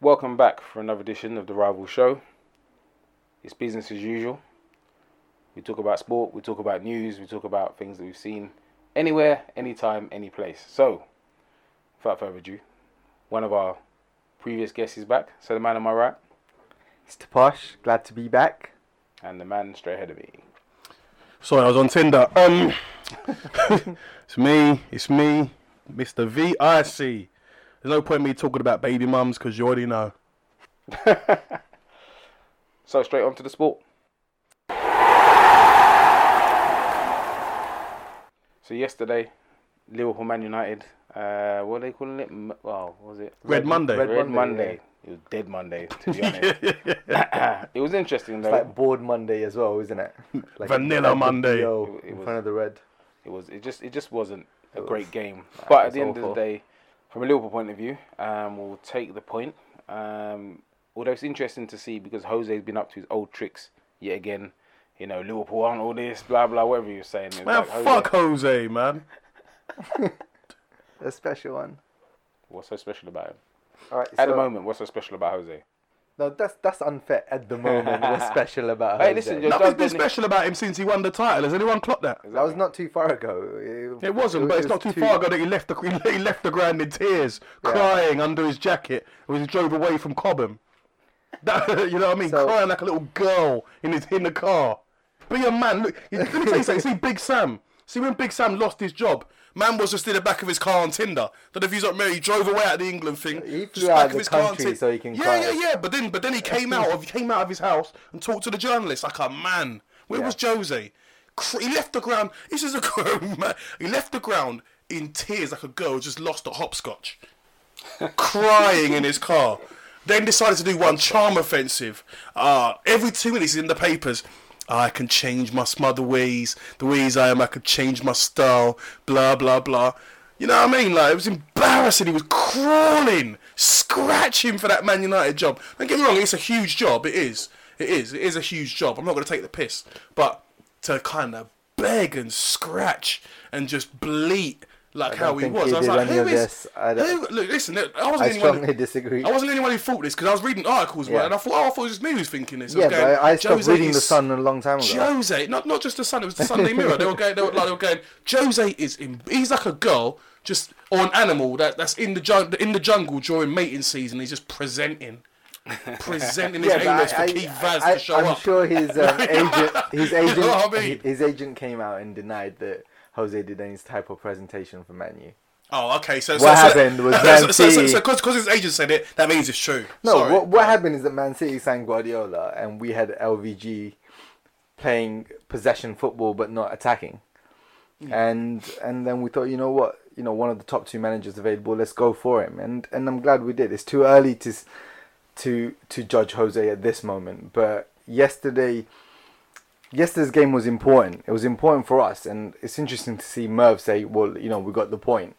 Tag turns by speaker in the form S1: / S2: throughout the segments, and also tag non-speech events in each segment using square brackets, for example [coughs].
S1: welcome back for another edition of the Rival Show. It's business as usual. We talk about sport, we talk about news, we talk about things that we've seen anywhere, anytime, any place. So, without further ado, one of our previous guests is back. So, the man on my right
S2: It's Taposh. Glad to be back.
S1: and the man straight ahead of me.
S3: Sorry, I was on Tinder. Um, [laughs] it's me. It's me, Mr. V I C. There's no point in me talking about baby mums because you already know.
S1: So, straight on to the sport. So, yesterday, Liverpool Man United, uh, what are they calling it? M- Well, what was it?
S3: Red, Monday.
S2: Red
S1: Red,
S2: Monday,
S1: Monday. It was Dead Monday, to
S2: [laughs]
S1: be honest. [clears throat] it was interesting though.
S2: It's like board Monday as well, isn't it? [laughs] Like
S3: Vanilla
S2: like the
S3: Monday.
S2: PO
S1: It- it
S2: in
S1: was-
S2: front of the red. [laughs]
S1: it was. It just. It just wasn't a
S2: It
S1: great
S2: was-
S1: game. But at
S2: was
S1: the end of the
S2: awful.
S1: day, from a Liverpool point of view, um, we'll take the point. Um, although it's interesting to see because Jose's been up to his old tricks yet again. You know, Liverpool aren't all this, blah blah. Whatever you're saying. It's
S3: Man,
S1: like, oh, Jose,
S3: fuck Jose, man.
S2: A special one.
S1: What's so special about him?
S2: All right.
S1: At
S2: so-
S1: the moment, what's so special about Jose?
S2: No, that's that's unfair. At the
S1: [laughs]
S2: moment, what's special about
S1: Hey,
S2: Jose?
S1: listen, you're-
S3: Nothing's been
S1: doesn't it-
S3: special about him since he won the title. Has anyone clocked that?
S2: that was not too far ago.
S3: It wasn't, but it's
S2: was
S3: not too far ago that he left the [laughs] he left the ground in tears, crying under his jacket when he drove away from Cobham. [laughs] That, you know what I mean?
S2: So-
S3: crying like a little girl in his in the car. Be a man. Look, let me tell you something. See Big Sam. See when Big Sam lost his job, man was just in the back of his car on Tinder. Don't know if he's not married. He drove away out of the England thing.
S2: He
S3: just
S2: flew
S3: back
S2: out of
S3: of
S2: the
S3: his car on
S2: country
S3: Tin-
S2: so he can
S3: Yeah,
S2: cry.
S3: yeah, yeah. But then, but then he came out of came out of his house and talked to the journalist like a man. Where
S2: Yeah.
S3: was Jose? Cr- He left the ground. This is a [laughs] grown man. He left the ground in tears like a girl who just lost at hopscotch, crying in his car. Then decided to do one charm offensive. Uh, every two minutes he's in the papers. I can change my smother ways, the ways I am. I could change my style. Blah blah blah. You know what I mean? Like it was embarrassing. He was crawling, scratching for that Man United job. Don't get me wrong. It's a huge job. It is. It is. It is a huge job. I'm not going to take the piss, but to kind of beg and scratch and just bleat like how he
S2: think
S3: was.
S2: he
S3: I was
S2: did
S3: like,
S2: any
S3: who
S2: of
S3: is?
S2: this. I don't-
S3: who- look, listen. look, I wasn't
S2: I
S3: anyone.
S2: strongly disagree.
S3: I wasn't anyone who thought this because I was reading articles,
S2: Yeah.
S3: right? And I thought, oh, I thought it was just me who was thinking this. I
S2: yeah,
S3: was going,
S2: but I stopped
S3: Jose
S2: reading the
S3: is-
S2: Sun a long time ago.
S3: Jose, not not just the Sun. It was the Sunday Mirror. They were going, they were, like, they were going. Jose is in. He's like a girl, just or an animal that, that's in the jungle in the jungle during mating season. He's just presenting, presenting his
S2: [laughs] Yeah,
S3: yeah,
S2: but I,
S3: for Keith Vaz
S2: I,
S3: to show
S2: am
S3: up.
S2: sure
S3: [laughs]
S2: his um, agent, his agent,
S3: know what I mean?
S2: his agent came out and denied that Jose did any type of presentation for Manu.
S3: Oh, okay. So
S2: What
S3: so,
S2: happened was
S3: [laughs] so, so, so,
S2: Van T-
S3: so, because his agent said it, that means it's true.
S2: No,
S3: Sorry.
S2: what what happened is that Man City signed Guardiola, and we had LVG playing possession football but not attacking. And and then we thought, you know what, you know, one of the top two managers available, let's go for him. And and I'm glad we did. It's too early to s- to to judge Jose at this moment, but yesterday. Yesterday's game was important. It was important for us, and it's interesting to see Merv say, "Well, you know, we got the point."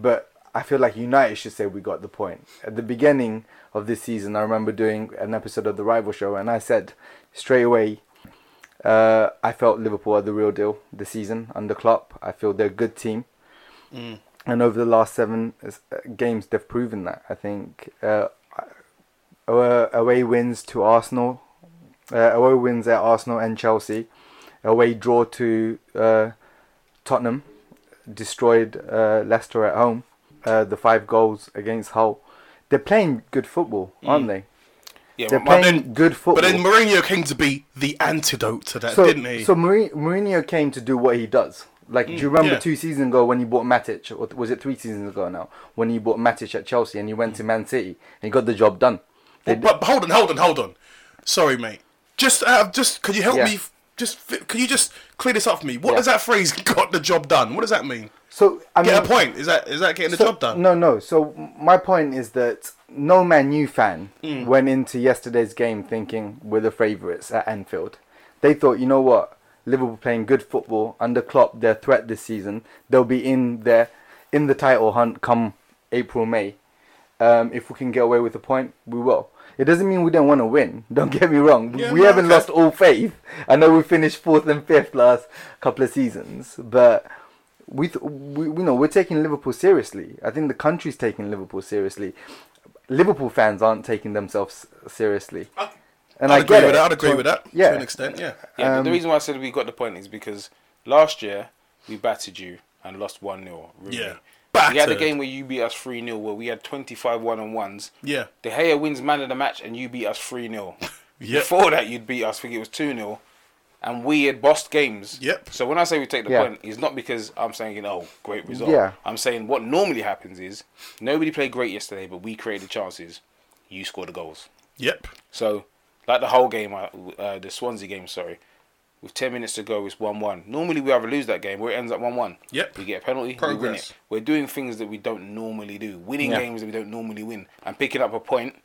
S2: but I feel like United should say we got the point. At the beginning of this season, I remember doing an episode of the Rival Show, and I said straight away, uh, I felt Liverpool are the real deal this season under Klopp. I feel they're a good team,
S3: Mm.
S2: and over the last seven uh, games, they've proven that. I think uh, uh, away wins to Arsenal, uh, away wins at Arsenal and Chelsea, away draw to uh, Tottenham, destroyed uh, Leicester at home, uh, the five goals against Hull. They're playing good football, aren't
S3: Mm.
S2: they?
S1: Yeah,
S2: They're
S1: my- my-
S2: playing good football.
S3: But then Mourinho came to be the antidote to that,
S2: so,
S3: didn't he? Mm,
S2: So Mouri- Mourinho came to do what he does. Like, do you remember
S3: yeah.
S2: two seasons ago when he bought Matic, or th- was it three seasons ago now, when he bought Matic at Chelsea and he
S3: Mm.
S2: went to Man City and he got the job done? They
S3: Oh, But, but hold on, hold on, hold on. Sorry, mate. Just, uh, just, could you help
S2: Yeah.
S3: me? f- Just, fi- can you just clear this up for me? What
S2: Yeah.
S3: does that phrase [laughs] "got the job done"? What does that mean?
S2: So I mean,
S3: Get a point? Is that is that getting the
S2: so-
S3: job done?
S2: No, no. So my point is that no Man U fan
S3: Mm.
S2: went into yesterday's game thinking we're the favourites at Anfield. They thought, you know what, Liverpool playing good football under Klopp, their threat this season. They'll be in there, in the title hunt come April May. Um, if we can get away with a point, we will. It doesn't mean we don't want to win. Don't get me wrong.
S3: Yeah,
S2: we
S3: no,
S2: haven't
S3: okay.
S2: lost all faith. I know we finished fourth and fifth last couple of seasons, but we, th- we, we know we're taking Liverpool seriously. I think the country's taking Liverpool seriously. Liverpool fans aren't taking themselves seriously.
S3: I-
S2: And
S3: I'd
S2: I
S3: agree
S2: get
S3: with
S2: it.
S3: that. I'd agree
S2: To-
S3: with that.
S2: Yeah.
S3: To an extent, yeah.
S1: Yeah,
S2: Um,
S1: but the reason why I said we got the point is because last year we battered you and lost 1 0.
S3: Yeah.
S1: We had a
S3: Battered.
S1: game where you beat us 3 0, where we had 25 one on ones.
S3: Yeah.
S1: De Gea wins man of the match and you beat us 3 0.
S3: [laughs] Yep.
S1: Before that, you'd beat us, I think it was 2 0. And we had bossed games.
S3: Yep.
S1: So when I say we take the
S2: Yeah.
S1: point, it's not because I'm saying, oh, great result.
S2: Yeah.
S1: I'm saying what normally happens is nobody played great yesterday, but we created chances. You score the goals.
S3: Yep.
S1: So, like the whole game, uh, uh, the Swansea game, sorry, with 10 minutes to go, it's 1 1. Normally, we either lose that game or it ends up 1 1.
S3: Yep.
S1: We get a penalty, we win
S3: Progress.
S1: it. We're doing things that we don't normally do, winning
S2: Yeah.
S1: games that we don't normally win, and picking up a point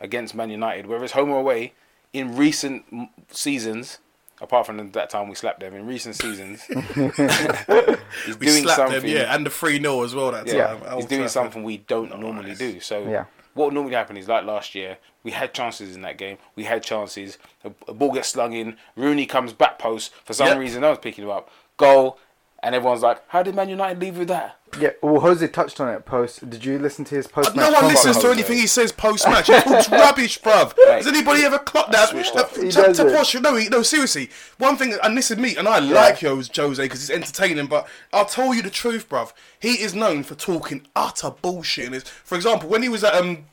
S1: against Man United, whether it's home or away, in recent m- seasons. Apart from that time we slapped them in recent
S3: [laughs]
S1: seasons, [laughs] he's
S3: We
S1: doing
S3: slapped
S1: something.
S3: them, yeah, and the 3 0 as well that
S1: Yeah,
S3: time. Old
S1: he's doing
S3: Trafford.
S1: something we don't normally do. So
S2: Yeah.
S1: what would normally happen is like last year, we had chances in that game. We had chances. A, a ball gets slung in. Rooney comes back post for some
S3: Yep.
S1: reason. I was picking him up. Goal, and everyone's like, "How did Man United leave with that?"
S2: Yeah, well, Jose touched on it post. Did you listen to his post?
S3: Uh, No one listens to
S1: Jose.
S3: anything he says post match. He
S2: [laughs]
S3: talks rubbish, bruv. Has anybody ever clocked that?
S1: Switched
S3: that
S1: up.
S2: He
S3: to,
S2: does
S3: to
S2: it.
S3: watch, no, he, no, seriously. One thing, and this is me, and I like Jos- Jose because he's entertaining, but I'll tell you the truth, bruv. He is known for talking utter bullshit. In his, for example, when he was at um,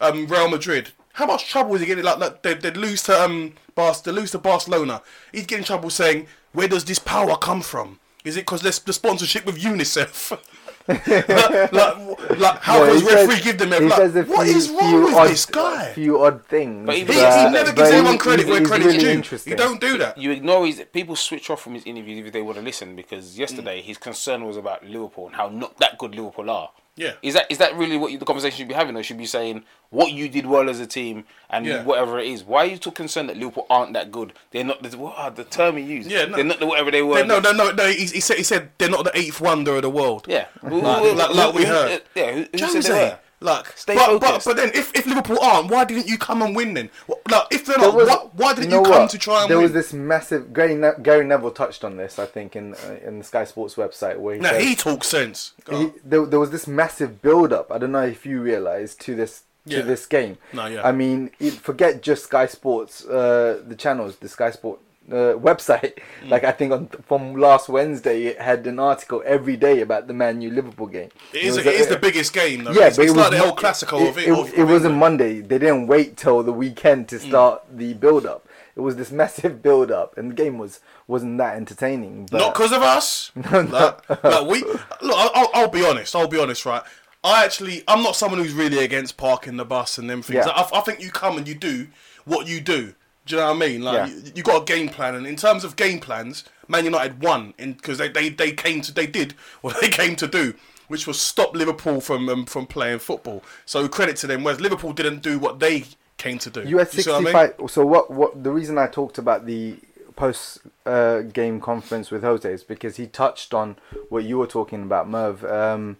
S3: um, Real Madrid, how much trouble was he getting? Like, like they'd, they'd lose to um, Bar- they lose to Barcelona. He'd get in trouble saying, "Where does this power come from? Is it because the sponsorship with UNICEF?" [laughs] like, like, like, how
S2: Yeah,
S3: does
S2: he
S3: referee
S2: says-
S3: give them
S2: he
S3: a like,
S2: says a
S3: What
S2: few-
S3: is wrong
S2: few
S3: with
S2: odd-
S3: this guy? He,
S2: Few odd things.
S1: But he-
S2: but-
S1: he
S3: never
S2: but
S3: gives
S2: he-
S3: anyone credit
S2: he's-
S3: where
S2: he's
S3: credit's
S2: really
S3: due.
S2: interesting.
S3: You don't do that.
S1: You ignore his people switch off from his interviews if they want to listen because yesterday his concern was about Liverpool and how not that good Liverpool are.
S3: Yeah.
S1: Is that is that really what you, the conversation should be having or should be saying what you did well as a team and
S3: Yeah.
S1: whatever it is? Why are you too concerned that Liverpool aren't that good? They're not the what are the term he used.
S3: Yeah, no.
S1: They're not the whatever they were.
S3: no, no, no, no. He, he said he said they're not the eighth wonder of the world.
S1: Yeah. Who- who-
S3: like,
S1: who-
S3: like, like we
S1: who-
S3: heard.
S1: Yeah, who, who said they
S3: Jose,
S1: were?
S3: like,
S1: Stay
S3: but, but
S1: focused.
S3: but then if, if Liverpool aren't, why didn't you come and win then? What- Like, if they're
S2: There
S3: not,
S2: was-
S3: why, why didn't you,
S2: know
S3: come
S2: what?
S3: to try and
S2: There
S3: win?
S2: was this massive. Gary, ne- Gary Neville touched on this, I think, in uh, in the Sky Sports website where he
S3: now
S2: said
S3: he talks sense.
S2: he, there, there was this massive build up. I don't know if you realize to this to
S3: Yeah.
S2: this game.
S3: No, yeah.
S2: I mean, it, forget just Sky Sports, uh, the channels, the Sky Sport uh, [laughs] website.
S3: Mm.
S2: Like I think on from last Wednesday, it had an article every day about the Man U Liverpool game.
S3: It is,
S2: was
S3: it is
S2: a-
S3: the biggest game, though.
S2: yeah,
S3: it's,
S2: but
S3: it's
S2: it was
S3: like the
S2: not-
S3: El Clasico
S2: it,
S3: of it.
S2: It,
S3: of- Mm.
S2: it wasn't Monday. They didn't wait till the weekend to start the build up. It was this [laughs] massive build up, and the game was wasn't that entertaining. But
S3: Not because
S2: [laughs]
S3: of us. like, like we look. I'll, I'll, I'll be honest. I'll be honest. Right. I actually, I'm not someone who's really against parking the bus and them things.
S2: Yeah.
S3: I, I think you come and you do what you do. Do you know what I mean? Like
S2: Yeah.
S3: you, you got a game plan, and in terms of game plans, Man United won because they, they they came to they did [laughs] what they came to do, which was stop Liverpool from um, from playing football. So credit to them. Whereas Liverpool didn't do what they came to do.
S2: You had
S3: see what I mean?
S2: 65. So what? What the reason I talked about the post uh, game conference with Jose is because he touched on what you were talking about, Merv. Um,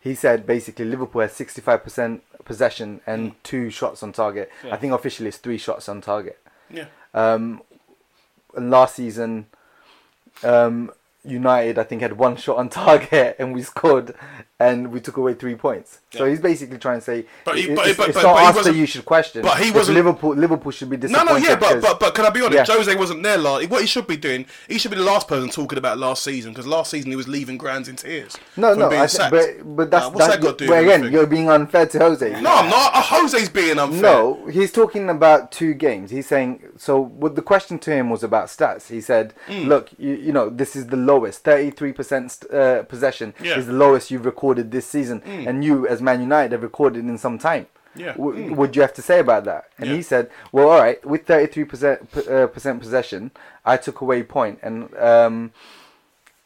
S2: he said basically Liverpool has 65% possession and
S3: Mm.
S2: two shots on target. I think officially it's three shots on target.
S3: Yeah.
S2: And last season, um, United I think had one shot on [laughs] target and we scored and we took away three points. So
S3: Yeah.
S2: he's basically trying to say
S3: But he-
S2: it-
S3: but-
S2: it's,
S3: but-
S2: it's
S3: but-
S2: not
S3: but he
S2: us that
S3: wasn't-
S2: you should question.
S3: but he
S2: If
S3: wasn't-
S2: Liverpool. Liverpool should be
S3: No,
S2: disappointed.
S3: no, yeah, but
S2: because-
S3: but but can I be honest?
S2: Yeah.
S3: Jose wasn't there last. What he should be doing, he should be the last person talking about last season because last season he was leaving Grands in tears.
S2: No,
S3: from
S2: no,
S3: being
S2: I
S3: sacked.
S2: th- but but that's
S3: Nah, what's
S2: that,
S3: that got to do?
S2: but
S3: with
S2: again,
S3: anything?
S2: you're being unfair to Jose.
S3: no, I'm not. Uh, Jose's being unfair.
S2: No, he's talking about two games. He's saying so. What the question to him was about stats. He said, "Look, you, you know, this is the lowest. Thirty-three percent uh, possession
S3: Yeah.
S2: is the lowest you've recorded this season, and you, as Man United, have recorded in some time.
S3: Yeah.
S2: W- What do you have to say about that?" And
S3: Yeah.
S2: he said, "Well, all right, with thirty-three percent uh, percent possession, I took away point, and um,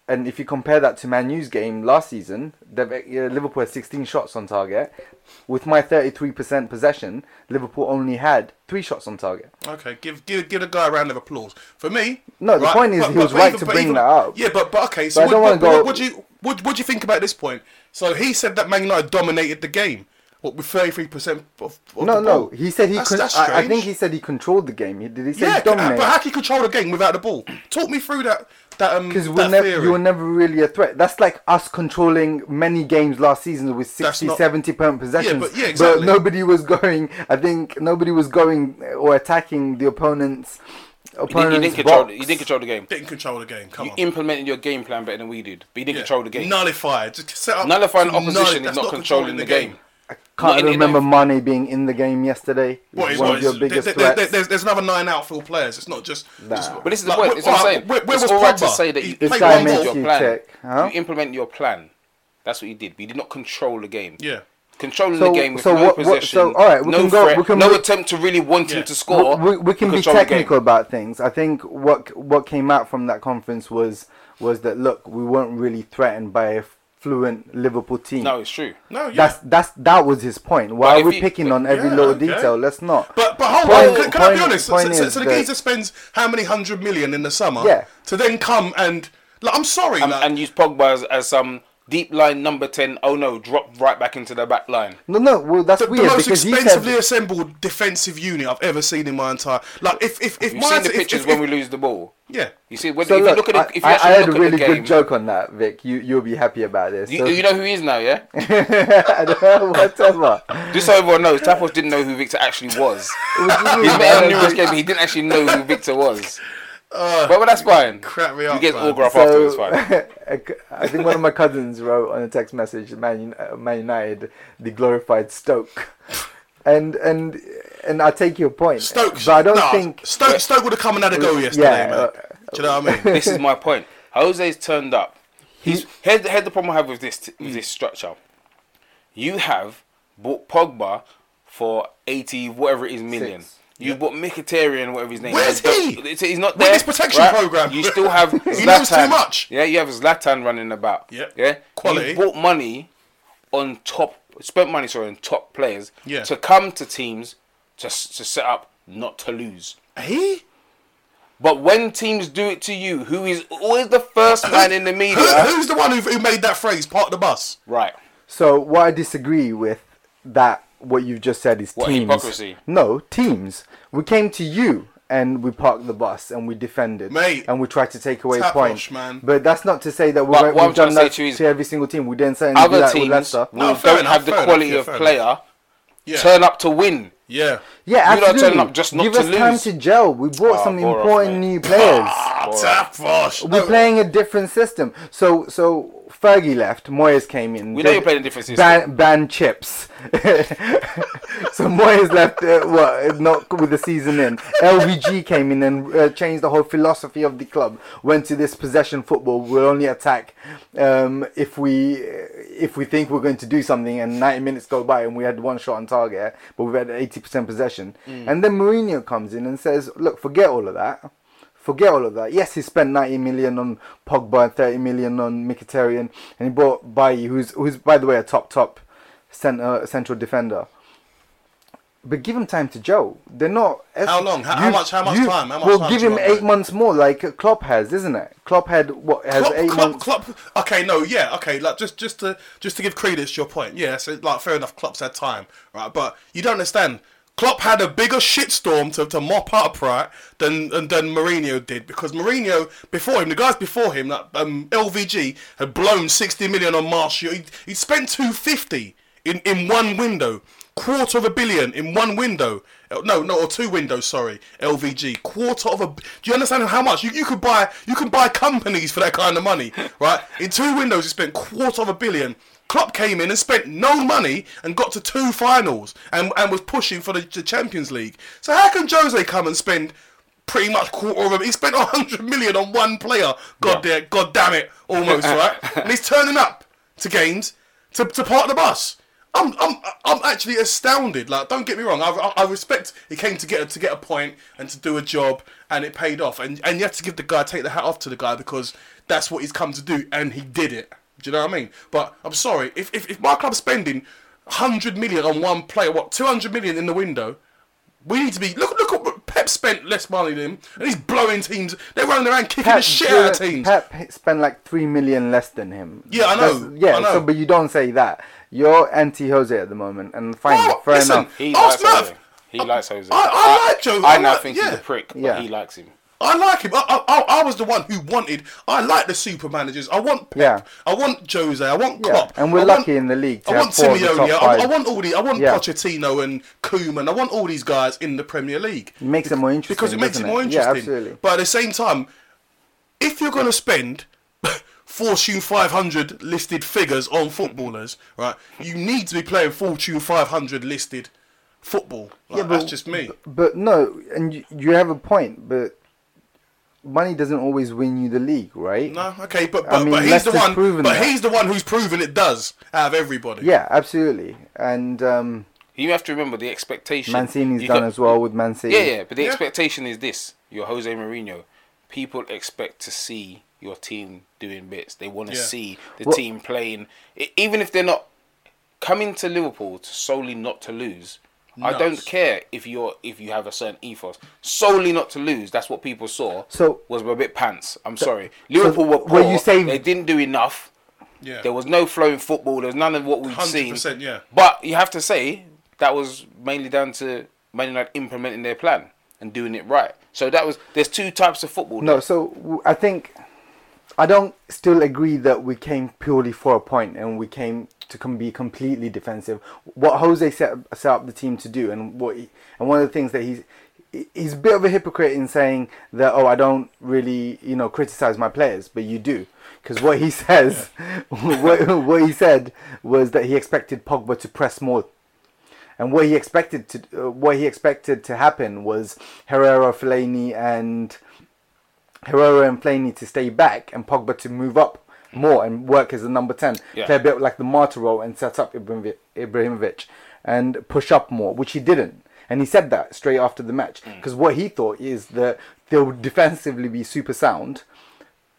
S2: and if you compare that to Man U's game last season, they've, uh, Liverpool had 16 shots on target. With my 33% possession, Liverpool only had three shots on target.
S3: Okay, give give give the guy a round of applause for me.
S2: No, the point is he was right to bring that up.
S3: Yeah, but but okay. So
S2: But I
S3: what,
S2: don't
S3: what,
S2: wanna go-
S3: what, what do you what, what do you think about this point? So he said that Man United dominated the game. What with thirty three percent of, of
S2: No,
S3: the
S2: no.
S3: ball?
S2: He said he.
S3: That's-
S2: Con-
S3: that's
S2: I, I think
S3: strange.
S2: he said he controlled the game. He- Did he say
S3: yeah,
S2: he
S3: but
S2: dominated?
S3: how can you control the game without the ball? Talk me through that that um
S2: Because
S3: that
S2: we're never,
S3: theory.
S2: you were never really a threat. That's like us controlling many games last season with 60,
S3: not-
S2: 70 percent possessions.
S3: but- yeah, exactly.
S2: nobody was going, I think, nobody was going or attacking the opponent's
S1: You didn't,
S2: opponent's
S1: you didn't control.
S2: box.
S1: You didn't control the game.
S3: didn't control the game. Come
S1: You
S3: on,
S1: implemented your game plan better than we did, but you didn't control the game.
S3: Nullified. Just set up.
S1: Nullifying
S3: Nulli-
S1: opposition is
S3: that's
S1: not controlling the game.
S2: Can't
S1: Not in-
S2: remember Mane being in the game yesterday. It
S3: What
S2: was
S3: is
S2: one
S3: what
S2: of
S3: is-
S2: your biggest
S3: there- there-
S2: threats.
S3: there- there's, there's another nine outfield players. It's not just. just
S1: But this is the
S3: like,
S1: point.
S3: where-
S1: It's what I'm
S3: alright,
S1: saying.
S3: Where, where
S1: it's
S3: was
S1: all right to
S3: Pogba?
S1: say that
S3: He
S1: you
S3: played
S2: guy
S3: one
S1: implemented
S2: makes
S3: goal.
S1: your
S2: you
S1: plan.
S2: check, huh?
S1: You implemented your plan. That's what you did. But you did not control the game.
S3: Yeah.
S1: Controlling
S2: So-
S1: the game with
S2: so
S1: no
S2: what- what-
S1: possession,
S2: so, all right, we
S1: no
S2: can go-
S1: threat,
S2: we can
S1: no
S2: re-
S1: attempt to really wanting
S3: Yeah.
S1: to score.
S2: we, we can
S1: You
S2: be
S1: control the game.
S2: technical about things. I think what what came out from that conference was was that look, we weren't really threatened by a fluent Liverpool team.
S1: No, it's true. Um,
S3: No, yeah.
S2: That's that's that was his point.
S1: But
S2: Why
S1: if
S2: are we
S1: you-
S2: picking on every
S3: yeah,
S2: little
S3: okay.
S2: detail? Let's not.
S3: But but hold on,
S2: Point-
S3: can, can I be
S2: point-
S3: honest? So,
S2: point
S3: so,
S2: is
S3: so the
S2: that-
S3: geezer spends how many hundred million in the summer
S2: Yeah.
S3: to then come and like I'm sorry, like,
S1: And use Pogba as, as some deep line number ten. Oh no, drop right back into the back line.
S2: No, no. Well, that's
S3: the, the
S2: weird
S3: most
S2: because he
S3: expensively
S2: said.
S3: assembled defensive unit I've ever seen in my entire like if if if
S1: You've
S3: my
S1: seen the
S3: if- if-
S1: pictures
S3: if-
S1: when we lose the ball.
S3: yeah
S1: You see, when,
S2: So
S1: if
S2: look,
S1: you look at
S2: I,
S1: it, if you
S2: I, I
S1: actually
S2: had a
S1: look
S2: really
S1: at the game,
S2: good joke on that, Vic. You you'll be happy about this.
S1: You,
S2: So- [laughs]
S1: you know who he is now, yeah?
S2: whatever.
S1: Just so everyone knows, Tapos didn't know who Victor actually was.
S2: It was just-
S1: He's met him numerous games, but he didn't actually know who Victor
S3: [laughs]
S1: was. but well, that's fine.
S3: Uh, crap me
S1: you
S3: up,
S1: get
S3: man.
S1: autograph after it's fine.
S2: I think one of my cousins wrote on a text message, "Man, Un- uh, Man United, the glorified Stoke," and and and I take your point.
S3: Stoke
S2: but I don't
S3: nah,
S2: think.
S3: Stoke Stoke would have come and had a go yesterday,
S2: yeah,
S3: man.
S2: uh,
S3: Do you know what I
S2: [laughs]
S3: mean?
S1: this is my point. Jose's turned up. He's here's, here's the problem I have with this
S3: Mm.
S1: with this structure. You have bought Pogba for eighty whatever it is million.
S2: Six.
S1: You bought Mikatarian, whatever his name
S3: Where's
S1: is. But-
S3: he?
S1: it's- He's not
S3: With
S1: there.
S3: his protection programme.
S1: You still have
S3: [laughs] He knows too
S1: Zlatan.
S3: much.
S1: Yeah, you have Zlatan running about.
S3: Yeah.
S1: Yeah.
S3: Quality.
S1: You bought money on top, spent money sorry on top players
S3: Yeah.
S1: to come to teams to s- to set up not to lose.
S3: He
S1: But when teams do it to you, who is always the first man in the
S3: who,
S1: media?
S3: who's the one who, who made that phrase part of the bus?
S1: right.
S2: So what I disagree with that what you've just said is
S1: What,
S2: teams.
S1: hypocrisy?
S2: No teams. We came to you and we parked the bus and we defended
S3: Mate.
S2: and we tried to take away
S3: Tapos,
S2: points.
S3: man.
S2: But that's not to say that we're
S1: But
S2: going,
S1: what I'm
S2: we've done
S1: trying to say
S2: that
S1: to you is
S2: to every single team. We didn't say anything
S1: Other
S2: like that with
S1: teams
S2: Leicester.
S1: will
S3: No, fair
S1: don't
S3: enough,
S1: have the
S3: fair enough,
S1: quality
S3: yeah,
S1: of
S3: fair
S1: player.
S3: Yeah.
S1: Turn up to win.
S3: Yeah.
S2: Yeah,
S1: You lot turning
S2: absolutely.
S1: up just not
S2: Give
S1: to
S2: us time
S1: lose. Ah,
S2: to gel. We bought some
S1: bore off,
S2: important
S1: mate.
S2: new players.
S3: Ah, Tapos.
S1: Oh.
S2: We're playing a different system. So so Fergie left, Moyes came in.
S1: We know you're playing a different system.
S2: Ban, ban chips. [laughs] so Moyes left, uh, what, not with the season in. LVG came in and uh, changed the whole philosophy of the club. Went to this possession football. We'll only attack um, if we uh, if we think we're going to do something. And 90 minutes go by and we had one shot on target, but we've had 80% possession.
S1: Mm.
S2: And then Mourinho comes in and says, "Look, forget all of that." Forget all of that. Yes, he spent 90 million on Pogba and 30 million on Mkhitaryan, and he bought Bayi, who's who's by the way a top top center central defender. But give him time to gel. They're not.
S3: How long? How- how much- how much time? How much
S2: well,
S3: time
S2: give
S3: do you
S2: him
S3: want,
S2: eight
S3: mate?
S2: months more, like Klopp has, isn't it? Klopp had what has
S3: Klopp,
S2: eight
S3: Klopp,
S2: months.
S3: Klopp. Okay, no, yeah, okay. Like just, just to, just to give credence to your point. Yeah, so like fair enough. Klopp's had time, right? But you don't understand. Klopp had a bigger shitstorm to, to mop up, right, than than than Mourinho did because Mourinho before him, the guys before him, like um, LVG had blown sixty million on Martial. He he spent two fifty in in one window. Quarter of a billion in one window. Uh, No, no, or two windows. Sorry, LVG. Quarter of a. b- Do you understand how much you, you could buy? You can buy companies for that kind of money, [laughs] right? In two windows, he spent quarter of a billion. Klopp came in and spent no money and got to two finals and and was pushing for the, the Champions League. So how can Jose come and spend? Pretty much quarter of a He spent 100 million on one player. God, da- God damn it, almost, right? and he's turning up to games to, to park the bus. I'm, I'm, I'm actually astounded. Like, don't get me wrong. I, I, I respect he came to get to get a point and to do a job, and it paid off. And and you have to give the guy take the hat off to the guy because that's what he's come to do, and he did it. Do you know what I mean? But I'm sorry if if, if my club's spending hundred million on one player, what two hundred million in the window, we need to be look look at what Pep spent less money than him, and he's blowing teams. They're running around kicking the
S2: Pep,
S3: shit out of
S2: didn't-
S3: teams.
S2: Pep spent like three million less than him.
S3: Yeah, I know,
S2: yeah,
S3: I know.
S2: so but you don't say that. You're anti Jose at the moment, and fine,
S3: Oh,
S2: fair
S3: listen.
S2: enough.
S1: He
S3: Ask
S1: likes
S3: Mav.
S1: Jose. He likes Jose.
S3: I- I like Jose.
S1: I
S3: I
S1: now
S3: like-
S1: think
S3: yeah.
S1: he's a prick, but
S2: Yeah.
S1: he likes him.
S3: I like him. I, I, I- I was the one who wanted. I like the super managers. I want Pep.
S2: Yeah.
S3: I want Jose. I want
S2: Yeah,
S3: Klopp.
S2: and we're
S3: I want-
S2: lucky in the league to
S3: I
S2: have
S3: want
S2: four of the top
S3: Simeone. I, I
S2: five.
S3: want all the. I want
S2: Yeah.
S3: Pochettino and Koeman. I want all these guys in the Premier League
S2: It makes it more interesting
S3: because it makes it
S2: doesn't
S3: more interesting.
S2: Yeah, absolutely.
S3: But at the same time, if you're going to spend [laughs] Fortune 500 listed figures on footballers, right, you need to be playing Fortune 500 listed football. Like, that's just me.
S2: But no, and you, you have a point. But money doesn't always win you the league, right?
S3: No, okay, but
S2: I
S3: but,
S2: mean,
S3: but he's the
S2: Leicester's
S3: one.
S2: proven
S3: But
S2: that.
S3: he's the one who's proven it does out of everybody.
S2: Yeah, absolutely. And um,
S1: You have to remember the expectation.
S2: Mancini's
S1: you
S2: done
S1: can-
S2: as well with Man City.
S1: Yeah, yeah, but the
S3: Yeah.
S1: expectation is this: you're Jose Mourinho. People expect to see your team doing bits. They want to
S3: Yeah.
S1: see the
S2: Well-
S1: team playing, E- even if they're not coming to Liverpool to solely not to lose. I don't
S3: Nuts.
S1: care if you're if you have a certain ethos solely not to lose. That's what people saw.
S2: So-
S1: was a bit pants. I'm sorry. Liverpool were poor.
S2: were you saying-
S1: they didn't do enough?
S3: yeah.
S1: There was no flowing football. There was none of what we've seen.
S3: 100%, yeah.
S1: But you have to say that was mainly down to Man United implementing their plan and doing it right. So that was there's two types of football.
S2: No, so w- I think I don't still agree that we came purely for a point and we came to com- be completely defensive. What Jose set, set up the team to do, and what he, and one of the things that he's he- he's a bit of a hypocrite in saying that oh I don't really you know criticize my players, but you do because what he [laughs] says, what, what he said was that he expected Pogba to press more and what he expected to uh, what he expected to happen was Herrera, Fellaini, and Herrera and Fellaini to stay back, and Pogba to move up more and work as a number ten,
S1: Yeah.
S2: play a bit like the martyr role, and set up Ibrahimovic, Ibrahimovic and push up more, which he didn't. And he said that straight after the match because what he thought is that they'll defensively be super sound,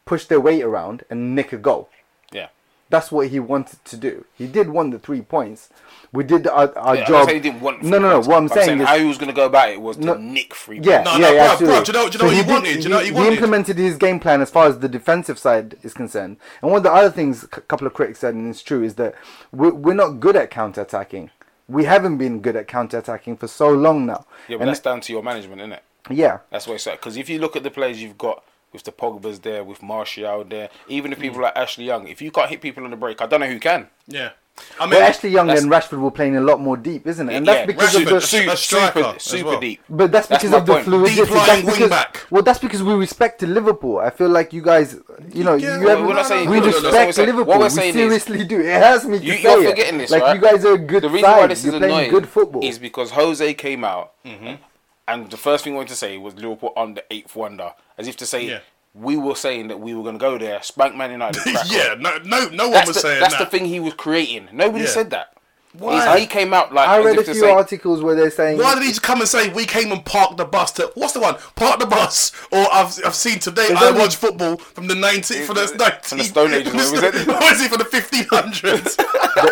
S2: push their weight around, and nick a goal.
S1: Yeah.
S2: That's what he wanted to do. He did want the three points. We did our, our
S1: Yeah, I'm not
S2: job.
S1: saying he didn't want
S2: no, no, no.
S1: points,
S2: What I'm
S1: but
S2: saying, is,
S1: how he was going to go about it was to
S2: No-
S1: nick free.
S2: yeah,
S1: points.
S3: No,
S2: yeah,
S3: no,
S2: yeah,
S3: bruv, bruv,
S2: absolutely.
S3: do you know- do you know what he
S2: did-
S3: wanted? Do you know what he wanted?
S2: implemented his game plan as far as the defensive side is concerned. And one of the other things, a couple of critics said, and it's true, is that we're, we're not good at counter attacking. We haven't been good at counter attacking for so long now.
S1: Yeah, but
S2: and
S1: that's down to your management, isn't it?
S2: yeah,
S1: That's what it's like. Because if you look at the players you've got with the Pogba's there, with Martial there, even
S3: Mm.
S1: the people like Ashley Young, if you can't hit people on the break, I don't know who can.
S3: Yeah. I mean,
S2: but actually, Young
S1: that's-
S2: and Rashford were playing a lot more deep, isn't it? And that's
S1: yeah,
S2: because
S1: super,
S2: of the
S3: Rashford-
S1: super,
S3: a striker
S1: super,
S3: as
S1: super
S3: well.
S1: deep.
S2: But that's because
S1: my
S2: of the
S1: point.
S2: fluidity.
S3: Deep-lying
S2: That's because,
S3: wing-back.
S2: Well, that's because we respect Liverpool. I feel like you guys, you know,
S3: Yeah,
S2: you
S3: well,
S2: have,
S3: we're not saying
S2: we
S3: you- no, no, no,
S1: that's what we're
S2: respect
S1: saying. What
S2: Liverpool.
S1: we're
S2: We
S1: saying is-
S2: seriously do. It has me to
S1: You,
S2: say
S1: you're
S2: it.
S1: forgetting this,
S2: Like
S1: right?
S2: you guys are a good
S1: The reason
S2: side.
S1: why this
S2: You're
S1: is
S2: playing
S1: annoying
S2: good football.
S1: is because Jose came out,
S3: Mm-hmm.
S1: and the first thing he wanted to say was Liverpool on the eighth wonder, as if to say
S3: Yeah.
S1: we were saying that we were going to go there, spank Man
S3: [laughs]
S1: United. crack on.
S3: [laughs] yeah. No, no, no one
S1: that's,
S3: was
S1: the,
S3: saying
S1: that's
S3: that.
S1: the thing he was creating. Nobody
S3: Yeah.
S1: said that.
S3: Why?
S1: He's, he came out like
S2: I
S1: as
S2: read a
S1: if to
S2: few
S1: say,
S2: articles where they're saying
S3: Why did he just come and say we came and parked the bus? To what's the one? Park the bus, or I've, I've seen today. I
S2: only-
S3: watch football from the nineteen from the
S1: From the
S3: nineteen
S1: Stone Age, was it?
S3: Or is it [laughs] from the fifteen hundreds?
S1: [laughs]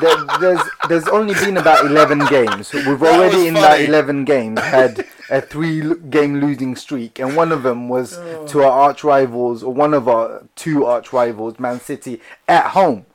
S2: there, there's there's only been about eleven games. We've
S3: was
S2: already in that
S3: funny.
S2: eleven games had a three l- game losing streak, and one of them was to our arch rivals, or one of our two arch rivals, Man City, at home.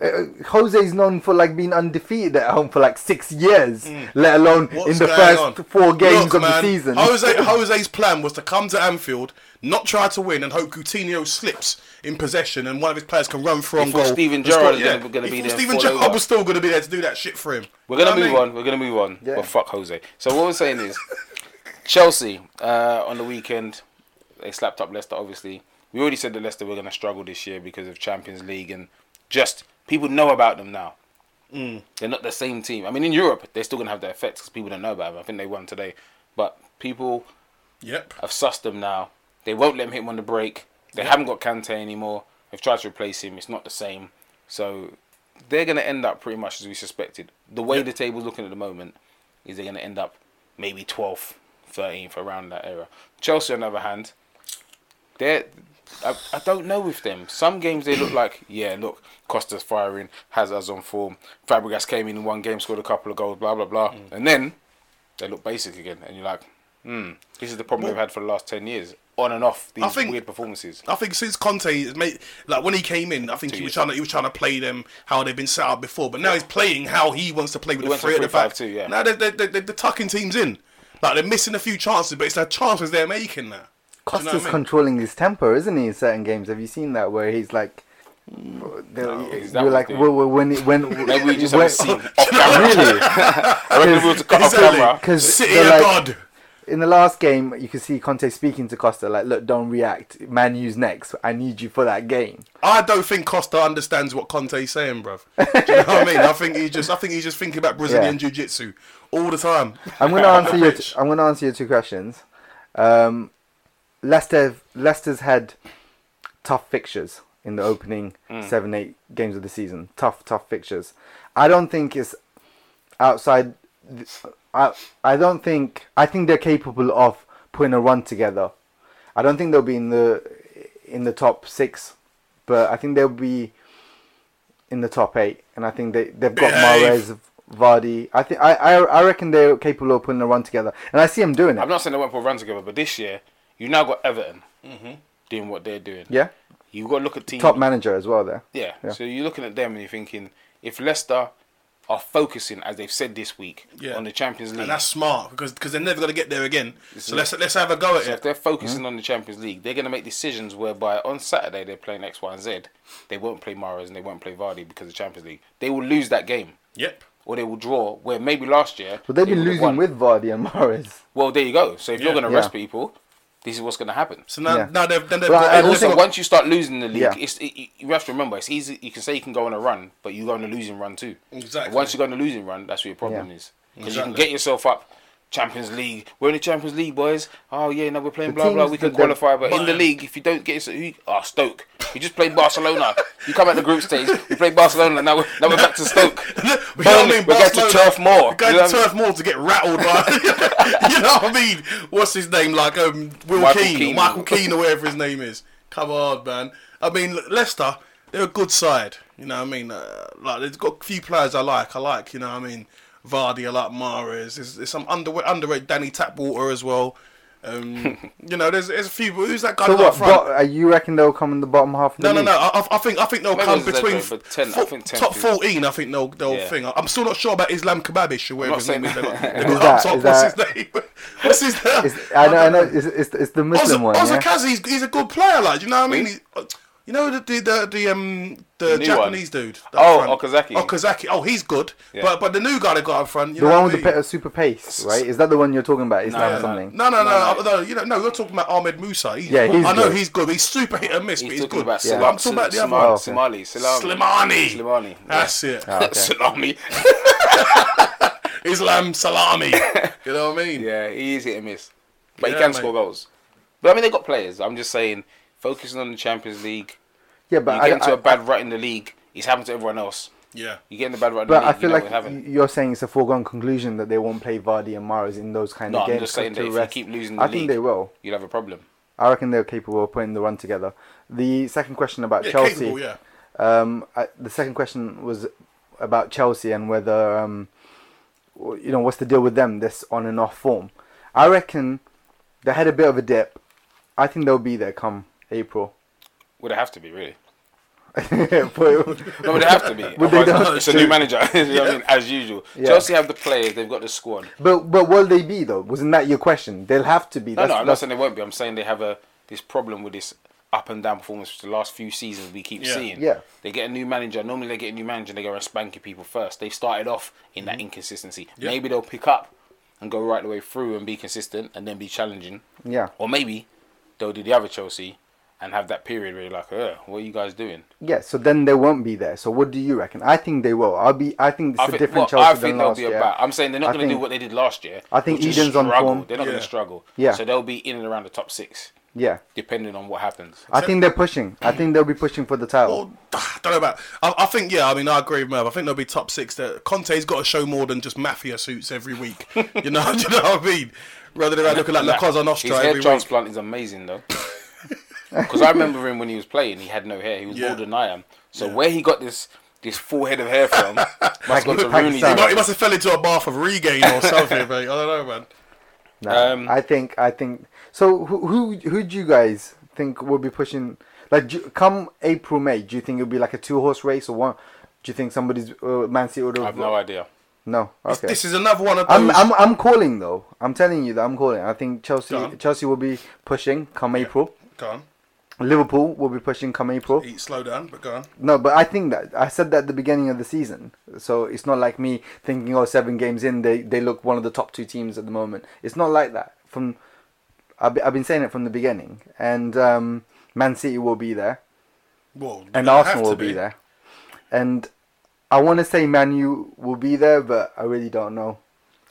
S2: Uh, Jose's known for like being undefeated at home for like six years, let alone in the first four games
S3: Look,
S2: of the
S3: man,
S2: season.
S3: Jose, Jose's plan was to come to Anfield, not try to win, and hope Coutinho slips in possession, and one of his players can run for on
S1: thought
S3: goal.
S1: Steven
S3: and
S1: Gerrard
S3: score-
S1: was
S3: yeah.
S1: gonna- gonna
S3: He
S1: be
S3: thought
S1: there
S3: Steven
S1: for
S3: Gerrard
S1: Labour.
S3: was still going to be there to do that shit for him.
S1: We're gonna
S3: You know
S1: move
S3: what I mean?
S1: on. We're gonna move on.
S2: Yeah.
S1: But fuck Jose. So what we're saying
S3: [laughs]
S1: is, Chelsea uh, on the weekend they slapped up Leicester. Obviously, we already said that Leicester were gonna struggle this year because of Champions League and just people know about them now.
S3: Mm.
S1: They're not the same team. I mean, in Europe they're still gonna have their effects because people don't know about them. I think they won today, but people
S3: Yep.
S1: have sussed them now. They won't let him hit him on the break. They haven't got Kante anymore. They've tried to replace him. It's not the same. So they're going to end up pretty much as we suspected. The way the table's looking at the moment is they're going to end up maybe 12th, 13th, around that era. Chelsea, on the other hand, they're. I, I don't know with them. Some games they look like, yeah, look, Costa's firing, Hazard's on form, Fabregas came in in one game, scored a couple of goals, blah, blah, blah. And then they look basic again, and you're like, hmm, This is the problem we've had for the last ten years, on and off these
S3: think-
S1: weird performances.
S3: I think since Conte has made like when he came in, I think he was trying to he was trying to play them how they've been set up before, but now he's playing how he wants to play with the
S1: went to
S3: three at the back.
S1: 3-5-2, yeah.
S3: Now they they they they're tucking teams in, like they're missing a few chances, but it's the chances they're making now. Do you know
S2: Costa's
S3: what I mean?
S2: controlling his temper, isn't he? In certain games, have you seen that where he's like, they'll-
S1: he's that
S2: you're like,
S1: dude.
S2: well, well, when when
S1: Maybe we just
S2: when,
S1: haven't seen off camera. [laughs]
S2: really
S1: I reckon if we were to cut off
S3: Exactly.
S1: camera.
S2: because
S3: City of God.
S2: [laughs] In the last game, you could see Conte speaking to Costa like, "Look, don't react. Man U's next. I need you for that game."
S3: I don't think Costa understands what Conte's saying, bruv. Do you know what I mean? I think he just I think he's just thinking about Brazilian
S2: Yeah.
S3: jiu-jitsu all the time.
S2: I'm gonna answer your. T- I'm gonna answer your two questions. Um, Leicester. Leicester's had tough fixtures in the opening seven, eight games of the season. Tough, tough fixtures. I don't think it's outside. th- I I don't think. I think they're capable of putting a run together. I don't think they'll be in the in the top six, but I think they'll be in the top eight, and I think they they've got
S3: Behave.
S2: Mahrez, Vardy. I think I, I I reckon they're capable of putting a run together, and I see them doing it.
S1: I'm not saying they won't put a run together, but this year you now got Everton doing what they're doing.
S2: yeah,
S1: you got to look at teams.
S2: top manager as well there.
S1: Yeah.
S2: Yeah.
S1: So you're looking at them and you're thinking, if Leicester are focusing, as they've said this week,
S3: Yeah.
S1: on the Champions League,
S3: And that's smart because because they're never gonna get there again. So let's let's have a go at
S1: so if
S3: it.
S1: they're
S2: Hmm?
S1: focusing on the Champions League, they're going to make decisions whereby on Saturday they're playing X, Y, and Z. They won't play Mares and they won't play Vardy because of Champions League. They will lose that game.
S3: Yep.
S1: Or they will draw, where maybe last year.
S2: But they've been
S1: would have
S2: losing
S1: won.
S2: with Vardy and Mahrez.
S1: Well, there you go. So if you're
S3: Yeah.
S1: going to
S2: Yeah.
S1: rest people, this is what's going to happen.
S3: So now,
S2: Yeah.
S3: now they've then they've
S2: Well,
S3: got,
S2: I
S3: they've
S1: And
S2: also
S1: also,
S3: got-
S1: once you start losing the league,
S2: Yeah.
S1: it's it, you- you have to remember it's easy. You can say you can go on a run, but you go on a losing run too.
S3: Exactly.
S1: Once you go on a losing run, that's where your problem
S2: Yeah.
S1: is because you
S3: Exactly.
S1: can get yourself up. Champions League, we're in the Champions League, boys. Oh yeah, now we're playing
S2: The
S1: blah blah.
S2: teams
S1: We can
S2: that they're-
S1: qualify, but in the
S3: Man.
S1: league, if you don't get yourself, who, oh Stoke, you just played Barcelona. you come out the group stage, you play Barcelona. Now we're, now we're back to
S3: [laughs]
S1: Stoke.
S3: you know what I mean?
S1: We're going to
S3: Barcelona-
S1: Turf Moor.
S3: We're going
S1: You know
S3: to
S1: what I mean?
S3: Turf Moor to get rattled by. [laughs] you know what I mean? What's his name? Like um, Will
S1: Michael
S3: Keane,
S1: Keane.
S3: Michael Keane, or whatever his name is. Come on, man. I mean, Le- Leicester, they're a good side. You know what I mean? Uh, like they've got a few players I like. I like, you know what I mean? Vardy, I like Mares. There's, there's some underweight, underrated Danny Tapwater as well.
S1: [laughs]
S3: Um, you know, there's there's a few. Who's that guy
S2: So
S3: up
S2: what?
S3: front?
S2: Bo- uh, you reckon they'll come in the bottom half? Of the
S3: No, no,
S2: league?
S3: no. I, I- I think I think they'll
S1: Maybe
S3: come
S1: it's a
S3: between
S1: legend, but 10, I
S3: fo-
S1: think 10
S3: top
S1: is-
S3: fourteen. I think they'll they'll
S1: Yeah.
S3: thing. I- I'm still not sure about Islam Kababish or whatever.
S1: not
S3: his name
S1: saying-
S3: is. They got-
S1: [laughs]
S3: they
S2: Is
S3: got
S2: that-
S3: up top.
S2: is
S3: What's
S2: that-
S3: his name? [laughs] What's his name?
S2: It's, I know, I know. It's, it's, it's the Muslim one.
S3: Oz- Oz
S2: yeah?
S3: Akazi, he's, he's a good player, like you know what I mean. He- uh, you know the the the, the um the,
S1: new
S3: Japanese
S1: one.
S3: dude. up
S1: Oh, Okazaki.
S3: Okazaki. Oh, he's good. But but the new guy they got up front. You
S2: The
S3: know
S2: one
S3: what
S2: with the
S3: I mean?
S2: pe- uh, super pace, right? Is that the one you're talking about? Islam
S1: no,
S2: or something?
S3: No, no, no, no, You know, no. You're talking about Ahmed Musa. He's,
S2: Yeah, he's
S3: I know
S2: good.
S3: he's good. He's super hit and miss,
S1: He's
S3: but he's
S1: talking
S3: good.
S1: about
S3: But
S1: Salam,
S3: I'm talking about the
S1: Somali,
S2: Oh,
S3: other one.
S2: okay. Ah,
S1: Somali, Salam,
S3: Slimani.
S1: Slimani.
S3: That's it.
S1: [laughs] Salami.
S3: Islam
S2: [laughs]
S3: salami. you know what I mean?
S1: Yeah, he is hit and miss, but he
S3: Yeah,
S1: can
S3: mate.
S1: score goals. But I mean, they got players. I'm just saying, focusing on the Champions League.
S2: Yeah, but
S1: you
S2: I,
S1: get into
S2: I-
S1: a bad rut in the league. It's happened to everyone else.
S3: Yeah. [sighs]
S1: You get in the bad rut. In
S2: but
S1: the league,
S2: I feel
S1: you know what
S2: like
S1: happened.
S2: you're saying it's a foregone conclusion that they won't play Vardy and Mares in those kind
S1: No,
S2: of games.
S1: I'm just saying that
S2: to
S1: if
S2: rest.
S1: you keep losing the
S2: I
S1: league,
S2: think they will.
S1: You'll have a problem.
S2: I reckon they're capable of putting the run together. The second question about
S3: Yeah,
S2: Chelsea.
S3: capable, yeah.
S2: Um, I, the second question was about Chelsea and whether um, w- you know what's the deal with them this on and off form. I reckon they had a bit of a dip. I think they'll be there come April. [laughs]
S1: Would it have to be really?
S2: But-
S1: No, but it have to be.
S2: they
S1: Otherwise,
S2: don't-
S1: it's a new manager. [laughs] you know what I mean? As usual,
S2: Yeah.
S1: Chelsea have the players. They've got the squad.
S2: But but will they be though? Wasn't that your question? They'll have to be.
S1: No,
S2: That's,
S1: no, I'm not
S2: that's-
S1: saying they won't be. I'm saying they have a this problem with this up and down performance for the last few seasons we keep
S3: Yeah.
S1: seeing.
S2: Yeah.
S1: They get a new manager. Normally they get a new manager and they go around spanking people first. They've started off in
S3: Mm-hmm.
S1: that inconsistency. Maybe they'll pick up and go right the way through and be consistent and then be challenging.
S2: Yeah.
S1: Or maybe they'll do the other Chelsea and have that period where you're like, Ugh, what are you guys doing?
S2: Yeah. So then they won't be there. So what do you reckon? I think they will. I'll be. I think it's
S1: I
S2: a
S1: think,
S2: different
S1: well,
S2: Chelsea
S1: I think
S2: than
S1: they'll
S2: last
S1: be
S2: year.
S1: about. um, I'm saying they're not
S2: I
S1: going to do
S2: think-
S1: what they did last year.
S2: I think
S1: which is
S2: Eden's on
S1: struggle.
S2: form.
S1: They're not going
S3: Yeah.
S1: to struggle.
S2: Yeah.
S1: So they'll be in and around the top six,
S2: Yeah.
S1: depending on what happens.
S2: I think they're pushing. I think they'll be pushing for the title.
S3: Well, I don't know about. I, I think yeah. I mean, I agree with Merv. I think they'll be top six. There, Conte's got to show more than just mafia suits every week.
S2: [laughs]
S3: You know, [laughs] do you know what I mean? Rather than looking like La Cosa Nostra
S1: His hair
S3: every week.
S1: transplant is amazing
S3: [laughs]
S1: though. Because I remember him when he was playing, he had no hair. He was
S3: Yeah.
S1: older than I am. So where he got this this full head of hair
S3: [laughs]
S1: from must have gone to
S2: Pakistan.
S1: Rooney's.
S2: He
S3: He must, he
S1: hair.
S2: [laughs]
S3: must have fell into a bath of regain or something, mate. I don't know, man.
S2: No,
S1: Um,
S2: I think I think so. Who who who do you guys think will be pushing? Like, do, come April May, do you think it'll be like a two horse race or one? Do you think somebody's uh, Man City would
S1: I have no idea.
S2: No, okay.
S3: This is another one of those.
S2: I'm, I'm I'm calling though. I'm telling you that I'm calling. I think Chelsea
S3: Go on.
S2: Chelsea will be pushing come April.
S3: Go on.
S2: Liverpool will be pushing come April.
S3: Eat, slow down, but go on.
S2: No, but I think that I said that at the beginning of the season. So it's not like me thinking, oh, seven games in, they, they look one of the top two teams at the moment. It's not like that. From I've, be- I've been saying it from the beginning, and um, Man City will be there,
S3: Well, they
S2: and
S3: have
S2: Arsenal
S3: to
S2: will be. there, and I want to say Man U will be there, but I really don't know.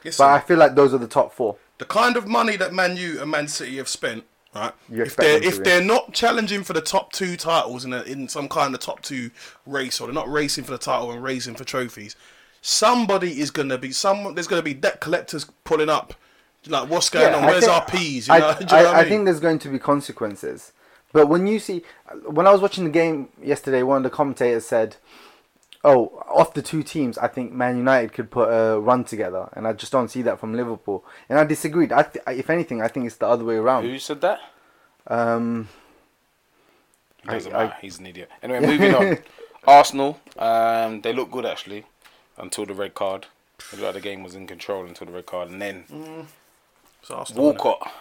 S3: Listen,
S2: But I feel like those are the top four.
S3: the kind of money that Man U and Man City have spent, right?
S2: You
S3: If
S2: expect
S3: they're
S2: them to
S3: if
S2: win.
S3: they're not challenging for the top two titles in a, in some kind of top two race, or they're not racing for the title and racing for trophies, somebody is gonna be someone. There's gonna be debt collectors pulling up. Like what's going on?
S2: I
S3: Where's
S2: think-
S3: our peas? You know, [laughs]
S2: I,
S3: Do you know what
S2: I- I
S3: mean?
S2: think there's going to be consequences. But when you see, when I was watching the game yesterday, one of the commentators said, "Oh, off the two teams, I think Man United could put a run together," and I just don't see that from Liverpool. And I disagreed. I, th- if anything, I think it's the other way around.
S1: Who said that?
S2: Um,
S1: It doesn't
S2: I-
S1: matter. He's an idiot. Anyway, moving
S2: [laughs]
S1: on. Arsenal. Um, they look good actually until the red card. It looked like the game was in control until the red card, and then
S3: It's Arsenal, innit?
S1: Walcott,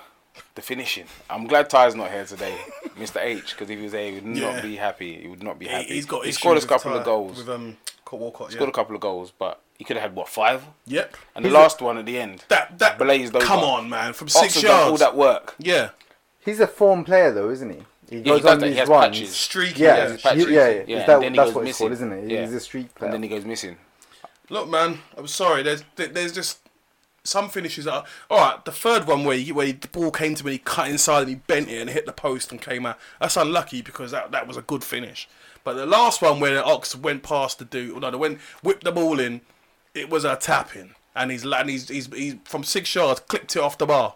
S1: the finishing. I'm glad Ty's not here today, Mr. H, because if he was there, he would not
S3: Yeah.
S1: be happy. He would not be
S3: He-
S1: happy.
S3: He's got.
S1: He
S3: issues
S1: scored a
S3: with
S1: couple of
S3: Ty-
S1: goals.
S3: with um Scott Walcott. Yeah.
S1: uh, scored a couple of goals, but he could have had what five?
S3: Yep.
S1: And the last one at the end.
S3: That that
S1: blazed over.
S3: Come on, man! From
S1: Oxford
S3: six
S1: done
S3: yards.
S1: all that work.
S3: Yeah.
S2: he's a form player though, isn't he? He
S1: Yeah, he does that. He has
S2: runs.
S1: patches.
S3: Streaky.
S2: Yeah,
S3: Yeah.
S1: has patches.
S2: you- yeah, yeah.
S1: Yeah,
S2: Is
S1: and
S2: that,
S1: then he
S2: that's
S1: goes
S2: what it's called,
S1: missing.
S2: isn't it?
S1: Yeah.
S2: He's a street player.
S1: And then he goes missing.
S3: Look, man. I'm sorry. There's there- there's just some finishes that. Are, all right. The third one where he, where he- the ball came to him and he cut inside and he bent it and hit the post and came out. That's unlucky because that that was a good finish. But the last one where the Ox went past the dude. No, they went whipped the ball in. It was a tapping. And he's and he's, he's, he's from six yards clipped it off the bar.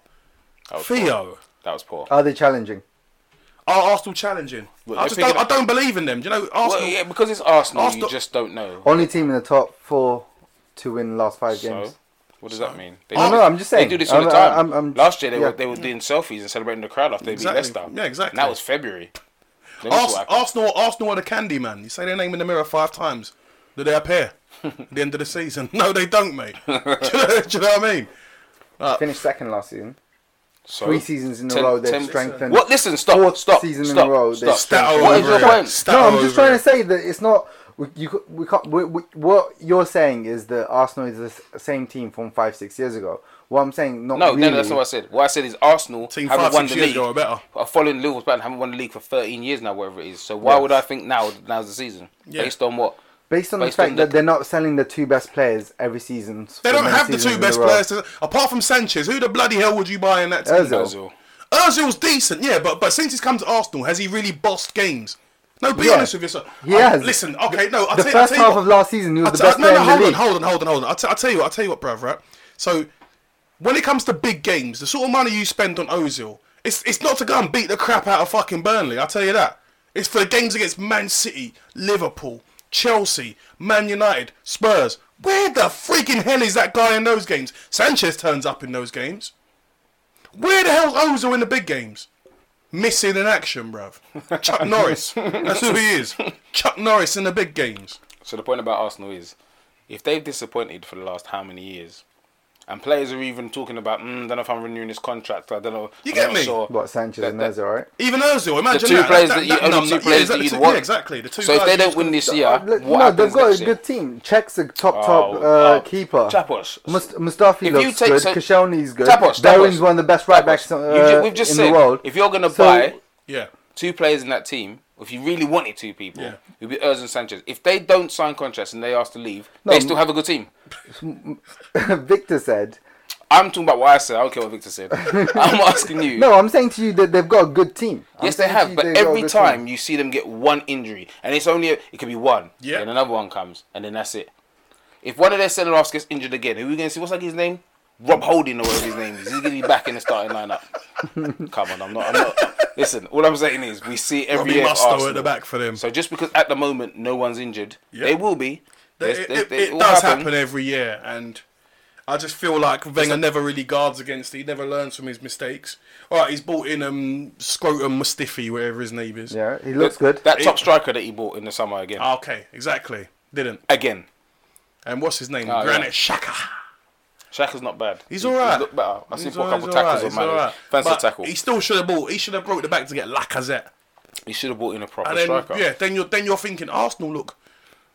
S1: That was
S3: Theo.
S1: Poor. That was poor.
S2: Are they challenging?
S3: Are Arsenal challenging?
S1: Well,
S3: I
S1: they're
S3: just don't,
S1: picking
S3: I
S1: up-
S3: don't believe in them. Do you know Arsenal?
S1: Well, yeah, because it's Arsenal,
S3: Arsenal-
S1: you just don't know.
S2: Only team in the top four to win last five games.
S1: So, what does that mean? They
S2: No,
S1: do-
S2: no, I'm just saying.
S1: They do this all
S2: I'm-
S1: the time.
S2: I'm- I'm-
S1: Last year, they,
S2: yeah.
S1: were, they were doing selfies and celebrating the crowd after they
S3: Exactly.
S1: beat Leicester.
S3: Yeah,
S1: And
S3: exactly.
S1: that was February. Then this
S3: Ars-
S1: is what happened.
S3: Arsenal, Arsenal are the candy man. You say their name in the mirror five times, do they appear at the end of the season? [laughs] No, they
S2: [laughs]
S3: don't, mate. do, you know, do you know what I mean?
S2: Finished second last season.
S1: So,
S2: Three seasons in a
S1: ten-
S2: row they've
S1: ten-
S2: strengthened.
S1: What? Listen, stop,
S2: Fourth
S1: stop,
S2: season in
S1: stop,
S2: a row,
S1: stop.
S2: they've
S3: strengthened.
S1: What is
S3: Over
S1: your
S3: it.
S1: point?
S3: Stop.
S2: No, I'm
S3: Start
S2: just
S3: over.
S2: trying to say that it's not. We, you, c- we can't. We, we, what you're saying is that Arsenal is the s- same team from five, six years ago. What I'm saying, not
S1: No,
S2: really.
S1: no, no, that's not what I said. What I said is Arsenal
S3: Team
S1: haven't
S3: five,
S1: won
S3: six
S1: the
S3: years
S1: league.
S3: ago or better.
S1: Are following Liverpool's pattern, haven't won the league for 13 years now, whatever it is. So why
S2: Yes.
S1: would I think now now's the season?
S3: Yeah.
S1: Based on what?
S2: Based on
S1: Based
S2: the
S1: on
S2: fact
S1: the-
S2: that they're not selling the two best players every season.
S3: They
S2: for
S3: don't
S2: many
S3: have the
S2: seasons
S3: two
S2: in
S3: best
S2: a row.
S3: players. to- apart from Sanchez, who the bloody hell would you buy in that team?
S2: Ozil.
S1: Ozil.
S3: Ozil's decent, yeah, but but since he's come to Arsenal, has he really bossed games? No, be
S2: Yeah.
S3: honest with yourself.
S2: He
S3: I-
S2: has.
S3: Listen, okay, no. I'll
S2: The
S3: tell,
S2: first
S3: I'll tell you
S2: half
S3: what.
S2: of last season, he was
S3: I'll
S2: the
S3: tell-
S2: best
S3: no,
S2: player
S3: no,
S2: in the
S3: hold on,
S2: league.
S3: hold on, hold on, hold on. I'll, t- I'll tell you what, I'll tell you what, bruv, right? So, when it comes to big games, the sort of money you spend on Ozil, it's, it's not to go and beat the crap out of fucking Burnley, I'll tell you that. It's for the games against Man City, Liverpool, Chelsea, Man United, Spurs. Where the freaking hell is that guy in those games? Sanchez turns up in those games. Where the hell's Ozil in the big games? Missing in action, bruv.
S2: [laughs]
S3: Chuck Norris. That's who he is. Chuck Norris in the big games.
S1: So the point about Arsenal is, if they've disappointed for the last how many years, and players are even talking about, mm, don't know if I'm renewing this contract. I don't know.
S3: You
S1: I'm
S3: get
S1: not
S3: me?
S1: sure."
S2: What Sanchez
S1: That-
S2: and
S1: that-
S2: Ozil, right?
S3: Even Ozil,
S1: The
S3: imagine
S1: two
S3: that.
S1: players
S3: that,
S1: that, you
S3: that
S1: only
S3: number.
S1: two
S3: Yeah,
S1: players
S3: exactly,
S1: that you'd
S3: yeah,
S1: want.
S3: exactly. The two
S1: So if
S3: guys
S1: they
S3: you
S1: don't
S3: just-
S1: win this year,
S2: Uh, look,
S1: what
S2: no,
S1: happens
S2: they've got a
S1: next year?
S2: good team. Czech's a top
S1: Oh,
S2: top uh,
S1: oh.
S2: keeper.
S1: Chapos.
S2: Must- Mustafi
S1: If you
S2: looks
S1: take-
S2: good.
S1: so-
S2: Kashani's good.
S1: Chapos,
S2: Belling's
S1: Chapos,
S2: one of the best right backs
S1: Chapos. You
S2: uh,
S1: ju- we've just
S2: in
S1: said
S2: the world.
S1: if you're gonna
S2: So-
S1: buy
S3: Yeah.
S1: two players in that team, if you really wanted two people,
S3: Yeah.
S1: it would be Ozil and Sanchez. If they don't sign contracts and they ask to leave, they still have a good team.
S2: [laughs] Victor said.
S1: I'm talking about what I said. I don't care what Victor
S2: [laughs]
S1: said. I'm asking you.
S2: No, I'm saying to you that they've got a good team. I'm
S1: Yes, they
S2: saying to
S1: have,
S2: you
S1: but
S2: they've got a
S1: every
S2: good
S1: time
S2: team.
S1: you see them get one injury, and it's only it could be one.
S3: Yeah.
S1: Then another one comes, and then that's it. If one of their centre halves gets injured again, who are we going to see? What's like his name? Rob Holding or whatever his name is. He's going to be back in the starting
S2: [laughs]
S1: lineup. Come on, I'm not. I'm not. Listen, all I'm saying is we see it every
S3: Robbie
S1: year. of
S3: Musto
S1: Arsenal.
S3: at the back for them.
S1: So just because at the moment no one's injured,
S3: Yeah.
S1: they will be.
S3: It,
S1: There's-
S3: it-
S1: there's-
S3: it-
S1: they-
S3: it
S1: will
S3: does happen every year, and I just feel like Wenger never really guards against it. He never learns from his mistakes. All right, he's bought in um, Scrotum Mustifi, whatever his name is. Ah,
S2: Yeah, he looks good.
S1: That top striker that he bought in the summer again.
S3: Okay, exactly. Didn't.
S1: again.
S3: And what's his name?
S1: Oh,
S3: Granit
S1: yeah.
S3: Xhaka.
S1: Shaka's not bad.
S3: He's
S1: He-
S3: all right.
S1: He looked better. I seen
S3: He's
S1: put a
S3: all-
S1: couple
S3: he's all
S1: tackles
S3: right,
S1: on
S3: he's all
S1: Manu.
S3: right.
S1: Fancy
S3: But
S1: tackle.
S3: He still should have bought. He should have broke the back to get Lacazette.
S1: He should have bought in a proper
S3: And then
S1: striker.
S3: yeah, then you're then you're thinking Arsenal look,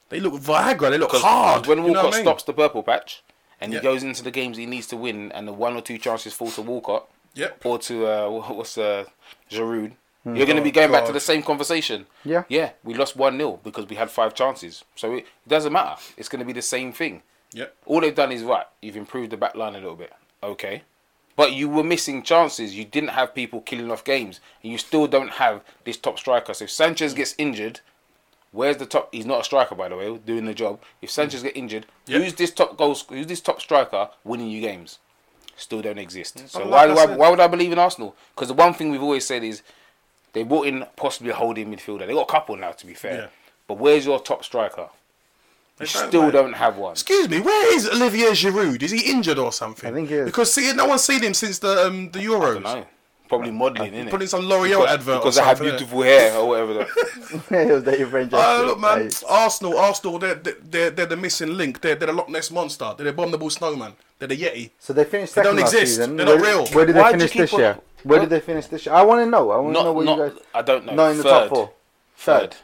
S3: they look Viagra. They look
S1: 'Cause
S3: hard.
S1: When Walcott
S3: you know what I mean?
S1: stops the purple patch and
S3: Yeah.
S1: he goes into the games he needs to win, and the one or two chances fall to Walcott
S3: Yep.
S1: or to uh, wha- what's uh, Giroud, you're going to be going back to
S3: God.
S1: the same conversation.
S2: Yeah.
S1: yeah, we lost one 0 because we had five chances, so it, it doesn't matter. It's going to be the same thing.
S3: Yep.
S1: All they've done is right. You've improved the back line a little bit. Okay. But you were missing chances. You didn't have people killing off games. And you still don't have this top striker. So if Sanchez gets injured, where's the top he's not a striker by the way, doing the job. If Sanchez get injured,
S3: Yep.
S1: who's this top goal who's this top striker winning you games? Still don't exist. So
S3: like
S1: why
S3: I
S1: do I,
S3: said-
S1: why would I believe in Arsenal? Because the one thing we've always said is they brought in possibly a holding midfielder. They got a couple now to be fair.
S3: Yeah.
S1: But where's your top striker?
S3: They
S1: You
S3: don't,
S1: still
S3: mate.
S1: don't have one.
S3: Excuse me, where is Olivier Giroud? Is he injured or something?
S2: I think he is.
S3: Because see, no one's seen him since the um, the Euros.
S1: No. Probably modeling, innit?
S3: Putting some L'Oreal advert
S1: because
S3: or
S1: I have
S3: something, innit?
S1: beautiful hair or
S2: [laughs]
S1: whatever. the-
S2: [laughs] it was David French.
S3: Oh, look, man,
S2: Like,
S3: Arsenal, Arsenal, they're, they're, they're the missing link. They're, they're the Loch Ness Monster. They're the abominable snowman. They're the Yeti.
S2: so they finished
S3: They
S2: second
S3: don't
S2: last
S3: exist.
S2: season.
S3: They're not
S2: where,
S3: real.
S2: Where did
S1: Why
S2: they
S1: do you
S2: finish
S1: keep
S2: this
S1: on-
S2: year? Where
S1: Huh?
S2: did they finish this year? I want to know. I want to know
S1: not,
S2: where
S1: not,
S2: you guys.
S1: I don't know.
S2: Not in the
S1: Third.
S2: top four.
S1: Third.
S2: Third.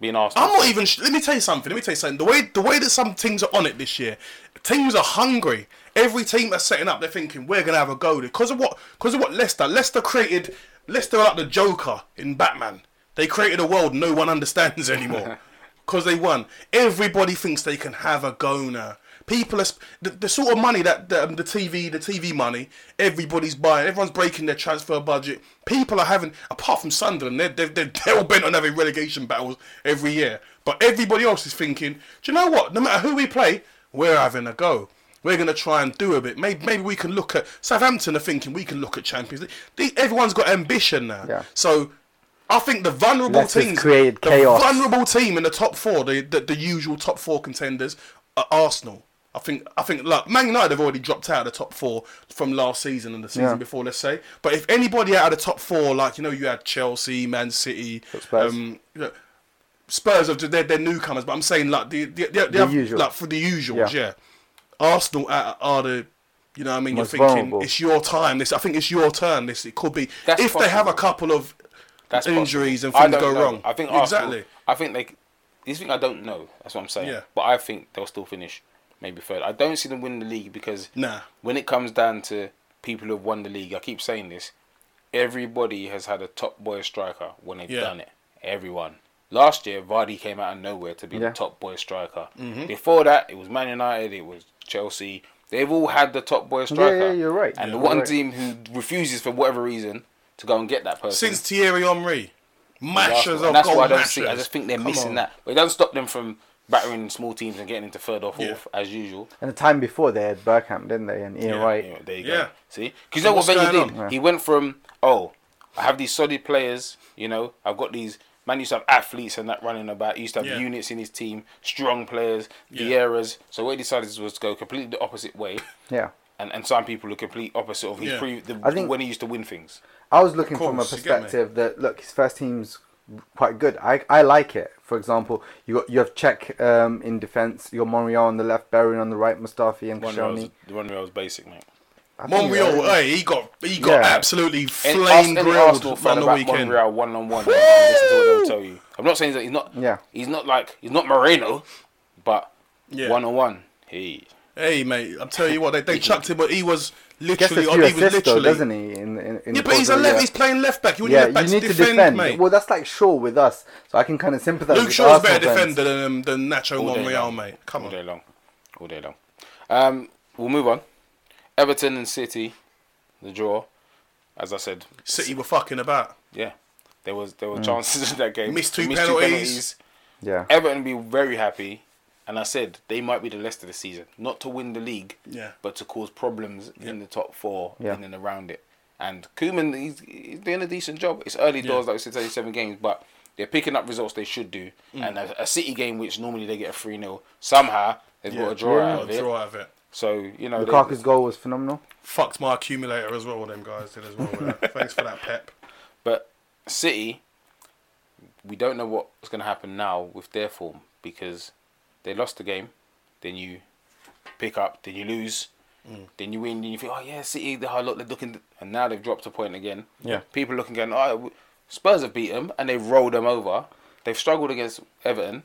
S1: Being Arsenal.
S3: I'm not even. Sh- let me tell you something. Let me tell you something. The way the way that some teams are on it this year, teams are hungry. Every team that's setting up, they're thinking we're gonna have a go because of what because of what Leicester. Leicester created Leicester are like the Joker in Batman. They created a world no one understands anymore because they won. Everybody thinks they can have a go now. People are sp- the, the sort of money that the, um, the TV, the TV money, everybody's buying. Everyone's breaking their transfer budget. People are having, apart from Sunderland, they're they're, they're, they're all bent on having relegation battles every year. But everybody else is thinking, do you know what? No matter who we play, we're having a go. We're going to try and do a bit. Maybe, maybe we can look at Southampton. Are thinking we can look at Champions League. The- Everyone's got ambition now.
S2: Yeah.
S3: So I think the vulnerable
S2: Leicester's
S3: teams,
S2: created
S3: the
S2: chaos.
S3: vulnerable team in the top four, the, the the usual top four contenders, are Arsenal. I think I think like Man United have already dropped out of the top four from last season and the season
S2: Yeah.
S3: before, let's say. But if anybody out of the top four, like you know, you had Chelsea, Man City,
S2: Spurs.
S3: um, you know, Spurs are they're, they're newcomers, but I'm saying like the the, the, the,
S2: usual.
S3: like for the usuals, yeah.
S2: Yeah.
S3: Arsenal are, are the you know what I mean.
S2: Most
S3: You're thinking
S2: vulnerable.
S3: it's your time. This I think it's your turn. This it could be
S1: That's
S3: if they have a
S1: possible.
S3: couple of
S1: That's possible.
S3: injuries
S1: I
S3: and things
S1: don't
S3: go
S1: know.
S3: wrong.
S1: I think Arsenal,
S3: exactly.
S1: I think they. This thing I don't know. That's what I'm saying.
S3: Yeah.
S1: But I think they'll still finish maybe third. I don't see them win the league because
S3: Nah.
S1: when it comes down to people who've won the league, I keep saying this. Everybody has had a top boy striker when they've
S3: Yeah.
S1: done it. Everyone. Last year, Vardy came out of nowhere to be
S2: Yeah.
S1: the top boy striker.
S3: Mm-hmm.
S1: Before that, it was Man United, it was Chelsea. They've all had the top boy striker.
S2: you're right.
S1: And the
S2: You're
S1: one
S2: right.
S1: team who refuses, for whatever reason, to go and get that person
S3: Since Thierry
S1: Arsenal.
S3: Henry, mashers
S1: And
S3: of
S1: that's
S3: goal
S1: why I don't
S3: mashers.
S1: see. I just think they're
S3: Come
S1: missing
S3: on.
S1: that. But it doesn't stop them from battering small teams and getting into third or fourth as usual.
S2: And the time before they had Burkham, didn't they? And Ian
S3: Yeah,
S2: Wright.
S1: Anyway, there you
S3: Yeah.
S1: go. See, because you know what
S3: What's
S1: Wenger
S3: going
S1: did?
S3: on?
S1: He went from oh, I have these solid players. You know, I've got these. Man used to have athletes and that running about. He used to have
S3: Yeah.
S1: units in his team, strong players,
S3: Yeah.
S1: the errors. So what he decided was to go completely the opposite way.
S2: Yeah.
S1: And, and some people are complete opposite of his
S3: Yeah.
S1: pre- the,
S2: I think-
S1: when he used to win things.
S2: I was looking from a
S3: course, you get me.
S2: perspective that look, his first team's quite good. I, I like it. For example, you got you have Czech um, in defence, you got Monreal on the left, Bellerin on the right, Mustafi and
S1: One row was,
S2: Kashani.
S1: one row was basic, mate.
S3: Monreal, hey, he got he got
S2: Yeah.
S3: absolutely
S1: And
S3: flame
S1: Arsenal- any
S3: grilled
S1: Arsenal fan
S3: on the
S1: about
S3: weekend.
S1: Monreal one on one. Listen to what they'll tell you. I'm not saying that he's not.
S2: Yeah.
S1: He's not like he's not Moreno, but
S3: Yeah.
S1: one on one. Hey.
S3: Hey, mate, I'm telling you what,
S1: [laughs]
S3: they, they chucked him, but he was
S2: Gets a
S3: literally on.
S2: few
S3: He was
S2: assists though,
S3: literally.
S2: doesn't he? In, in, in the
S3: yeah, but he's a
S2: Portugal,
S3: left.
S2: yeah.
S3: He's playing left back. You want
S2: Yeah,
S3: your left back
S2: you need
S3: to
S2: to
S3: defend,
S2: defend.
S3: mate.
S2: Well, that's like Shaw with us, so I can kind of sympathise.
S3: Luke
S2: with
S3: Shaw's
S2: Arsenal
S3: better
S2: fans.
S3: defender than um, than Nacho
S1: All day
S3: Monreal,
S1: long.
S3: mate. Come
S1: All
S3: on.
S1: day long. All day long. Um, we'll move on. Everton and City, the draw. As I said,
S3: City were fucking about.
S1: yeah, there was there were
S3: Mm.
S1: chances [laughs] in that game.
S3: Missed two
S1: They
S3: penalties.
S2: Yeah.
S1: Everton be very happy, and I said they might be the Leicester this season, not to win the league,
S3: Yeah.
S1: but to cause problems in the top four
S2: Yeah.
S1: and then around it. And Koeman, he's, he's doing a decent job. It's early doors, like we said, 37 games, but they're picking up results they should do.
S3: Mm.
S1: And a, a City game, which normally they get a 3 0, somehow they've
S3: Yeah,
S1: got a draw
S3: got
S1: out of
S3: a
S1: it.
S3: draw out of it.
S1: So you know, they-
S2: Lukaku's goal was phenomenal.
S3: Fucked my accumulator as well. With them guys did as well.
S1: [laughs]
S3: with that. Thanks for that, Pep.
S1: But City, we don't know what's going to happen now with their form because they lost the game, then you pick up, then you lose,
S2: Mm.
S1: then you win, then you think, oh yeah, City, they're look, they're looking, and now they've dropped a point again.
S3: Yeah.
S1: people are looking going, oh, w- Spurs have beat them and they've rolled them over. They've struggled against Everton.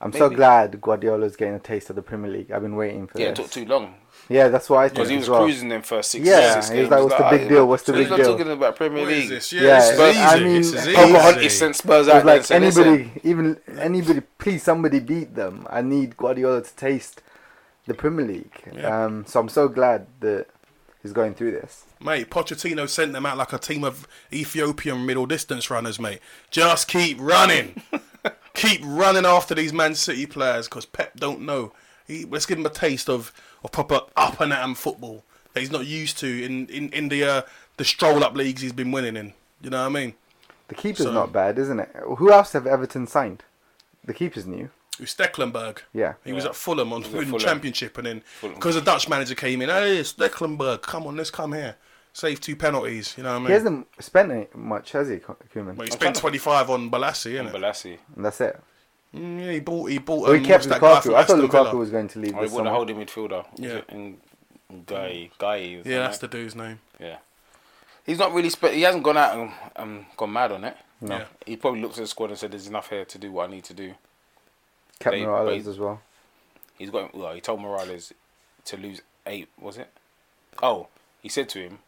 S2: I'm so
S1: Maybe.
S2: glad Guardiola's getting a taste of the Premier League. I've been waiting for
S1: Yeah, it
S2: this.
S1: took too long
S2: yeah, that's why I thought
S1: because he
S2: as
S1: was
S2: well.
S1: cruising them for six.
S2: Yeah,
S1: six
S2: he was
S1: games.
S2: like, what's the
S1: ah,
S2: big
S1: you
S2: deal?
S1: know,
S2: What's the
S1: so he's
S2: big
S1: not
S2: deal?
S1: talking about Premier
S3: What is
S1: League.
S3: this? Yeah,
S2: Yeah,
S3: this is
S2: but
S3: easy.
S2: I mean,
S3: this is easy.
S1: Pocahontas sent Spurs
S2: It
S1: out there
S2: was
S1: and
S2: like
S1: said, "Listen,
S2: anybody, even anybody, please somebody beat them. I need Guardiola to taste the Premier League.
S3: Yeah.
S2: Um, so I'm so glad that he's going through this.
S3: Mate, Pochettino sent them out like a team of Ethiopian middle distance runners, mate. Just keep running. keep running after these Man City players because Pep don't know. He, let's give him a taste of, of proper up and at 'em football that he's not used to in, in, in the, uh, the stroll up leagues he's been winning in. You know what I mean?
S2: The keeper's
S3: So-
S2: not bad, isn't it? Who else have Everton signed? The keeper's new.
S3: Who's Stecklenberg.
S2: Yeah.
S3: He was at Fulham on
S1: at
S3: in the
S1: Fulham.
S3: Championship, and then because the Dutch manager came in, hey, it's Stecklenberg, come on, let's come here. Save two penalties, you know what I mean?
S2: He hasn't spent it much, has he, Ko- Koeman?
S3: Well, he spent 25 on Balassi, innit?
S1: Balassi.
S2: And that's it.
S3: Mm, yeah, he bought. He bought.
S2: Well,
S3: um,
S2: he kept
S3: what's that guy
S2: Lukaku.
S3: from
S2: I thought
S3: Aston
S2: Lukaku
S3: Villa?
S2: was going to leave.
S1: Oh,
S2: this
S1: he want a
S2: summer.
S1: holding midfielder. Was
S3: Yeah.
S1: it in Guy, Guy. is
S3: Yeah,
S1: that
S3: that's
S1: right?
S3: the dude's name.
S1: Yeah. He's not really. Spe- he hasn't gone out and um, gone mad on it.
S2: No.
S3: Yeah.
S1: He probably looked at the squad and said, "There's enough here to do what I need to do."
S2: Kept
S1: They-
S2: Morales
S1: they-
S2: as well.
S1: He's got. Well, he told Morales to lose eight. Was it? Oh, he said to him,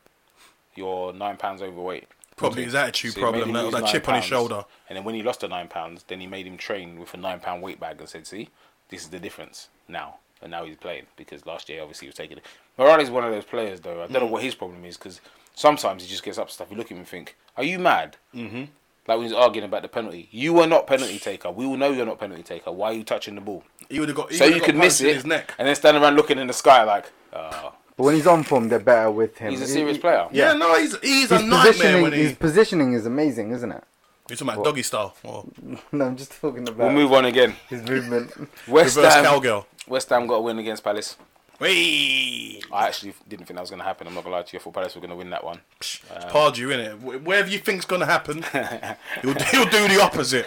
S1: "You're nine pounds overweight."
S3: Probably his attitude
S1: So he made
S3: problem.
S1: him
S3: That,
S1: lose
S3: that
S1: nine
S3: chip on his
S1: pounds.
S3: shoulder.
S1: And then when he lost the nine pounds, then he made him train with a nine pound weight bag and said, "See, this is the difference now." And now he's playing because last year obviously he was taking it. Morales is one of those players though. I don't
S3: Hmm.
S1: know what his problem is because sometimes he just gets up to stuff. You look at him and think, "Are you mad?" Mm-hmm. Like when he's arguing about the penalty. You are not penalty taker. We all know you're not penalty taker. Why are you touching the ball?
S3: He would have got. He
S1: so
S3: would've
S1: you
S3: got
S1: could miss
S3: punched in
S1: it
S3: His neck.
S1: and then stand around looking in the sky like, "Oh,
S2: But when he's on form, they're better with him.
S1: he's a
S2: He-
S1: serious
S2: he-
S1: player."
S3: Yeah, no, he's he's a
S2: His
S3: nightmare
S2: positioning,
S3: when he.
S2: his positioning is amazing, isn't it? [laughs]
S3: You're talking about doggy style or
S2: No, I'm just talking about
S1: We'll move on again.
S2: his
S3: [laughs]
S2: movement.
S1: West
S3: reverse
S1: Ham.
S3: cowgirl.
S1: West Ham got a win against Palace.
S3: Wee.
S1: I actually didn't think that was going to happen. I'm not going to lie to you. I thought Palace were going to win that one.
S2: Oh.
S3: Pardew, innit? Wherever you think's gonna happen, he'll, he'll do the opposite.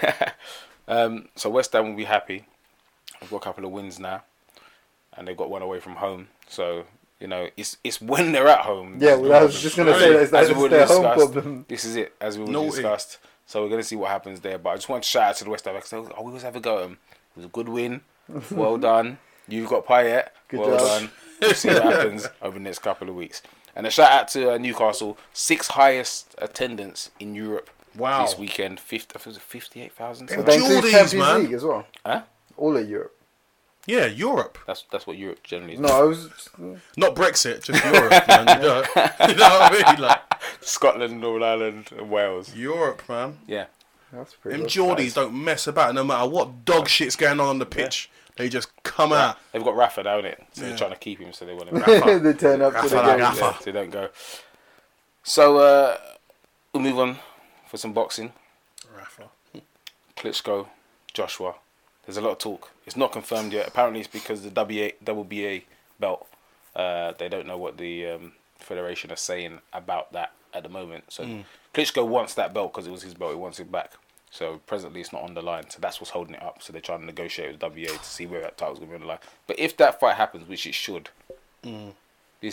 S1: Um, so West Ham will be happy. I've got a couple of wins now, and they've got one away from home. So you know, it's it's when they're at home.
S2: Yeah, well, I was just gonna say that it's like
S1: As
S2: this
S1: we've
S2: is
S1: already
S2: their home
S1: discussed,
S2: problem.
S1: this is it. As we already
S3: Naughty.
S1: discussed, so we're going to see what happens there. But I just want to shout out to the West Ham because I always have a go at 'em. It was a good
S2: [laughs]
S1: win. Well done. You've got Payet.
S2: Good
S1: well
S2: job.
S1: done. We'll see what
S2: [laughs]
S1: happens over the next couple of weeks. And a shout out to uh, Newcastle, sixth highest attendance in Europe
S3: Wow.
S1: this weekend. Fifty, I think it was fifty-eight thousand.
S3: But
S2: They include
S3: Geordies,
S2: Champions
S3: man.
S2: League as well.
S1: Huh?
S2: All of Europe.
S3: Yeah, Europe,
S1: That's that's what Europe generally is.
S2: No, I was.
S3: not Brexit, just Europe, man. You know, you know what I mean? Like
S1: Scotland, Northern Ireland, and Wales.
S3: Europe, man.
S1: Yeah.
S2: That's pretty.
S3: Them
S2: good.
S3: Geordies don't mess about no matter what dog shit's going on on the pitch. They just come out.
S1: Ah. They've got Rafa down it, so
S3: Yeah.
S1: they're trying to keep him, so they
S3: [laughs]
S1: want him
S2: [laughs]
S1: back.
S3: Rafa.
S2: they turn up to
S3: Rafa
S2: the
S3: like
S2: game.
S3: Rafa.
S1: Yeah, so they don't go. So uh, we'll move on for some boxing.
S3: Rafa.
S1: Klitschko, Joshua. There's a lot of talk. It's not confirmed yet. Apparently, it's because the WBA, WBA belt. Uh, they don't know what the um, federation are saying about that at the moment. So Klitschko wants that belt because it was his belt. He wants it back. So presently, it's not on the line. So that's what's holding it up. So they're trying to negotiate with WBA to see where that title's going to be on the line. But if that fight happens, which it should, this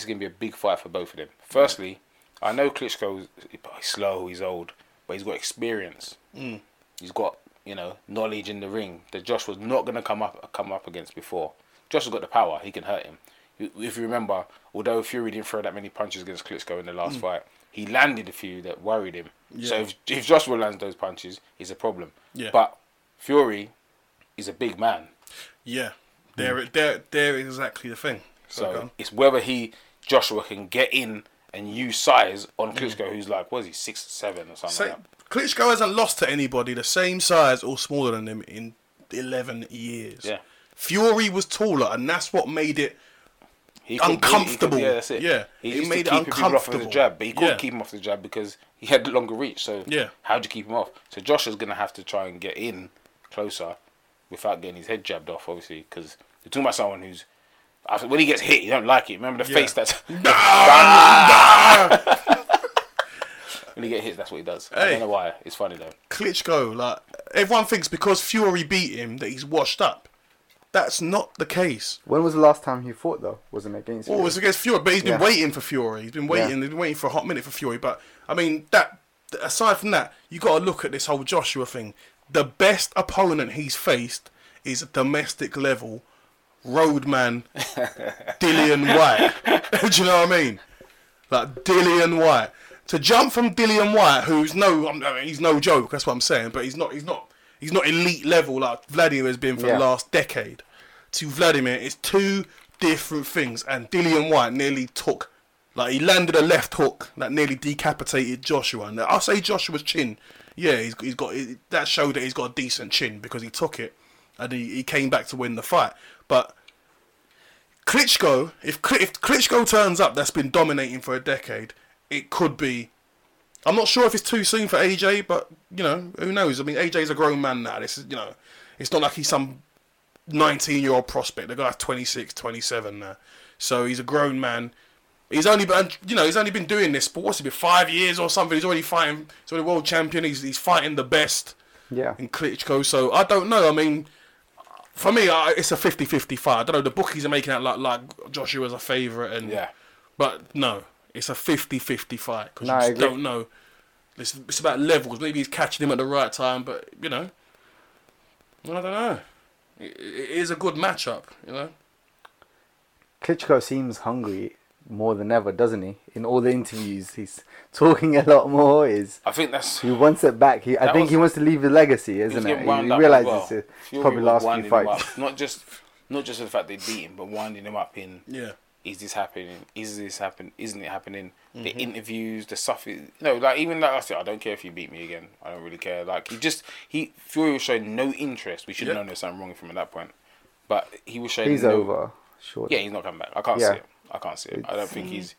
S1: is going to be a big fight for both of them. Firstly, I know Klitschko is he's slow, he's old, but he's got experience. He's got you know knowledge in the ring that Josh was not going to come up come up against before. Josh has got the power; he can hurt him. You- If you remember, although Fury didn't throw that many punches against Klitschko in the last fight, he landed a few that worried him. So if, if Joshua lands those punches, it's a problem.
S3: Yeah.
S1: But Fury is a big man.
S3: Yeah, they're they're they're exactly the thing.
S1: Hmm. So
S3: Okay.
S1: it's whether he Joshua can get in and use size on Klitschko, who's like what is he six seven or something
S3: Say,
S1: like that.
S3: Klitschko hasn't lost to anybody the same size or smaller than him in eleven years.
S1: Yeah.
S3: Fury was taller, and that's what made it.
S1: He could- he- he could-
S3: Uncomfortable.
S1: yeah, that's it.
S3: Yeah.
S1: he
S3: It
S1: used
S3: made it
S1: to keep people off with the
S3: uncomfortable.
S1: jab, but he couldn't
S3: Yeah.
S1: keep him off the jab because he had longer reach. So
S3: Yeah.
S1: how do you keep him off? So Joshua's gonna have to try and get in closer without getting his head jabbed off, obviously, because you're talking about someone who's I said, when he gets hit, you don't like it. Remember the face that's [laughs] when he gets hit. That's what he does. I
S3: Hey.
S1: don't know why. It's funny though.
S3: Klitschko, like everyone thinks because Fury beat him that he's washed up. That's not the case.
S4: When was the last time he fought though? Wasn't against.
S3: Well, it was against Fury, but he's been
S4: Yeah.
S3: waiting for Fury. He's been waiting. He's been waiting for a hot minute for Fury. But I mean, that aside from that, you got to look at this whole Joshua thing. The best opponent he's faced is domestic level roadman Dillian White. [laughs] Do you know what I mean? Like Dillian White. To jump from Dillian White, who's no, I mean, he's no joke. That's what I'm saying. But he's not, he's not, he's not elite level like Vladimir has been for
S4: Yeah.
S3: the last decade. To Vladimir, it's two different things. And Dillian White nearly took, like he landed a left hook that nearly decapitated Joshua. And I'll say Joshua's chin. Yeah, he's, he's got that showed that he's got a decent chin because he took it and he, he came back to win the fight. But Klitschko, if Kli- if Klitschko turns up, that's been dominating for a decade. It could be. I'm not sure if it's too soon for AJ, but you know who knows. I mean, AJ's a grown man now. This is you know, it's not like he's some 19 year old prospect. The guy's 26, 27 now, so he's a grown man. He's only been you know he's only been doing this for what's it been five years or something. He's already fighting. He's already world champion. He's he's fighting the best
S4: Yeah.
S3: in Klitschko. So I don't know. I mean, for me, I, it's a 50-50 fight. I don't know. The bookies are making out like like Joshua's a favourite, and
S1: Yeah.
S3: but no, it's a 50-50 fight because
S4: No, I
S3: you just
S4: agree.
S3: don't know. It's, it's about levels. Maybe he's catching him at the right time, but you know, I don't know. It, it is a good matchup, you know.
S4: Klitschko seems hungry more than ever, doesn't he? In all the interviews, he's talking a lot more. Is
S1: I think that's
S4: he wants it back? He, I
S1: That
S4: think
S1: was-
S4: he wants to leave a legacy,
S1: he was
S4: isn't it?
S1: getting wound
S4: He
S1: up
S4: realizes
S1: as well.
S4: it's
S1: Fury
S4: probably
S1: was
S4: last few
S1: winding him
S4: fights.
S1: up. Not just not just the fact they beat him, but winding him up in
S3: Yeah.
S1: is this happening? Is this happen? Isn't it happening? The
S3: Mm-hmm.
S1: interviews, the stuff. Is, you know, like even like I said, I don't care if you beat me again. I don't really care. Like he just he Fury was showing no interest. We should have
S3: Yeah.
S1: known there's something wrong with him at that point. But he was showing
S4: He's
S1: no,
S4: over, sure.
S1: Yeah, he's not coming back. I can't
S4: Yeah.
S1: see it. I can't see it. I don't
S3: Mm-hmm.
S1: think he's.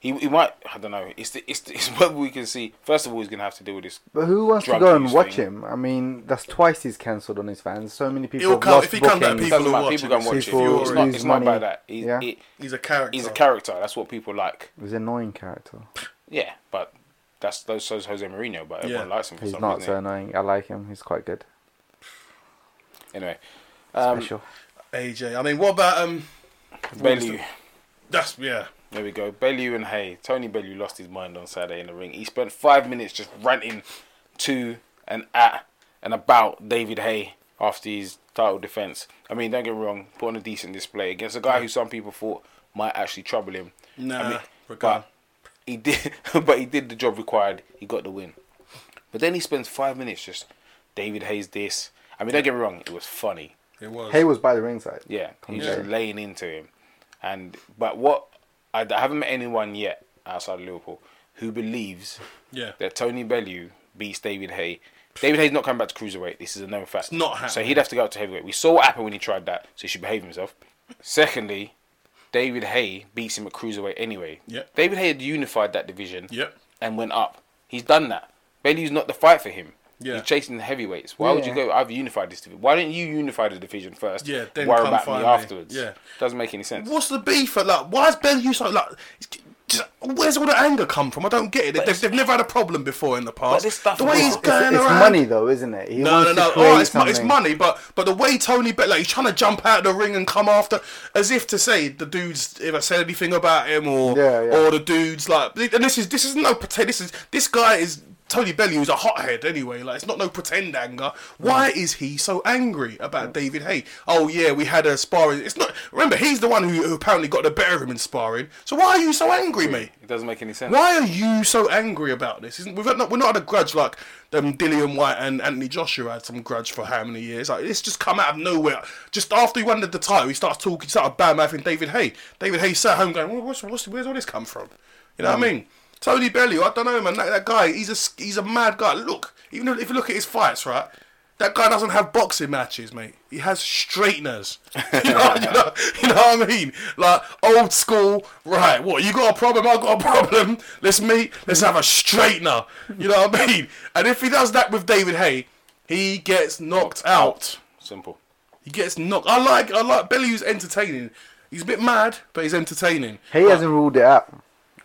S1: He, he might. I don't know. It's the, [laughs] it's the, it's whether we can see. First of all, he's gonna have to deal with this.
S4: But who wants to
S1: drug
S4: go and
S1: use
S4: watch
S1: thing.
S4: him? I mean, that's twice he's cancelled on his fans. So many people
S3: He'll
S4: have
S3: come
S4: lost
S3: if he comes back.
S4: bookings.
S3: People
S1: People,
S3: will
S1: like,
S3: watch
S1: people
S3: it.
S1: go and watch
S4: People
S1: it. It's not,
S4: lose
S1: it's not
S4: money.
S1: about that. He's,
S4: Yeah.
S1: it-
S3: He's a character.
S1: he's a character. That's what people like.
S4: It was an annoying character.
S1: Yeah, but that's those so's Jose Mourinho, but everyone
S3: Yeah.
S1: likes him for
S4: He's
S1: some
S4: not
S1: reason.
S4: so annoying. I like him. He's quite good.
S1: Anyway, um,
S4: Special.
S3: AJ. I mean, what about um?
S1: Bellew.
S3: That's yeah.
S1: There we go. Bellew and Hay. Tony Bellew lost his mind on Saturday in the ring. He spent five minutes just ranting to and at and about David Hay after his title defense. I mean, don't get me wrong, put on a decent display against a guy who some people thought might actually trouble him.
S3: Nah,
S1: I mean,
S3: we're gone.
S1: but he did, [laughs] but he did the job required. He got the win. But then he spends five minutes just David Hay's this. I mean, don't get me wrong, it was funny.
S3: It was.
S4: Hay was by the ringside.
S1: Yeah, he's
S4: Commentary.
S1: just laying into him. And but what I, I haven't met anyone yet outside of Liverpool who believes
S3: Yeah.
S1: that Tony Bellew beats David Hay. David Hay's not coming back to cruiserweight. This is a known fact.
S3: not happening.
S1: So he'd have to go up to heavyweight. We saw what happened when he tried that, so he should behave himself. Secondly, David Hay beats him at cruiserweight anyway.
S3: Yep.
S1: David Hay had unified that division.
S3: Yep.
S1: And went up. He's done that. Bellew's not the fight for him.
S3: Yeah.
S1: He's chasing the heavyweights. Why would you
S4: Yeah.
S1: go? I've unified this division. Why don't you unify the division first?
S3: Yeah, then
S1: worry
S3: come
S1: about
S3: find
S1: me
S3: me.
S1: afterwards.
S3: Yeah.
S1: doesn't make any sense.
S3: What's the beef? Like, why is Ben you so like? it's Just, where's all the anger come from? I don't get it. They've, they've never had a problem before in the past.
S1: this stuff-
S3: the way
S1: It's-
S3: he's
S4: It's,
S3: going
S4: it's
S3: around.
S4: money though, isn't it? He
S3: No,
S4: wants
S3: no,
S4: to
S3: no.
S4: create
S3: Oh, it's, mo- it's
S4: something.
S3: money, but but the way Tony Bet, like he's trying to jump out of the ring and come after, as if to say the dude's ever said anything about him or
S4: Yeah, yeah.
S3: or the dude's like. And this is this is no pretend. This is this guy is Tony Bellew is a hothead anyway. Like it's not no pretend anger. Why is he so angry about David Hay? Oh yeah, we had a sparring. It's not. Remember, he's the one who, who apparently got the better of him in sparring. So why are you so angry, mate?
S1: It doesn't make any sense.
S3: Why are you so angry about this? Isn't, we've not, we're not at a grudge like um, Dillian White and Anthony Joshua had some grudge for how many years? Like it's just come out of nowhere. Just after he won the title, he starts talking, started bad mouthing David Hay. David Hay sat home going, well, what's, what's, "Where's all this come from?" You know what I mean? Tony Bellew, I don't know, man. That, that guy, he's a s- he's a mad guy. Look, even if you look at his fights, right? That guy doesn't have boxing matches, mate. He has straighteners. [laughs] you, know, you, know, you know what I mean? Like old school, right? What you got a problem? I got a problem. Let's meet. Let's have a straightener. You know what I mean? And if he does that with David Hay, he gets knocked out.
S1: Simple.
S3: He gets knocked. I like I like Bellew's entertaining. He's a bit mad, but he's entertaining.
S4: He
S3: Like,
S4: hasn't ruled it out.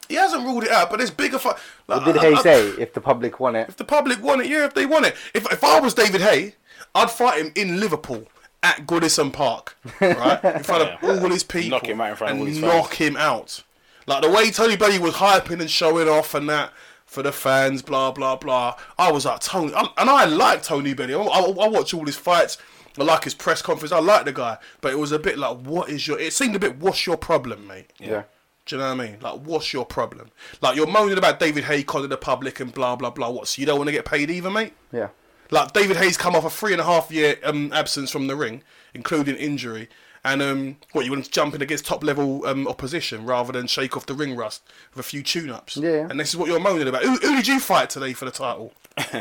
S3: he hasn't ruled it out, but there's bigger fight.
S4: What did Hay say? If the public want it,
S3: If the public want it, yeah, if they want it. If, if I was David Hay, I'd fight him in Liverpool at Goodison Park,
S1: [laughs]
S3: right? In front of all his people.
S1: Knock him out in front of
S3: and
S1: all his
S3: knock him out. Like the way Tony Bellew was hyping and showing off and that for the fans, blah, blah, blah. I was like, Tony, i and I like Tony Bellew. I, I, I watch all his fights. I like his press conference. I like the guy. But it was a bit like, what is your, it seemed a bit, what's your problem, mate?
S1: yeah.
S3: Do you know what I mean? Like, what's your problem? Like, you're moaning about David Hay conning the public and blah blah blah. What? So you don't want to get paid either, mate?
S4: yeah.
S3: Like, David Hay's come off a three and a half year um, absence from the ring, including injury, and um, what you want to jump in against top level um, opposition rather than shake off the ring rust with a few tune ups.
S4: Yeah, yeah.
S3: And this is what you're moaning about. Who, who did you fight today for the
S4: [laughs]
S3: title? Do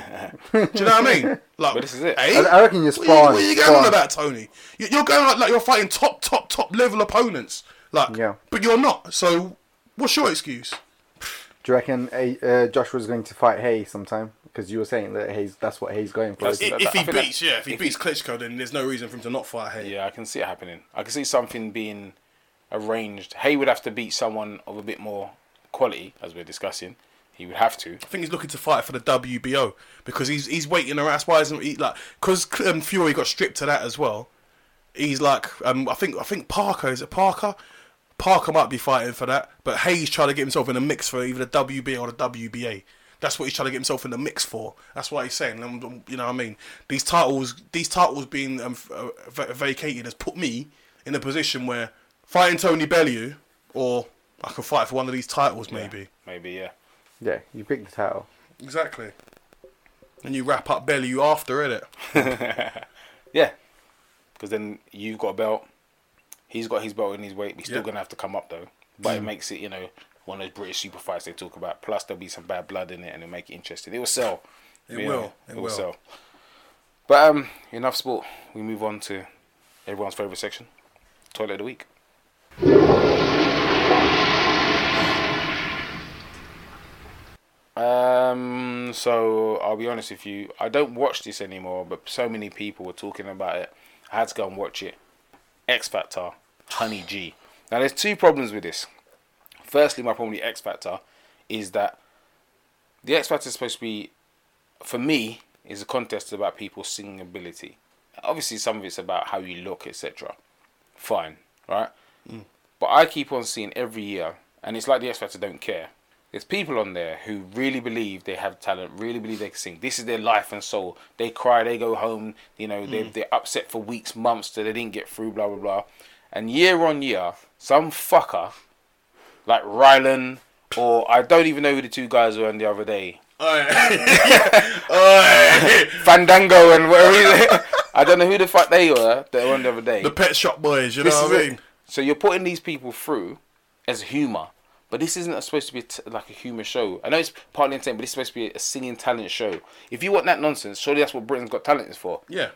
S3: you know what I mean? Like,
S1: But this is it.
S3: eh?
S4: I, I reckon you're
S3: What are you,
S4: sparring.
S3: what are you going on about, Tony? You- You're going like, like you're fighting top, top, top level opponents. Like,
S4: Yeah.
S3: but you're not. So, what's your excuse?
S4: Do you reckon uh, Joshua's going to fight Hay sometime? Because you were saying that Hay's that's what Hay's going for.
S1: That's-
S4: isn't
S3: I-
S4: it?
S3: If
S1: I
S3: he
S1: think that-
S3: beats, yeah, if he beats Klitschko, then there's no reason for him to not fight Hay.
S1: Yeah, I can see it happening. I can see something being arranged. Hay would have to beat someone of a bit more quality, as we're discussing. He would have to.
S3: I think he's looking to fight for the WBO because he's he's waiting around. That's why isn't he like because um, Fury got stripped to that as well. He's like um, I think I think Parker is it Parker? Parker might be fighting for that, but Hayes trying to get himself in a mix for either the WBA or the WBA. That's what he's trying to get himself in the mix for. That's why he's saying, um, um, you know, what I mean, these titles, these titles being um, f- uh, va- vacated has put me in a position where fighting Tony Bellew or I can fight for one of these titles maybe.
S1: Maybe, yeah.
S4: Yeah, you picked the title.
S3: Exactly. And you wrap up belly you after, it.
S1: Yeah. Because then you've got a belt. He's got his belt in his weight. He's still
S3: Yeah. Mm.
S1: going to have to come up, though. But it makes it, you know, one of those British super fights they talk about. Plus, there'll be some bad blood in it and it'll make it interesting. It will sell.
S3: It
S1: You
S3: will,
S1: know,
S3: it will.
S1: But um, enough sport. We move on to everyone's favourite section Toilet of the Week. Um, so I'll be honest with you, I don't watch this anymore, but so many people were talking about it. I had to go and watch it. X Factor, Honey G. Now, there's two problems with this. Firstly, my problem with X Factor is that the X Factor is supposed to be, for me, is a contest about people's singing ability. Obviously, some of it's about how you look, etc. Fine, right? But I keep on seeing every year, and it's like the X Factor don't care. There's people on there who really believe they have talent, really believe they can sing. This is their life and soul. They cry, they go home, you know, they, they're upset for weeks, months that they didn't get through, blah, blah, blah. And year on year, some fucker like Rylan, or I don't even know who the two guys were on the other day.
S3: [laughs]
S1: Fandango and where is [laughs] it? I don't know who the fuck they were that were on the other day.
S3: the pet shop boys, you know
S1: This
S3: what I
S1: is it.
S3: mean?
S1: So you're putting these people through as humor, but this isn't supposed to be t- like a humor show. I know it's partly intent, but it's supposed to be a singing talent show. If you want that nonsense, surely that's what Britain's Got Talent is for.
S3: Yeah.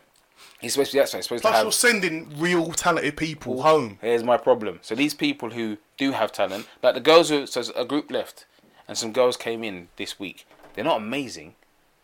S1: It's supposed to be that. so It's supposed to
S3: Plus,
S1: have
S3: you're sending real talented people home.
S1: Here's my problem. So these people who do have talent, like the girls who, so a group left, and some girls came in this week. They're not amazing,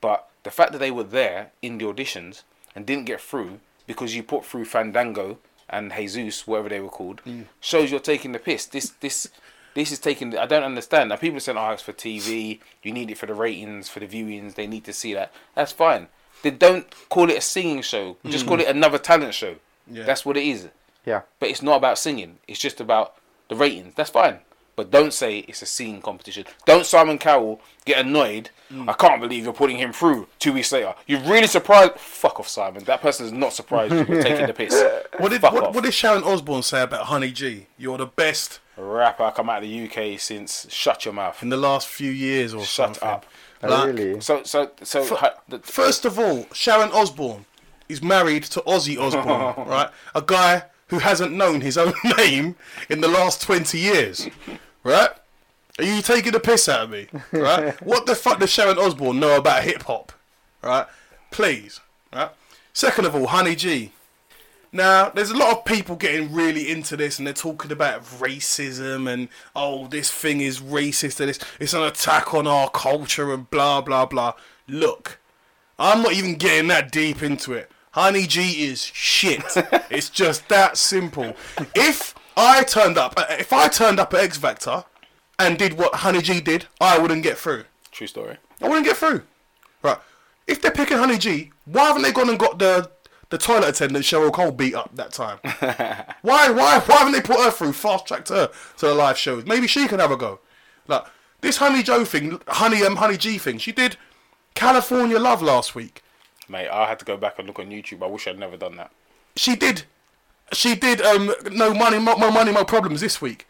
S1: but the fact that they were there in the auditions and didn't get through because you put through Fandango and Jesus, whatever they were called, shows you're taking the piss. This this this is taking. I don't understand. Now people are saying, "Oh, it's for TV. You need it for the ratings, for the viewings. They need to see that." That's fine. They don't call it a singing show. Just call it another talent show.
S3: Yeah.
S1: That's what it is
S4: Yeah,
S1: but it's not about singing. It's just about the ratings. That's fine. But don't say it's a singing competition. Don't Simon Cowell get annoyed.
S3: Mm.
S1: I can't believe you're putting him through two weeks later. You're really surprised. Fuck off, Simon. That person is not surprised you were
S3: [laughs]
S1: taking the piss.
S3: What did
S1: Fuck
S3: what,
S1: off.
S3: what did Sharon Osbourne say about Honey G? You're the best
S1: Rapper, I come out of the UK since. Shut your mouth.
S3: in the last few years or
S1: Shut
S3: something.
S1: up.
S4: Oh,
S3: Like,
S4: really.
S1: So, so, so. ha- the,
S3: First of all, Sharon Osbourne is married to Ozzy Osbourne, right? A guy who hasn't known his own [laughs] name in the last 20 years, right? Are you taking the piss out of me, right? what the fuck does Sharon Osbourne know about hip hop, right? Please, right? Second of all, Honey G. Now, there's a lot of people getting really into this and they're talking about racism and, oh, this thing is racist and it's, it's an attack on our culture and blah, blah, blah. Look, I'm not even getting that deep into it. Honey G is shit. it's just that simple. If I turned up. uh, If I turned up at X Factor and did what Honey G did, I wouldn't get through.
S1: True story.
S3: I wouldn't get through. Right. If they're picking Honey G, why haven't they gone and got the the toilet attendant Cheryl Cole beat up that time? why why why haven't they put her through fast tracked her to the live shows? Maybe she can have a go. Like this Honey Joe thing, Honey um Honey G thing. She did California Love last week.
S1: Mate, I had to go back and look on YouTube. I wish I'd never done that.
S3: She did she did um no money mo Mo money mo problems this week.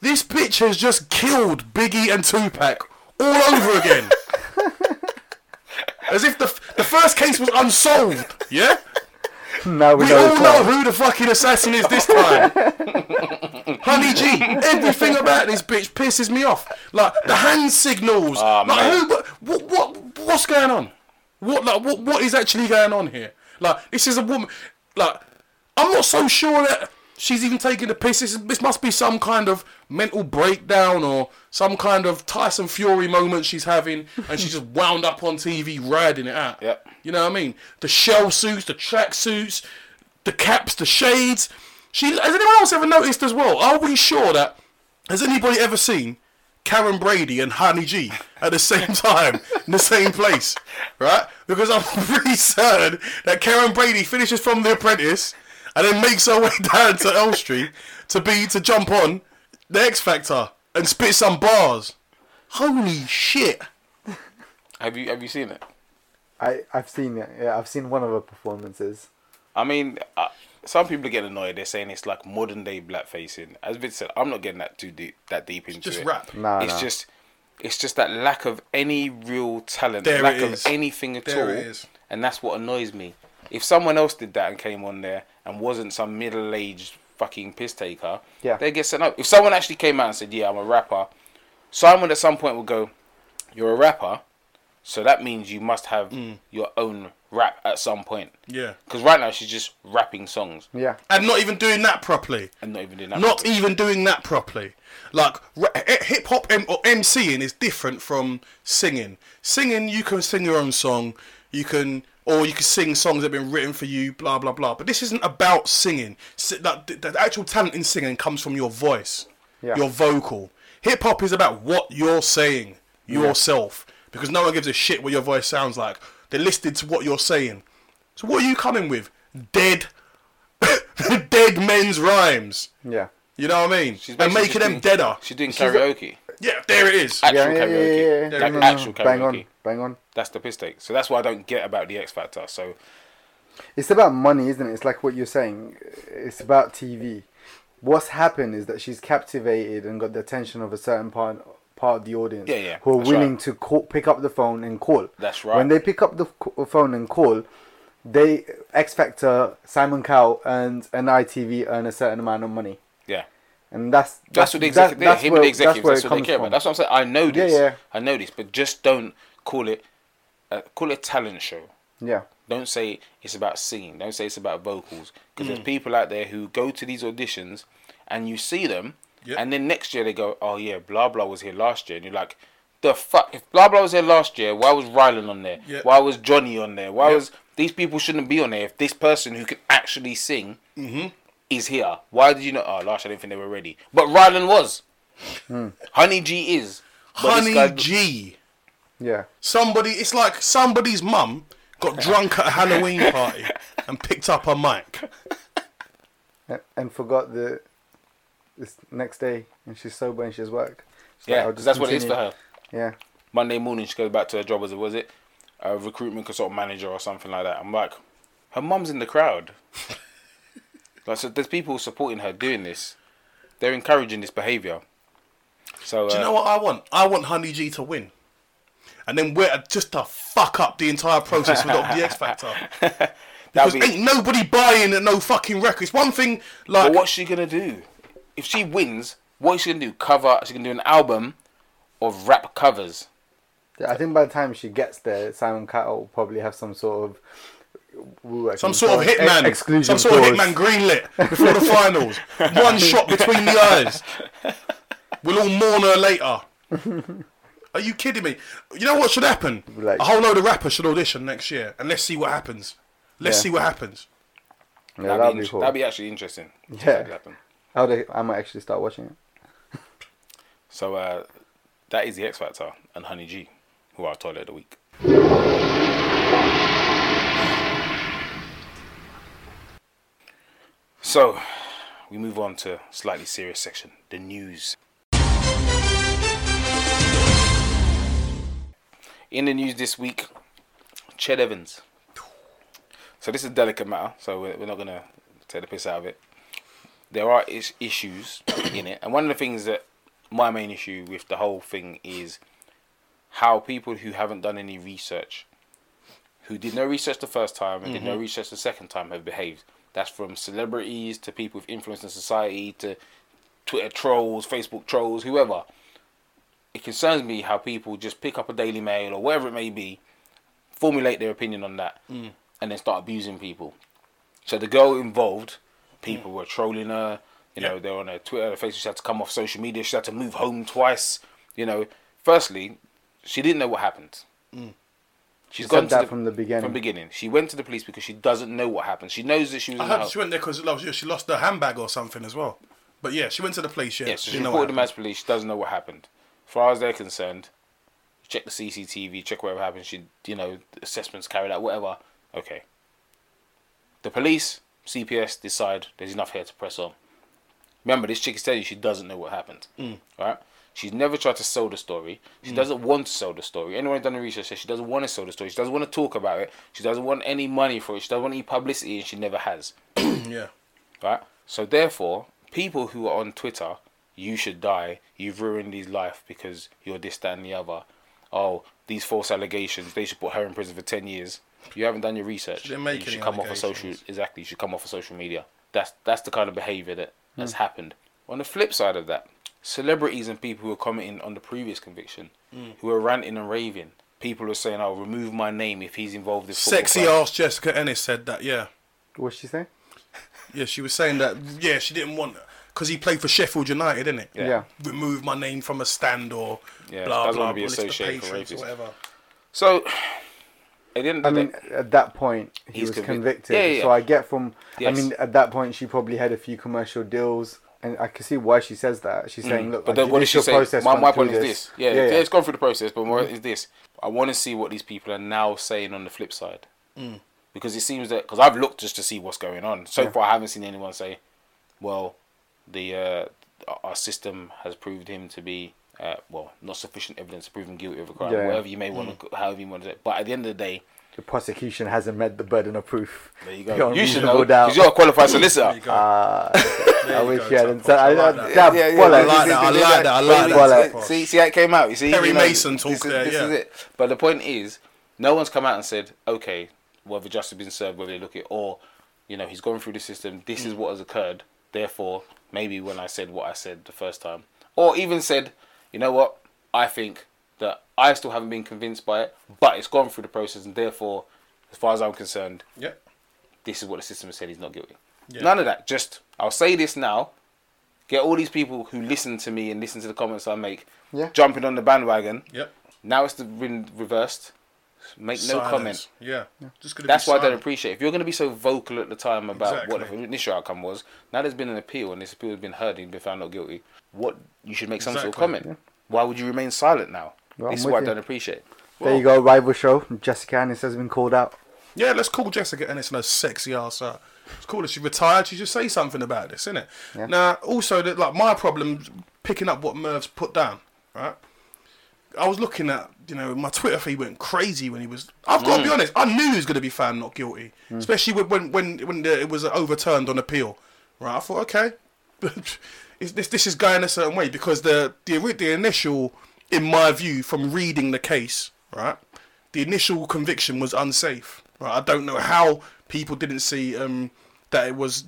S3: This bitch has just killed Biggie and Tupac all over again. As if the f- the first case was unsolved. Yeah.
S4: [laughs] Now we,
S3: We
S4: know.
S3: all
S4: it's
S3: know
S4: her.
S3: [laughs] who the fucking assassin is
S1: [laughs]
S3: this time. Honey G, everything about this bitch pisses me off. Like the hand signals.
S1: Ah,
S3: like
S1: mate.
S3: who? What, what? What's going on? What? Like what? What is actually going on here? Like this is a woman. Like I'm not so sure that she's even taking the piss. This, is- this must be some kind of mental breakdown or some kind of Tyson Fury moment she's having, and she's just wound up on TV riding it out.
S1: Yep.
S3: You know what I mean? The shell suits, the track suits, the caps, the shades. She has anyone else ever noticed as well? Are we sure that has anybody ever seen Karen Brady and Honey G at the same [laughs] time in the same place? Right? Because I'm [laughs] pretty certain that Karen Brady finishes from The Apprentice and then makes her way [laughs] down to Elm Street to be to jump on the X Factor and spit some bars. Holy shit!
S1: Have you Have you seen it?
S4: I, I've seen it. Yeah, I've seen one of her performances.
S1: I mean, uh, some people are getting annoyed. They're saying it's like modern day blackfacing. As Vince said, I'm not getting that too deep that deep into
S3: Just
S1: it.
S3: rap.
S4: No,
S1: it's
S4: no.
S1: just it's just that lack of any real talent,
S3: There
S1: lack
S3: it
S1: of
S3: is.
S1: anything at
S3: There
S1: all,
S3: it is.
S1: and that's what annoys me. If someone else did that and came on there and wasn't some middle aged fucking piss taker,
S4: Yeah.
S1: they get sent up. If someone actually came out and said, "Yeah, I'm a rapper," someone at some point will go, "You're a rapper," so that means you must have your own rap at some point.
S3: Mm. Yeah.
S1: Because right now she's just rapping songs
S4: Yeah.
S3: And not even doing that properly.
S1: and not even doing that.
S3: not even doing that properly. Like hip hop M- or MCing is different from singing. Singing, you can sing your own song, you can, or you can sing songs that have been written for you, blah blah blah. But this isn't about singing. Si- that the, the actual talent in singing comes from your voice,
S4: Yeah.
S3: your vocal. Hip hop is about what you're saying yourself, because no one gives a shit what your voice sounds like. They're listed to what you're saying. So what are you coming with? Dead, [laughs] dead men's rhymes.
S4: Yeah.
S3: You know what I mean?
S1: She's
S3: and
S1: basically
S3: making
S1: just
S3: them
S1: doing-
S3: deader.
S1: She's doing
S4: a-
S1: karaoke.
S3: Yeah, there it is.
S1: Actual
S4: Yeah, yeah, yeah,
S1: karaoke.
S4: yeah, yeah.
S1: Like
S4: No, no, no.
S1: actual karaoke.
S4: Bang on, bang on.
S1: That's the piss take. So that's what I don't get about the X Factor. So
S4: It's about money, isn't it? It's like what you're saying. It's about TV. What's happened is that she's captivated and got the attention of a certain part part of the audience.
S1: Yeah, yeah.
S4: Who are
S1: That's
S4: willing
S1: right.
S4: to call, pick up the phone and call.
S1: That's right.
S4: When they pick up the c- phone and call, they X Factor, Simon Cowell, and and ITV earn a certain amount of money,
S1: yeah,
S4: and that's
S1: that's, what the
S4: that-
S1: executive. That's him and the executives. That's, what they care
S4: from.
S1: about. That's what I'm saying. I know this.
S4: yeah.
S1: I know this. But just don't call it. Uh, call it a talent show.
S4: yeah.
S1: Don't say it's about singing. Don't say it's about vocals. Because
S3: Mm.
S1: there's people out there who go to these auditions and you see them,
S3: Yep.
S1: and then next year they go, "Oh yeah, blah blah was here last year," and you're like, "The fuck! If blah blah was here last year, why was Rylan on there?
S3: Yep.
S1: Why was Johnny on there? Why
S3: Yep.
S1: was these people shouldn't be on there? If this person who can actually sing
S3: Mm-hmm.
S1: is here, why did you not? Oh, last year I didn't think they were ready, but Rylan was. Honey G is. But this
S3: Hmm. Honey
S1: guy-
S3: G.
S4: Yeah.
S3: Somebody, it's like somebody's mum got drunk at a [laughs] Halloween party and picked up a mic.
S4: and, and forgot the this next day and she's sober and she has work. She's like,
S1: Yeah,
S4: "I'll just
S1: because that's what it is for
S4: continue."
S1: her.
S4: Yeah.
S1: Monday morning, she goes back to her job as a was it a recruitment consultant manager or something like that. I'm like, her mum's in the
S3: [laughs]
S1: crowd. like, so there's people supporting her doing this. They're encouraging this behavior. So,
S3: Do you
S1: uh,
S3: know what I want? I want Honey G to win. And then we're just to fuck up the entire process with the X [laughs] Factor.
S1: that'd
S3: Because
S1: be.
S3: ain't nobody buying at no fucking record. It's one thing, like,
S1: But what's she gonna do if she wins? What is she gonna do? Cover? She gonna do an album of rap covers.
S4: Yeah, I think by the time she gets there, Simon Cattle will probably have some sort of we were
S3: some sort of
S4: ex-
S3: hitman.
S4: exclusion
S3: some sort of
S4: clause.
S3: hitman
S4: [laughs]
S3: greenlit before the finals. One shot between the eyes. We'll all mourn her later. Are you kidding me? You know what should happen?
S4: Like-
S3: a whole load of rappers should audition next year, and let's see what happens. Let's
S4: Yeah.
S3: see what happens.
S4: Yeah,
S1: That'd,
S4: that'd
S1: be,
S4: be
S1: int-
S4: cool.
S1: that'd be actually interesting. if
S4: Yeah.
S1: that could happen.
S4: How they, I might actually start watching it.
S1: So uh, that is the X Factor and Honey G, who are toilet of the week. So we move on to slightly serious section, the news. In the news this week, Ched Evans. So this is a delicate matter, so we're, we're not gonna take the piss out of it. There are is- issues [coughs] in it, and one of the things that my main issue with the whole thing is how people who haven't done any research, who did no research the first time and did no research the second time, have behaved. That's from celebrities to people with influence in society to Twitter trolls, Facebook trolls, whoever. It concerns me how people just pick up a Daily Mail or whatever it may be, formulate their opinion on that, and then start abusing people. So the girl involved, people were trolling her. You know,
S3: Yeah.
S1: they were on her Twitter, her Facebook. She had to come off social media. She had to move home twice. You know, firstly, she didn't know what happened. She's
S4: She
S1: gone
S4: said
S1: to
S4: that from the beginning.
S1: From beginning, she went to the police because she doesn't know what happened. She knows that she was.
S3: I
S1: in the
S3: heard
S1: house.
S3: she went there because she lost her handbag or something as well. But yeah, she went to the police. Yeah,
S1: Yeah, so
S3: she
S1: she
S3: didn't know
S1: reported the
S3: what
S1: match police. She doesn't know what happened. As far as they're concerned, check the CCTV, check whatever happened. She, you know, assessments carried out, whatever. Okay. The police, CPS decide there's enough here to press on. Remember, this chick is telling you she doesn't know what happened. Mm. Right? She's never tried to sell the story.
S3: Mm.
S1: She doesn't want to sell the story. Anyone who's done the research says she doesn't want to sell the story. She doesn't want to talk about it. She doesn't want any money for it. She doesn't want any publicity, and she never has
S3: happened. Yeah.
S1: right? So therefore, people who are on Twitter, you should die. You've ruined his life because you're this, that, and the other. Oh, these false allegations. They should put her in prison for ten years. You haven't done your research.
S3: She didn't make
S1: you should
S3: any
S1: come off of social.
S3: allegations.
S1: Exactly. You should come off of social media. That's that's the kind of behavior that
S4: Hmm.
S1: has happened. On the flip side of that, celebrities and people who were commenting on the previous conviction,
S3: Hmm.
S1: who were ranting and raving. People who are saying, "I'll remove my name if he's involved." in football
S3: Sexy
S1: club."
S3: ass Jessica Ennis said that. Yeah.
S4: What's she say?
S3: Yeah, she was saying that. Yeah, she didn't want because he played for Sheffield United, didn't it?
S1: Yeah.
S4: yeah.
S3: Remove my name from a stand or
S1: Yeah,
S3: blah
S1: doesn't
S3: blah.
S1: wanna be
S3: or list of
S1: associated for
S3: patrons or
S1: racism.
S3: whatever.
S1: So, [sighs] at the end of the
S4: I mean,
S1: day,
S4: at that point, he
S1: He's
S4: was
S1: convic-
S4: convicted.
S1: Yeah, yeah,
S4: So
S1: yeah.
S4: I get from.
S1: Yes.
S4: I mean, at that point, she probably had a few commercial deals, and I can see why she says that. She's saying, "Look,
S1: Mm. But
S4: my
S1: then what did she
S4: judicial
S1: say?
S4: process
S1: My,
S4: went
S1: my
S4: through
S1: point is this. Yeah, yeah, it's gone through the process, but what is this? I want to see what these people are now saying on the flip side. Because it seems that, because I've looked just to see what's going on. So far, I haven't seen anyone say, well, the uh, our system has proved him to be, uh, well, not sufficient evidence to prove him guilty of a crime,
S4: Yeah, yeah.
S1: whatever you may want to, however you want to do it. But at the end of the day,
S4: The prosecution hasn't met the burden of proof. [laughs]
S1: there you go.
S4: beyond
S1: you should
S4: reasonable
S1: know,
S4: doubt.
S1: because you're a qualified
S3: There
S1: solicitor. [laughs]
S3: you go.
S4: Ah,
S3: There
S4: I
S3: you
S4: wish
S3: go,
S4: you hadn't
S3: Tapos.
S4: said.
S3: I
S4: I
S3: like
S4: don't.
S3: that.
S4: that
S1: Yeah, yeah,
S4: bollocks.
S1: I like
S3: that, I like that, I like that.
S4: Bollocks.
S3: Tapos.
S1: See, see how it came out. You see,
S3: Perry
S1: you know,
S3: Mason
S1: this
S3: talk
S1: is-
S3: there,
S1: this
S3: yeah.
S1: is it. But the point is, no one's come out and said, okay, whether justice been served, whether they look it, or you know, he's gone through the system. This is what has occurred. Therefore, maybe when I said what I said the first time, or even said, you know what, I think that I still haven't been convinced by it, but it's gone through the process, and therefore, as far as I'm concerned,
S3: Yeah.
S1: this is what the system has said he's not guilty.
S3: Yeah.
S1: None of that. Just I'll say this now. Get all these people who listen to me and listen to the comments I make
S4: Yeah.
S1: jumping on the bandwagon.
S3: Yep.
S1: Now it's the, been reversed. Make no
S3: Silence.
S1: comment.
S3: Yeah. Just gonna
S1: That's
S3: be
S1: why I don't
S3: silent.
S1: appreciate. It. If you're going to be so vocal at the time about what the
S3: Exactly.
S1: initial outcome was, now there's been an appeal and this appeal has been heard and you've been found not guilty. What you should make some sort of
S3: Exactly.
S1: comment. Why would you remain silent now?
S4: Well, I'm
S1: this is
S4: with
S1: what I
S4: you.
S1: don't appreciate.
S4: There you go. Rival show. Jessica Anis has been called out.
S3: Yeah, let's call Jessica Ennis and her sexy ass out. It's cool that she retired. She just say something about this, innit? it? Now, also, that like my problem picking up what Merv's put down, right? I was looking at, you know, my Twitter feed went crazy when he was. I've got to be honest. I knew he was going to be found not guilty, especially when when when, when the, it was overturned on appeal. Right? I thought, okay, [laughs] is this this is going a certain way because the the ori- the initial, in my view, from reading the case, right, the initial conviction was unsafe. Right? I don't know how people didn't see um that it was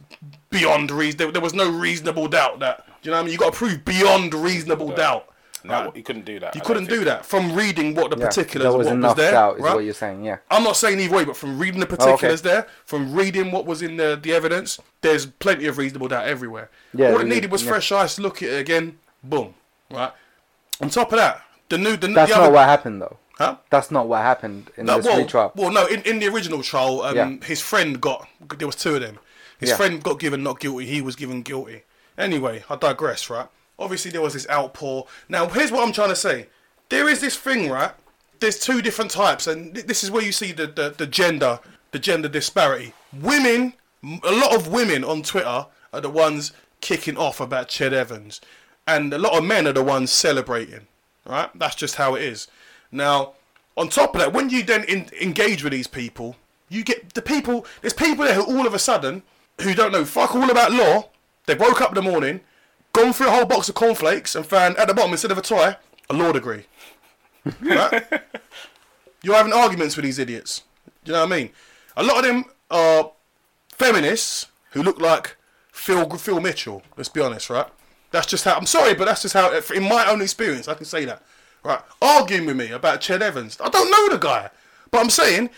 S3: beyond reason. There, there was no reasonable doubt that. Do you know what I mean? You got to prove beyond reasonable doubt.
S1: No,
S3: right?
S1: you couldn't do that.
S3: You
S1: I don't
S3: couldn't
S1: think.
S3: do that from reading what the
S4: Yeah,
S3: particulars
S4: there was
S3: what
S4: enough
S3: was there.
S4: doubt, is
S3: right?
S4: what you're saying. Oh, Yeah.
S3: I'm not saying either way, but from reading the particulars there, from reading what was in the, the evidence, there's plenty of reasonable doubt everywhere.
S4: Yeah,
S3: All it
S4: really,
S3: needed was
S4: yeah.
S3: fresh eyes to look at it again. Boom. Right. On top of that, the new the,
S4: That's
S3: the
S4: not
S3: other
S4: what happened though.
S3: huh?
S4: That's not what happened in
S3: No,
S4: this
S3: well,
S4: retrial.
S3: well, no. In, in the original trial, um,
S4: Yeah.
S3: his friend got there was two of them. His
S4: Yeah.
S3: friend got given not guilty. He was given guilty. Anyway, I digress, right? Obviously, there was this outpour. Now, here's what I'm trying to say. There is this thing, right? There's two different types, and th- this is where you see the, the, the gender the gender disparity. Women, m- a lot of women on Twitter are the ones kicking off about Ched Evans, and a lot of men are the ones celebrating. Right? That's just how it is. Now, on top of that, when you then in, engage with these people, you get the people. There's people there who all of a sudden who don't know fuck all about law. They woke up in the morning, gone through a whole box of cornflakes, and found at the bottom instead of a tie, a law degree. Right? You're having arguments with these idiots. Do you know what I mean? A lot of them are feminists who look like Phil Phil Mitchell. Let's be honest, right? That's just how. I'm sorry, but that's just how. In my own experience, I can say that. Right? Arguing with me about Ched Evans. I don't know the guy, but I'm saying,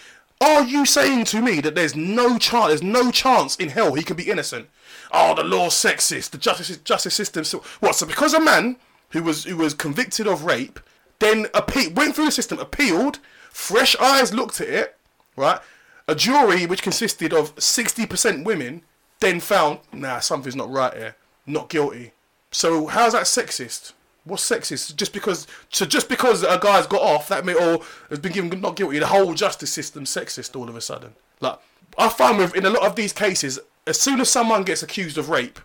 S3: are you saying to me that there's no chance? There's no chance in hell he could be innocent. Oh, the law's sexist. The justice justice system. So what? So because a man who was who was convicted of rape, then appe- went through the system, appealed. Fresh eyes looked at it, right? A jury which consisted of 60% women then found, nah, something's not right here. Not guilty. So how's that sexist? What's sexist? Just because so just because a guy's got off, that may or has been given not guilty, the whole justice system sexist all of a sudden. Like I find with in a lot of these cases, as soon as someone gets accused of rape,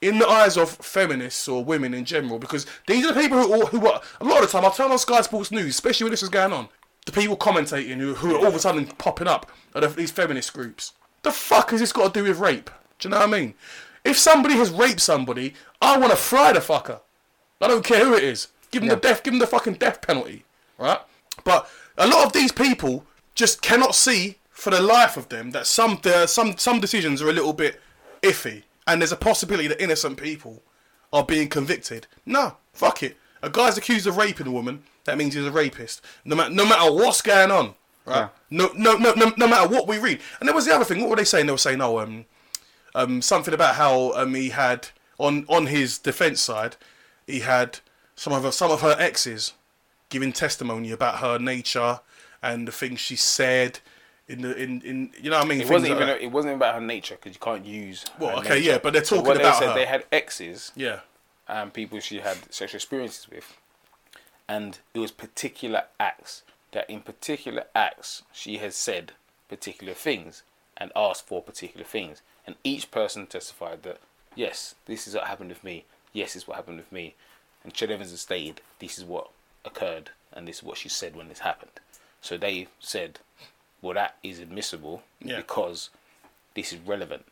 S3: in the eyes of feminists or women in general, because these are the people who, who are, a lot of the time, I turn on Sky Sports News, especially when this was going on, the people commentating who, who are all of a sudden popping up are the, these feminist groups. The fuck has this got to do with rape? Do you know what I mean? If somebody has raped somebody, I want to fry the fucker. I don't care who it is. Give him the death. Give him the fucking death penalty, right? But a lot of these people just cannot see for the life of them that some there are some some decisions are a little bit iffy, and there's a possibility that innocent people are being convicted. No, fuck it. A guy's accused of raping a woman. That means he's a rapist. No matter no matter what's going on, right? No, no, no, no, no matter what we read. And there was the other thing. What were they saying? They were saying, "Oh, um, um, something about how um, he had on on his defence side, he had some of her, some of her exes giving testimony about her nature and the things she said in the in, in you know what I mean.
S1: It
S3: Things
S1: wasn't
S3: like
S1: even.
S3: that.
S1: It wasn't about her nature because you can't use. her
S3: well, okay,
S1: nature.
S3: yeah, but they're
S1: So
S3: talking
S1: what
S3: about
S1: they said
S3: her.
S1: they had exes
S3: yeah,
S1: and people she had sexual experiences with, and it was particular acts that in particular acts she has said particular things and asked for particular things, and each person testified that yes, this is what happened with me. Yes, this is what happened with me, and Ched Evans has stated this is what occurred and this is what she said when this happened. So they said, well, that is admissible
S3: Yeah.
S1: because this is relevant.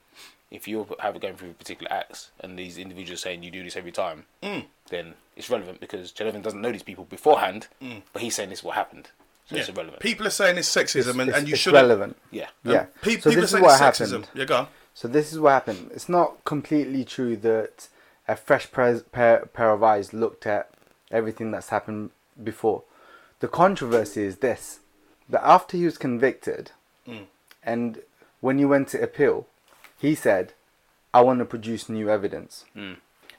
S1: If you have going through particular acts and these individuals saying you do this every time,
S3: Mm.
S1: then it's relevant because Jelevin doesn't know these people beforehand, but he's saying this is what happened, so it's
S3: Mm. yeah.
S1: irrelevant.
S3: People are saying it's sexism, and,
S2: It's-
S3: and you
S2: it's
S3: should.
S2: relevant.
S1: yeah,
S2: Yeah.
S3: Pe-
S2: so
S3: people are
S2: this is
S3: saying
S2: what
S3: it's sexism.
S2: happened.
S3: Yeah, go on.
S2: So this is what happened. It's not completely true that a fresh pres- pair, pair of eyes looked at everything that's happened before. The controversy is this: that after he was convicted,
S3: Mm.
S2: and when he went to appeal, he said, "I want to produce new evidence,"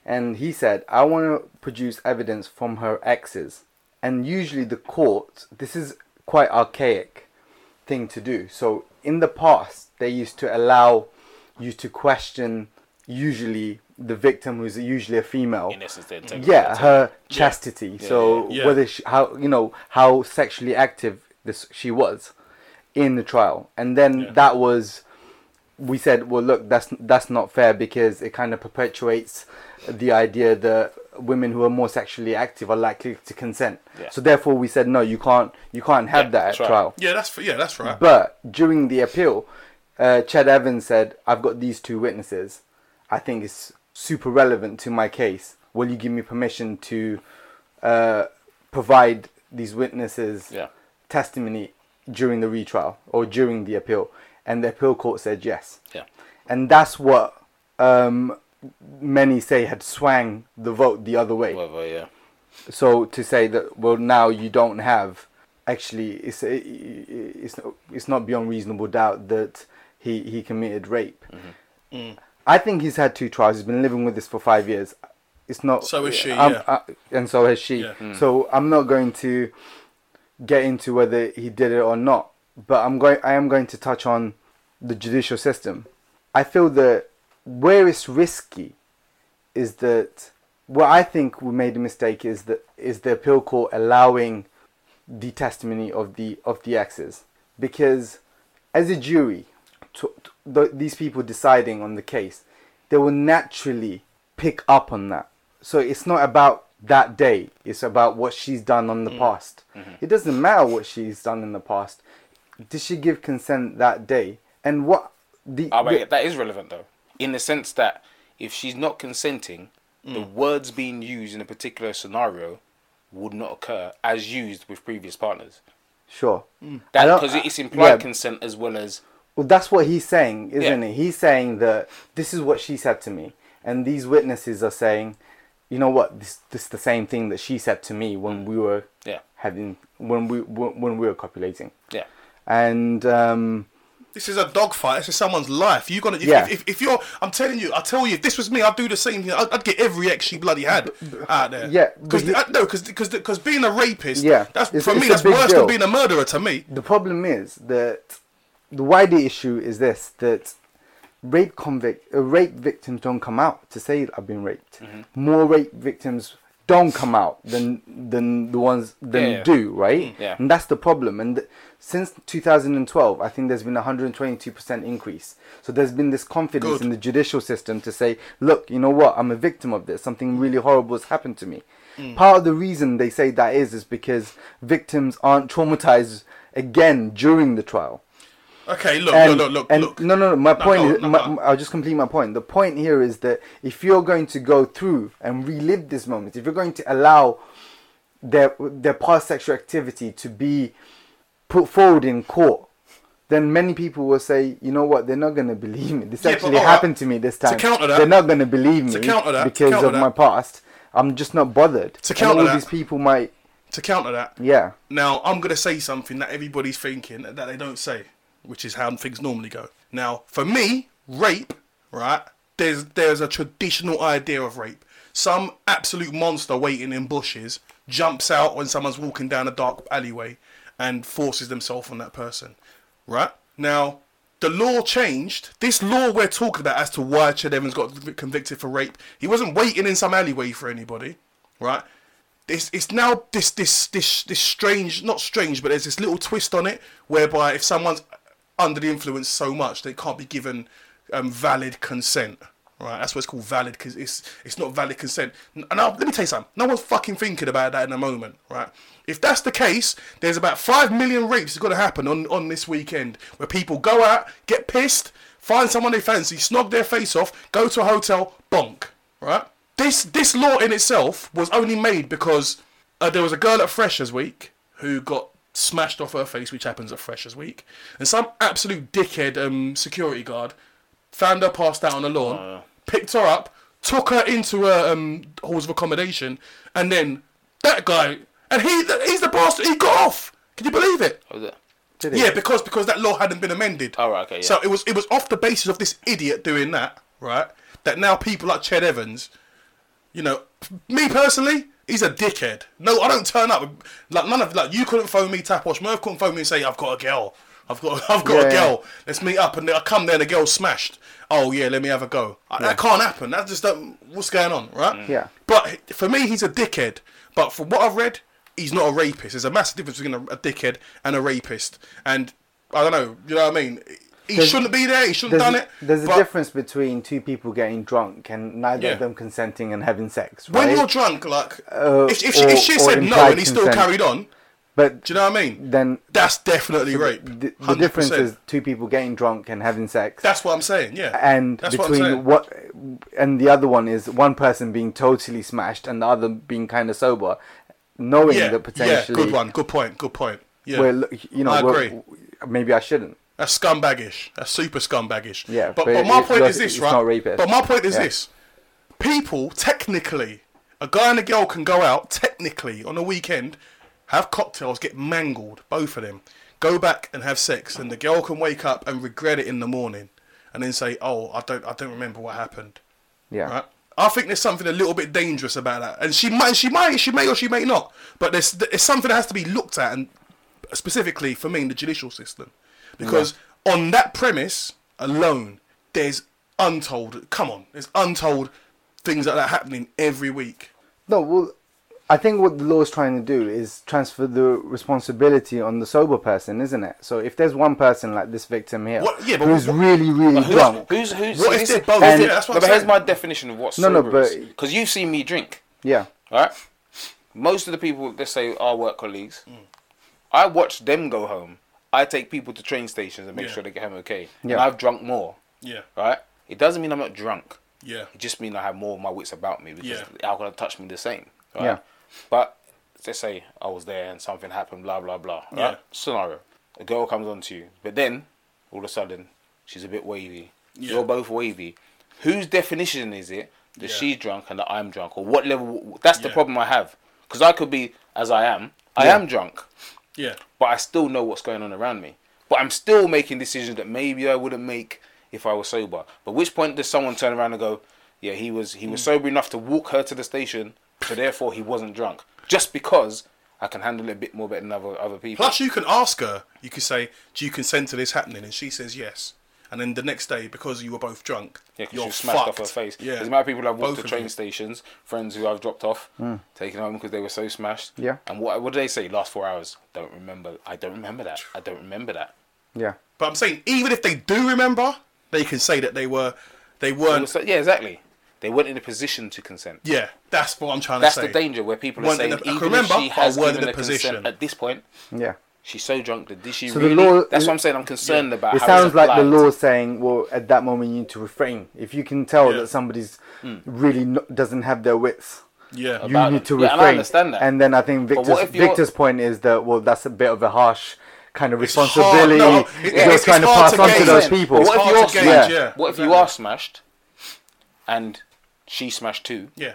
S2: and he said, "I want to produce evidence from her exes." And usually, the court this is quite archaic thing to do. So in the past, they used to allow you to question usually the victim, who's usually a female.
S1: in essence, they're taking
S2: yeah, her chastity. so
S3: yeah, yeah.
S2: whether she, how you know how sexually active this she was in the trial, and then that was we said, well, look, that's that's not fair because it kind of perpetuates the idea that women who are more sexually active are likely to consent.
S1: Yeah.
S2: So therefore, we said no, you can't you can't have
S1: Yeah,
S2: that at
S1: that's right.
S2: trial.
S3: Yeah, that's yeah, that's right.
S2: But during the appeal, uh, Chad Evans said, I've got these two witnesses. I think it's super relevant to my case. Will you give me permission to uh, provide these witnesses
S1: Yeah.
S2: testimony during the retrial or during the appeal? And the appeal court said yes.
S1: Yeah.
S2: And that's what um, many say had swung the vote the other way.
S1: whatever, yeah.
S2: So to say that well now you don't have actually it's it's it's not beyond reasonable doubt that he he committed rape.
S3: Mm-hmm. Mm.
S2: I think he's had two trials. He's been living with this for five years. It's not.
S3: So is she,
S2: I'm-
S3: yeah.
S2: I- and so has she.
S3: Yeah.
S2: So I'm not going to get into whether he did it or not, but I'm going. I am going to touch on the judicial system. I feel that where it's risky is that what I think we made a mistake is that is the appeal court allowing the testimony of the of the exes because as a jury, to, to, th- these people deciding on the case, they will naturally pick up on that. So it's not about that day; it's about what she's done on the
S1: Mm.
S2: past.
S1: Mm-hmm.
S2: It doesn't matter what she's done in the past. Did she give consent that day? And what the
S1: Ah,
S2: the-
S1: but that is relevant though, in the sense that if she's not consenting, the
S3: Mm.
S1: words being used in a particular scenario would not occur as used with previous partners.
S2: Sure. I
S1: That
S2: don't-
S1: because
S2: I-
S1: it's implied
S2: yeah,
S1: consent as well as
S2: Well, that's what he's saying, isn't
S1: Yeah.
S2: it? He's saying that this is what she said to me, and these witnesses are saying, you know what? This this is the same thing that she said to me when we were
S1: Yeah.
S2: having when we when when we were copulating,
S1: yeah.
S2: and um,
S3: This is a dogfight. This is someone's life. You gonna if,
S2: Yeah.
S3: if, if, if you're, I'm telling you, I tell you, if this was me, I'd do the same thing. I'd, I'd get every ex she bloody had out there.
S2: Yeah, but
S3: because
S2: you-
S3: no, because because being a rapist,
S2: Yeah.
S3: that's
S2: It's-
S3: for
S2: it's
S3: me.
S2: a
S3: That's
S2: big
S3: worse than
S2: deal.
S3: being a murderer to me.
S2: the problem is that the wider issue is this that rape convict uh, rape victims don't come out to say I've been raped.
S1: Mm-hmm.
S2: More rape victims don't come out than than the ones than
S1: Yeah.
S2: do right.
S1: Yeah.
S2: And that's the problem. And th- since 2012, I think there's been a 122 percent increase. So there's been this confidence
S3: Good.
S2: in the judicial system to say, look, you know what? I'm a victim of this. Something really horrible has happened to me. Part of the reason they say that is is because victims aren't traumatized again during the trial
S3: Okay, look,
S2: and,
S3: look, look,
S2: and
S3: look.
S2: no, no, no. My
S3: No,
S2: point
S3: go on,
S2: is,
S3: no,
S2: my,
S3: go on.
S2: I'll just complete my point. The point here is that if you're going to go through and relive this moment, if you're going to allow their their past sexual activity to be put forward in court, then many people will say, you know what, they're not going to believe me. This
S3: Yeah, but
S2: actually
S3: all right.
S2: happened to me this time.
S3: counter that-
S2: they're not going to believe me
S3: to counter that- to
S2: because
S3: counter
S2: of
S3: that-
S2: my past. I'm just not bothered.
S3: To
S2: And
S3: counter
S2: all
S3: that-
S2: these people might,
S3: To counter that,
S2: yeah.
S3: Now, I'm going to say something that everybody's thinking that they don't say, which is how things normally go. Now, for me, rape, right? There's there's a traditional idea of rape. Some absolute monster waiting in bushes jumps out when someone's walking down a dark alleyway and forces themselves on that person, right? Now, the law changed. This law we're talking about as to why Chad Evans got convicted for rape, he wasn't waiting in some alleyway for anybody, right? it's, it's now this this this this strange not strange but there's this little twist on it whereby if someone's under the influence so much they can't be given um, valid consent right that's what it's called valid because it's it's not valid consent and now let me tell you something no one's fucking thinking about that in a moment right if that's the case there's about 5 million rapes that's going to happen on on this weekend where people go out get pissed find someone they fancy snog their face off go to a hotel bonk right this this law in itself was only made because uh, there was a girl at Freshers Week who got smashed off her face, which happens at Freshers Week, and some absolute dickhead um, security guard found her passed out on the lawn, picked her up, took her into her um, halls of accommodation, and then that guy and he he's the bastard. He got off. Can you believe it?
S1: That was it.
S3: Yeah, because because that law hadn't been amended.
S1: Oh, right, okay, yeah.
S3: So it was it was off the basis of this idiot doing that, right? That now people like Ched Evans, you know, me personally, he's a dickhead. No, I don't turn up. Like none of like you couldn't phone me, Tap Wash Merv couldn't phone me and say I've got a girl. I've got [laughs] I've got a
S2: Yeah, yeah.
S3: girl. Let's meet up and I come there and the girl's smashed. Oh yeah, let me have a go. I- That can't happen. That just don't, what's going on, right?
S2: Yeah.
S3: But for me, he's a dickhead. But from what I've read, he's not a rapist. There's a massive difference between a, a dickhead and a rapist. And I don't know, you know what I mean? He
S2: There's-
S3: shouldn't be there. He shouldn't
S2: There's,
S3: have done it.
S2: there's
S3: but
S2: a difference between two people getting drunk and neither
S3: Yeah.
S2: of them consenting and having sex, right? Uh,
S3: When you're drunk, like if, if, she,
S2: or-
S3: if she
S2: or
S3: said no
S2: implied
S3: and he still
S2: consent.
S3: carried on,
S2: but
S3: do you know what I mean?
S2: then
S3: That's definitely
S2: the,
S3: rape.
S2: the- the difference
S3: 100%.
S2: is two people getting drunk and having sex,
S3: that's what I'm saying. Yeah,
S2: and
S3: that's what I'm
S2: between
S3: saying.
S2: what, and the other one is one person being totally smashed and the other being kind of sober, knowing
S3: yeah,
S2: that potentially,
S3: yeah, good one, good point, good point. Yeah,
S2: we're lo- you know,
S3: I
S2: we're-
S3: agree.
S2: maybe I shouldn't.
S3: That's scumbaggish. That's super scumbaggish.
S2: Yeah,
S3: But, but,
S2: but
S3: my
S2: it's
S3: point
S2: not-
S3: is this,
S2: it's
S3: right?
S2: not rapist.
S3: But my point is
S2: Yeah.
S3: this: people technically, a guy and a girl can go out technically on a weekend, have cocktails, get mangled, both of them, go back and have sex, and the girl can wake up and regret it in the morning, and then say, "Oh, I don't, I don't remember what happened."
S2: Yeah.
S3: Right. I think there's something a little bit dangerous about that, and she might, she might, she may or she may not. But there's it's something that has to be looked at, and specifically for me in the judicial system, because on that premise alone, there's untold. Come on, there's untold things like that happening every week.
S4: No, well, I think what the law is trying to do is transfer the responsibility on the sober person, isn't it? So if there's one person like this victim here
S3: What- yeah, but
S4: who's
S3: what-
S4: really, really
S1: Who's,
S4: drunk,
S1: who's who's
S3: What if
S1: this-
S3: they're both?
S4: And-
S3: yeah, that's
S1: No,
S3: what
S1: but
S3: I'm
S1: here's
S3: saying.
S1: my definition of what
S4: No, no,
S1: sober no, no,
S4: but-
S1: Because you've seen me drink,
S4: yeah,
S1: right? Most of the people, let's say, are work colleagues.
S3: Mm.
S1: I watch them go home. I take people to train stations and make
S3: Yeah.
S1: sure they get home okay. And
S4: Yeah.
S1: I've drunk more,
S3: Yeah,
S1: right? It doesn't mean I'm not drunk.
S3: yeah,
S1: It just means I have more of my wits about me because
S3: Yeah.
S1: the alcohol touched me the same. right?
S4: Yeah.
S1: But let's say I was there and something happened, blah blah blah. Right?
S3: Yeah.
S1: Scenario: a girl comes on to you, but then all of a sudden she's a bit wavy.
S3: Yeah.
S1: You're both wavy. Whose definition is it that
S3: Yeah.
S1: she's drunk and that I'm drunk, or what level? That's the
S3: Yeah.
S1: problem I have because I could be as I am. I am drunk,
S3: yeah.
S1: but I still know what's going on around me. But I'm still making decisions that maybe I wouldn't make if I was sober. But which point does someone turn around and go, "Yeah, he was he was
S3: Mm.
S1: sober enough to walk her to the station, so therefore he wasn't drunk," just because I can handle it a bit more better than other other people.
S3: Plus, you can ask her. You can say, "Do you consent to this happening?" And she says yes. And then the next day, because you were both drunk,
S1: Yeah, 'cause
S3: you're
S1: she was smashed off her
S3: fucked.
S1: face.
S3: Yeah,
S1: There's amount of people I've walked
S3: Both
S1: to
S3: of
S1: train
S3: you. Mm.
S1: stations, friends who I've dropped off, taken home because they were so smashed.
S4: Yeah.
S1: And what what do they say? Last four hours? Don't remember. I don't remember that. I don't remember that.
S4: yeah.
S3: But I'm saying, even if they do remember, they can say that they were, they weren't.
S1: So, yeah, exactly. They weren't in a position to consent.
S3: Yeah, that's what I'm trying
S1: That's
S3: to say.
S1: the danger where people are
S3: Weren't in
S1: saying,
S3: the- I can
S1: even
S3: remember,
S1: if she
S3: but
S1: has
S3: weren't in
S1: given
S3: the
S1: a consent
S3: position.
S1: at this point,
S4: Yeah.
S1: she's so drunk that did she
S4: So the
S1: really?
S4: law-
S1: That's what I'm saying. I'm concerned about.
S4: It
S1: how
S4: sounds
S1: it's
S4: like the
S1: applied.
S4: law saying, well, at that moment you need to refrain. If you can tell
S3: Yeah. Hmm.
S4: that somebody's really no doesn't have their wits,
S3: Yeah,
S4: you
S1: About
S4: need
S1: it.
S4: to
S1: Yeah, and I
S4: refrain.
S1: understand that.
S4: And then I think
S1: what
S4: Victor's,
S1: if you're-
S4: Victor's point is that, well, that's a bit of a harsh kind of
S3: hard-
S4: responsibility
S3: no, it-
S4: you're
S3: it's- it's
S4: trying to
S3: hard
S4: pass
S3: to
S4: on to
S3: gauge.
S4: those
S3: It's
S4: people.
S1: But what if
S3: hard
S1: you are
S3: to gauge,
S1: smashed?
S3: yeah,
S1: What if you
S3: exactly.
S1: are smashed, and she smashed too?
S3: yeah.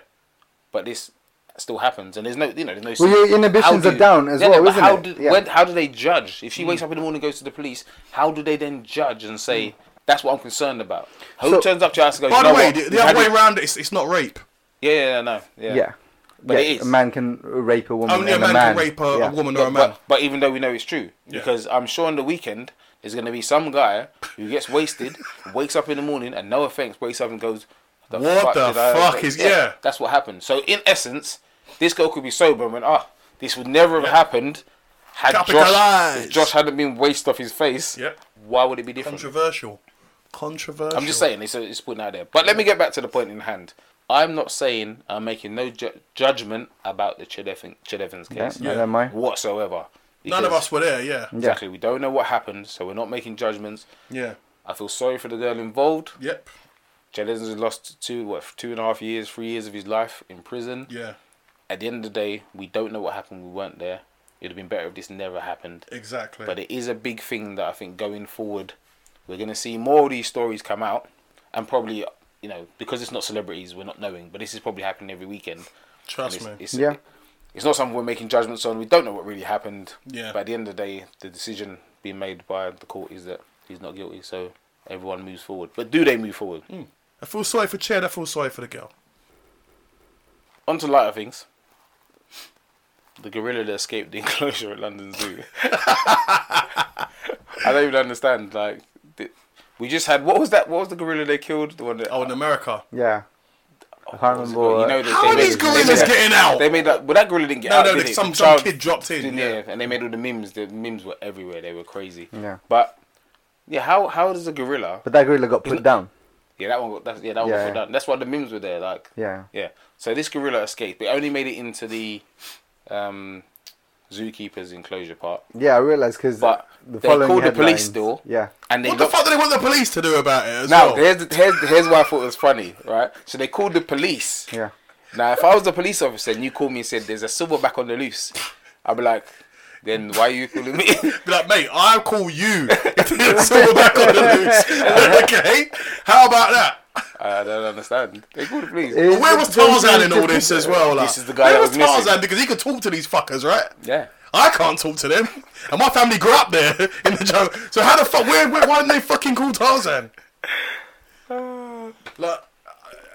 S1: But this still happens, and there's no, you know, there's no.
S4: Well, your
S1: How
S4: inhibitions
S1: do-
S4: are down as
S1: Yeah,
S4: well,
S1: no, but
S4: isn't
S1: how
S4: it?
S1: Do,
S4: Yeah. Mm.
S1: when- how do they judge? If she wakes up in the morning and goes to the police, how do they then judge and say? That's what I'm concerned about. Who
S4: So-
S1: turns up to your house and goes?
S3: By
S1: "You
S3: the
S1: know
S3: way,
S1: what?
S3: the,
S1: We've
S3: the
S1: had
S3: other way
S1: it."
S3: round, it's it's not rape.
S1: Yeah, yeah, yeah, no, yeah.
S4: Yeah.
S1: But
S4: Yeah,
S1: it is.
S4: A man can rape a woman.
S3: Only a
S4: and
S3: man, can rape a, a
S4: Yeah.
S3: woman or a
S1: But,
S3: man.
S1: but, but even though we know it's true,
S3: Yeah.
S1: because I'm sure on the weekend there's going to be some guy who gets wasted,
S3: [laughs]
S1: wakes up in the morning, and no offense, wakes up and goes, the
S3: What the fuck is- yeah.
S1: That's what happened. So in essence, this girl could be sober and went, ah, this would never have happened had Josh,
S3: Capitalize.
S1: if Josh hadn't been waste off his face.
S3: Yeah.
S1: Why would it be different?
S3: Controversial. Controversial.
S1: I'm just saying, it's, it's putting out there. But let me get back to the point in hand. I'm not saying I'm making no ju- judgment about the Chid, Evan- Chid Evans
S4: Yeah,
S1: case
S4: I don't mind.
S1: whatsoever.
S3: None of
S1: Because-
S3: us were there. Yeah.
S1: Exactly. We don't know what happened, so we're not making judgments.
S3: Yeah.
S1: I feel sorry for the girl involved.
S3: Yep.
S1: Jed Evans has lost two, what, two and a half years, three years of his life in prison.
S3: Yeah.
S1: At the end of the day, we don't know what happened. We weren't there. It'd have been better if this never happened.
S3: Exactly.
S1: But it is a big thing that I think going forward, we're going to see more of these stories come out, and probably, you know, because it's not celebrities, we're not knowing. But this is probably happening every weekend. And
S3: Trust
S1: it's,
S3: me.
S1: it's,
S4: Yeah.
S1: it's not something we're making judgments on. We don't know what really happened.
S3: Yeah.
S1: But at the end of the day, the decision being made by the court is that he's not guilty, so everyone moves forward. But do they move forward?
S3: I feel sorry for Chad. I feel sorry for the girl.
S1: On to lighter things. The gorilla that escaped the [laughs] enclosure at London Zoo. [laughs] I don't even understand. Like, the, we just had what was that? What was the gorilla they killed? The one that
S3: Oh, in America.
S4: Yeah. I
S1: what
S4: can't
S1: was
S4: remember.
S1: it
S4: what-
S1: called? Oh, You know, they,
S3: How
S1: they
S3: are
S1: made-
S3: these
S1: they made
S3: gorillas
S1: that-
S3: getting out?
S1: They made that, but that gorilla didn't get
S3: No,
S1: out.
S3: no,
S1: did
S3: there's
S1: it?
S3: some,
S1: The
S3: some
S1: child-
S3: kid dropped in.
S1: yeah.
S3: Yeah.
S1: and they made all the memes. The memes were everywhere. They were crazy.
S4: Yeah.
S1: But yeah, how how does a gorilla?
S4: But that gorilla got put down.
S1: Yeah, that one. Got, that's, yeah, that one
S4: Yeah.
S1: got done. That's why the memes were there. Like
S4: Yeah.
S1: yeah. So this gorilla escaped. They only made it into the um, zookeeper's enclosure part,
S4: Yeah, I realized because
S1: But
S4: the
S1: they
S4: following
S1: called the police
S4: headlines-
S1: still.
S4: Yeah.
S1: and they
S3: What the
S1: got-
S3: fuck do they want the police to do about it? As
S1: Now
S3: well?
S1: here's, here's here's why I thought it was funny, right? So they called the police.
S4: Yeah.
S1: Now if I was the police officer and you called me and said there's a silverback on the loose, I'd be like, then why are you calling me? [laughs]
S3: Be like, mate, I'll call you. [laughs] Silverback on the loose. [laughs] okay, how about that?
S1: I don't understand. They called the police.
S4: It-
S3: Where was
S4: it's very
S3: Tarzan in all
S4: interesting.
S3: this as well? Like,
S1: This is the guy
S3: Where
S1: that
S3: was
S1: was missing.
S3: Tarzan because he could talk to these fuckers, right?
S1: Yeah.
S3: I can't talk to them, and my family grew up there [laughs] in the jungle. So how the fuck? Where, where, why didn't they fucking
S1: [sighs]
S3: call Tarzan? Like,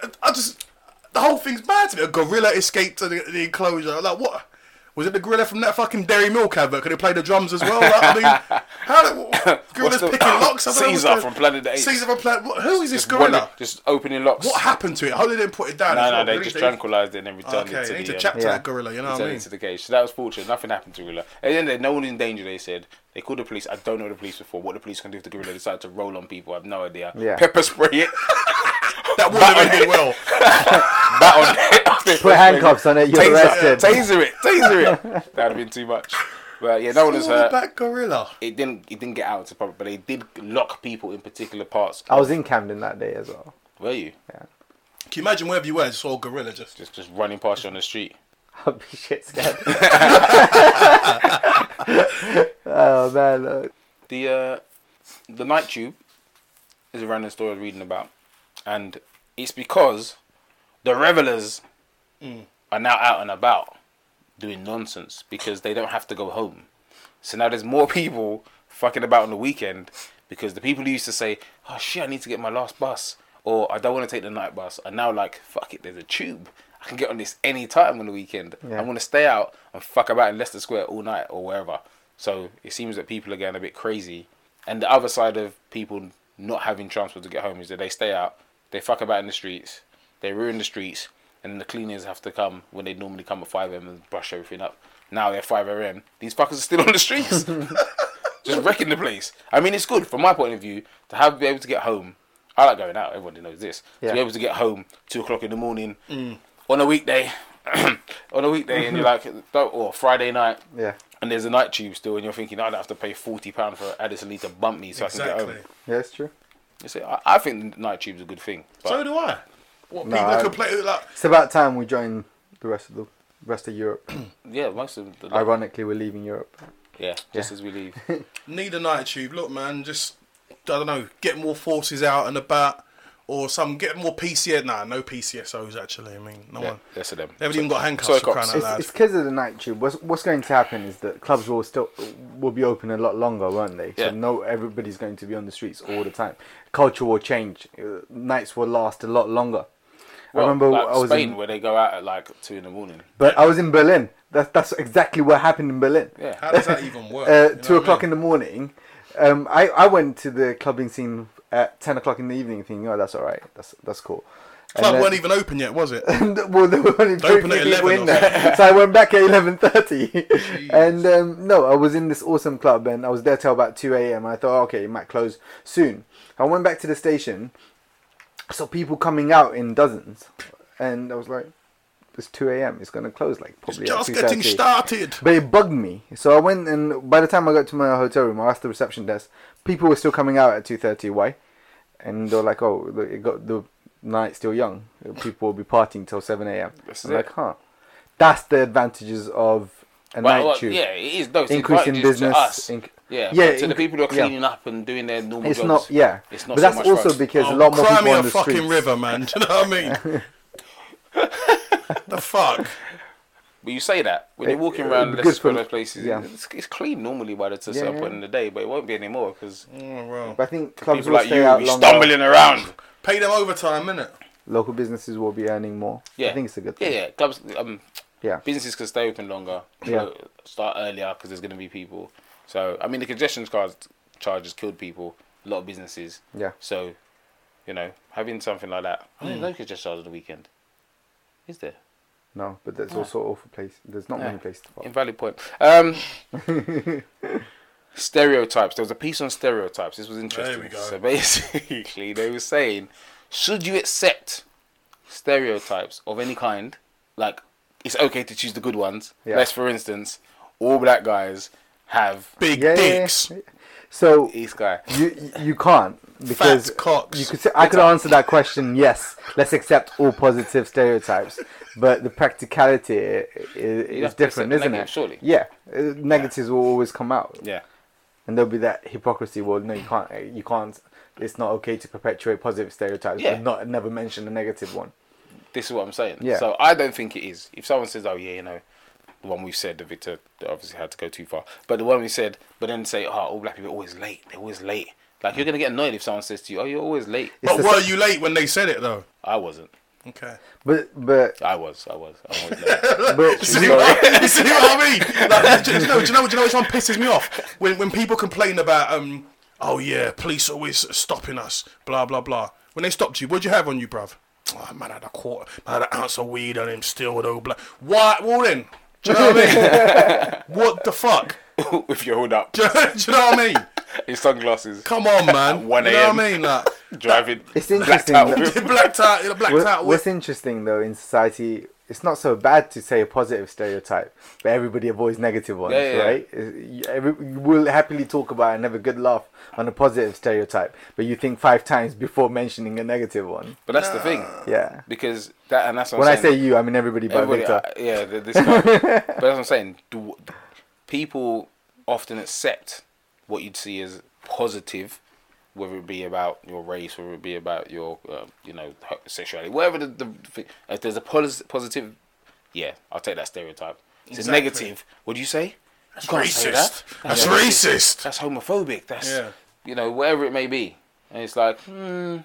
S3: I, I just the whole thing's mad to me. A gorilla escaped to the, the enclosure. Like what? Was it the gorilla from that fucking Dairy Milk advert? Could he play the drums as well? Like,
S1: [laughs]
S3: I mean, how the gorilla's
S1: the-
S3: picking locks? I don't know what's
S1: Caesar
S3: going-
S1: from Planet of the Apes.
S3: Caesar from Planet. what- Who is this
S1: One-
S3: gorilla?
S1: just opening locks.
S3: What happened to it? How did they put it down?
S1: No,
S3: It's
S1: no,
S3: not
S1: they
S3: really-
S1: just tranquilized it and then returned
S3: Okay,
S1: it to
S3: they need
S1: the.
S3: to
S1: um,
S3: chat to
S2: yeah.
S3: that gorilla. You know what
S1: returned
S3: I mean?
S1: it to the cage. So that was fortunate. Nothing happened to Gorilla. At the end of the day, no one in danger, they said. They called the police. I don't know the police before. What the police can do if the Gorilla decided to roll on people, I have no idea.
S2: Yeah.
S1: Pepper spray it, [laughs]
S3: That would have ended well.
S1: bat on it. [laughs]
S2: Put handcuffs on it, you're
S1: taser,
S2: arrested.
S1: taser it, taser it.
S2: [laughs]
S1: That would have been too much. But yeah, no one was
S3: What
S1: hurt.
S3: about gorilla?
S1: It didn't. It didn't get out to public, but they did lock people in particular parts.
S2: I was in Camden that day as well.
S1: Were you
S3: Can you imagine wherever you were, just all gorilla just.
S1: just just running past you on the street?
S2: I'd be
S1: [laughs]
S2: shit [laughs] scared. oh man, uh,
S1: The uh, the night tube is a random story I was reading about, and it's because the revelers are now out and about doing nonsense because they don't have to go home. So now there's more [laughs] people fucking about on the weekend because the people who used to say, "Oh shit, I need to get my last bus," or "I don't want to take the night bus," are now like, "Fuck it, there's a tube. I can get on this any time on the weekend.
S2: Yeah.
S1: I want to stay out and fuck about in Leicester Square all night or wherever." So it seems that people are getting a bit crazy. And the other side of people not having transport to get home is that they stay out, they fuck about in the streets, they ruin the streets, and the cleaners have to come when they normally come at 5 a.m. and brush everything up. Now they're 5 a.m. These fuckers are still on the streets, just wrecking the place. I mean, it's good from my point of view to have be able to get home. I like going out. Everybody knows this. To be
S2: Yeah.
S1: able to get home two o'clock in the morning
S3: Mm.
S1: on a weekday, [clears throat] on a weekday, and you're like, oh, or Friday night,
S2: yeah,
S1: and there's a night tube still, and you're thinking, I don't have to pay forty pound for Addison Lee to bump me so I can get
S3: Exactly.
S1: home.
S2: yeah, it's true.
S1: You see, I, I think the night tube's a good thing. But
S3: So do I. What
S2: No,
S3: people
S2: I-
S3: could play like
S2: It's about time we join the rest of the rest of
S1: [clears throat]
S2: Europe.
S1: yeah, most of the
S2: Ironically, we're leaving Europe.
S1: yeah, just as we
S2: [laughs]
S1: leave,
S3: need a night tube. Look, man, just I don't know, get more forces out and about, or some get more PCS. Nah, no PCSOs actually. I mean, no
S1: yeah,
S3: one.
S1: that's to them.
S3: They haven't even got handcuffs
S1: sorry,
S3: for crying
S1: cops.
S3: out
S2: It's
S3: loud.
S2: it's because of the night tube. What's what's going to happen is that clubs will still will be open a lot longer, won't they?
S1: Yeah.
S2: So no, everybody's going to be on the streets all the time. Culture will change. Uh, Nights will last a lot longer.
S1: Well,
S2: I remember
S1: like
S2: I was
S1: Spain
S2: in,
S1: where they go out at like two in the morning.
S2: but I was in Berlin. That's that's exactly what happened in Berlin.
S1: Yeah,
S3: How does that even work?
S2: Uh, two o'clock in the morning. Um, I, I went to the clubbing scene at ten o'clock in the evening, thinking, oh, that's all right, that's that's cool. And
S3: club
S2: then- [laughs]
S3: weren't even open yet, was it?
S2: and well, there were only very
S3: open at
S2: few people
S3: 11
S2: in
S3: or
S2: there, so I went back at eleven
S3: [laughs]
S2: thirty. And um, no, I was in this awesome club, and I was there till about two a.m. I thought, okay, it might close soon. I went back to the station, saw people coming out in dozens, and I was like, it's two a.m. It's gonna close like probably at
S3: Just
S2: two
S3: getting
S2: thirty.
S3: started.
S2: But it bugged me. So I went and by the time I got to my hotel room, I asked the reception desk. People were still coming out at two thirty. Why? And they were like, "Oh, look, it got the night's still young. People will be partying till seven a.m."
S1: This is
S2: I'm
S1: it.
S2: like, "Huh." That's the advantages of a
S1: Well,
S2: night
S1: well,
S2: tube.
S1: yeah, it is. No, it's
S2: Increase in
S1: advantages
S2: business,
S1: To us.
S2: inc-
S1: yeah,
S2: yeah,
S1: but To the
S2: inc-
S1: people who are
S2: yeah.
S1: cleaning up and doing their normal
S2: It's
S1: jobs.
S2: not. Yeah.
S1: it's not. so
S2: but that's
S1: much for
S2: also
S1: us.
S2: because a
S3: Oh,
S2: lot more
S3: cry
S2: people
S3: me
S2: on
S3: a
S2: the
S3: fucking
S2: streets.
S3: river, man. Do you know what I
S2: [laughs]
S3: mean? the fuck.
S1: But you say that when you're
S2: It-
S1: walking
S2: it'd
S1: around
S2: be
S1: Leicester
S2: good for-
S1: Square, those places,
S2: yeah.
S1: it's, it's clean normally by the to a
S2: Yeah,
S1: certain
S2: yeah.
S1: point in the day, but it won't be anymore because
S3: Oh, well.
S2: But I think clubs
S1: people
S2: will
S1: like
S2: stay
S1: you will
S2: out
S1: be
S2: longer.
S1: stumbling around.
S3: Pay them overtime, innit?
S2: Local businesses will be earning more.
S1: Yeah,
S2: I think it's a good
S1: Yeah,
S2: thing.
S1: yeah. Clubs, um,
S2: Yeah.
S1: businesses can stay open longer.
S2: Yeah.
S1: clo- start earlier because there's going to be people. So I mean, the congestion cars charges killed people. A lot of businesses.
S2: Yeah. Mm.
S1: So, you know, having something like that. I mean, no congestion charge on the weekend. Is there?
S2: No, but there's also awful place. There's not many places to park.
S1: Eh, Invalid point. Um, stereotypes. There was a piece on stereotypes. This was interesting.
S3: we go.
S1: So basically, [laughs] they were saying, should you accept stereotypes of any kind? Like, it's okay to choose the good ones.
S2: Yeah.
S1: Let's, for instance, all black guys have
S3: Big
S2: Yeah, yeah, yeah.
S3: dicks.
S2: So
S1: East
S3: [laughs]
S1: guy.
S2: You you can't because
S3: cocks.
S2: you could say, I could answer that question yes let's accept all positive stereotypes but the practicality i- i-
S1: have
S2: is
S1: to
S2: different
S1: accept
S2: isn't
S1: negative,
S2: it
S1: surely.
S2: yeah uh, negatives will always come out
S1: Yeah.
S2: and there'll be that hypocrisy well no you can't uh, you can't it's not okay to perpetuate positive stereotypes
S1: Yeah.
S2: but not never mention a negative one
S1: This is what I'm saying.
S2: Yeah.
S1: So I don't think it is. If someone says, "Oh yeah, you know," the one we've said, the Victor obviously had to go too far, but the one we said, but then say, "Oh, all black people are always late. They're always late." Like you're gonna get annoyed if someone says to you, "Oh, you're always late."
S2: It's
S3: But
S2: the
S3: were
S2: s-
S3: you late when they said it, though?
S1: I wasn't.
S3: Okay.
S2: But
S1: [laughs]
S2: but
S1: I was, I was, I was. there. [laughs]
S2: but
S3: See what, you [laughs] see what I mean? Like, do, you know, do, you know, do you know which one pisses me off? When, when people complain about, um, oh yeah, police always stopping us, blah, blah, blah. When they stopped you, what'd you have on you, bruv? Oh, man, I had a quarter, man, I had an ounce of weed on him still with all black. Why? Well then, do you know what I
S2: [laughs]
S3: mean? what the fuck?
S1: With your hood up,
S3: Do you, do you know what I mean?
S1: your sunglasses,
S3: Come on, man.
S1: 1
S3: you know
S1: a.m..
S3: what I mean? Like,
S1: driving.
S2: It's
S1: blacked
S2: interesting
S1: out.
S2: [laughs] that-
S3: blacked out, you're blacked
S2: what,
S3: out.
S2: what's interesting though in society, it's not so bad to say a positive stereotype, but everybody avoids negative ones,
S1: Yeah, yeah, yeah.
S2: right? Is- you- every- you will happily talk about and have a good laugh on a positive stereotype, but you think five times before mentioning a negative one.
S1: But that's the thing,
S2: Yeah.
S1: because that and that's what
S2: When
S1: I'm
S2: I
S1: saying.
S2: say you, I mean everybody but
S1: Everybody,
S2: Victor.
S1: uh, yeah, th- this guy. but that's what I'm saying. Do, people often accept what you'd see as positive, whether it be about your race, whether it be about your, uh, you know, ho- sexuality, whatever the, the thi- if there's a pos- positive, yeah, I'll take that stereotype. It's
S3: Exactly.
S1: a negative. Would you say? That's
S3: racist. That's racist.
S1: That's homophobic. That's
S3: Yeah.
S1: you know whatever it may be. And it's like, hmm,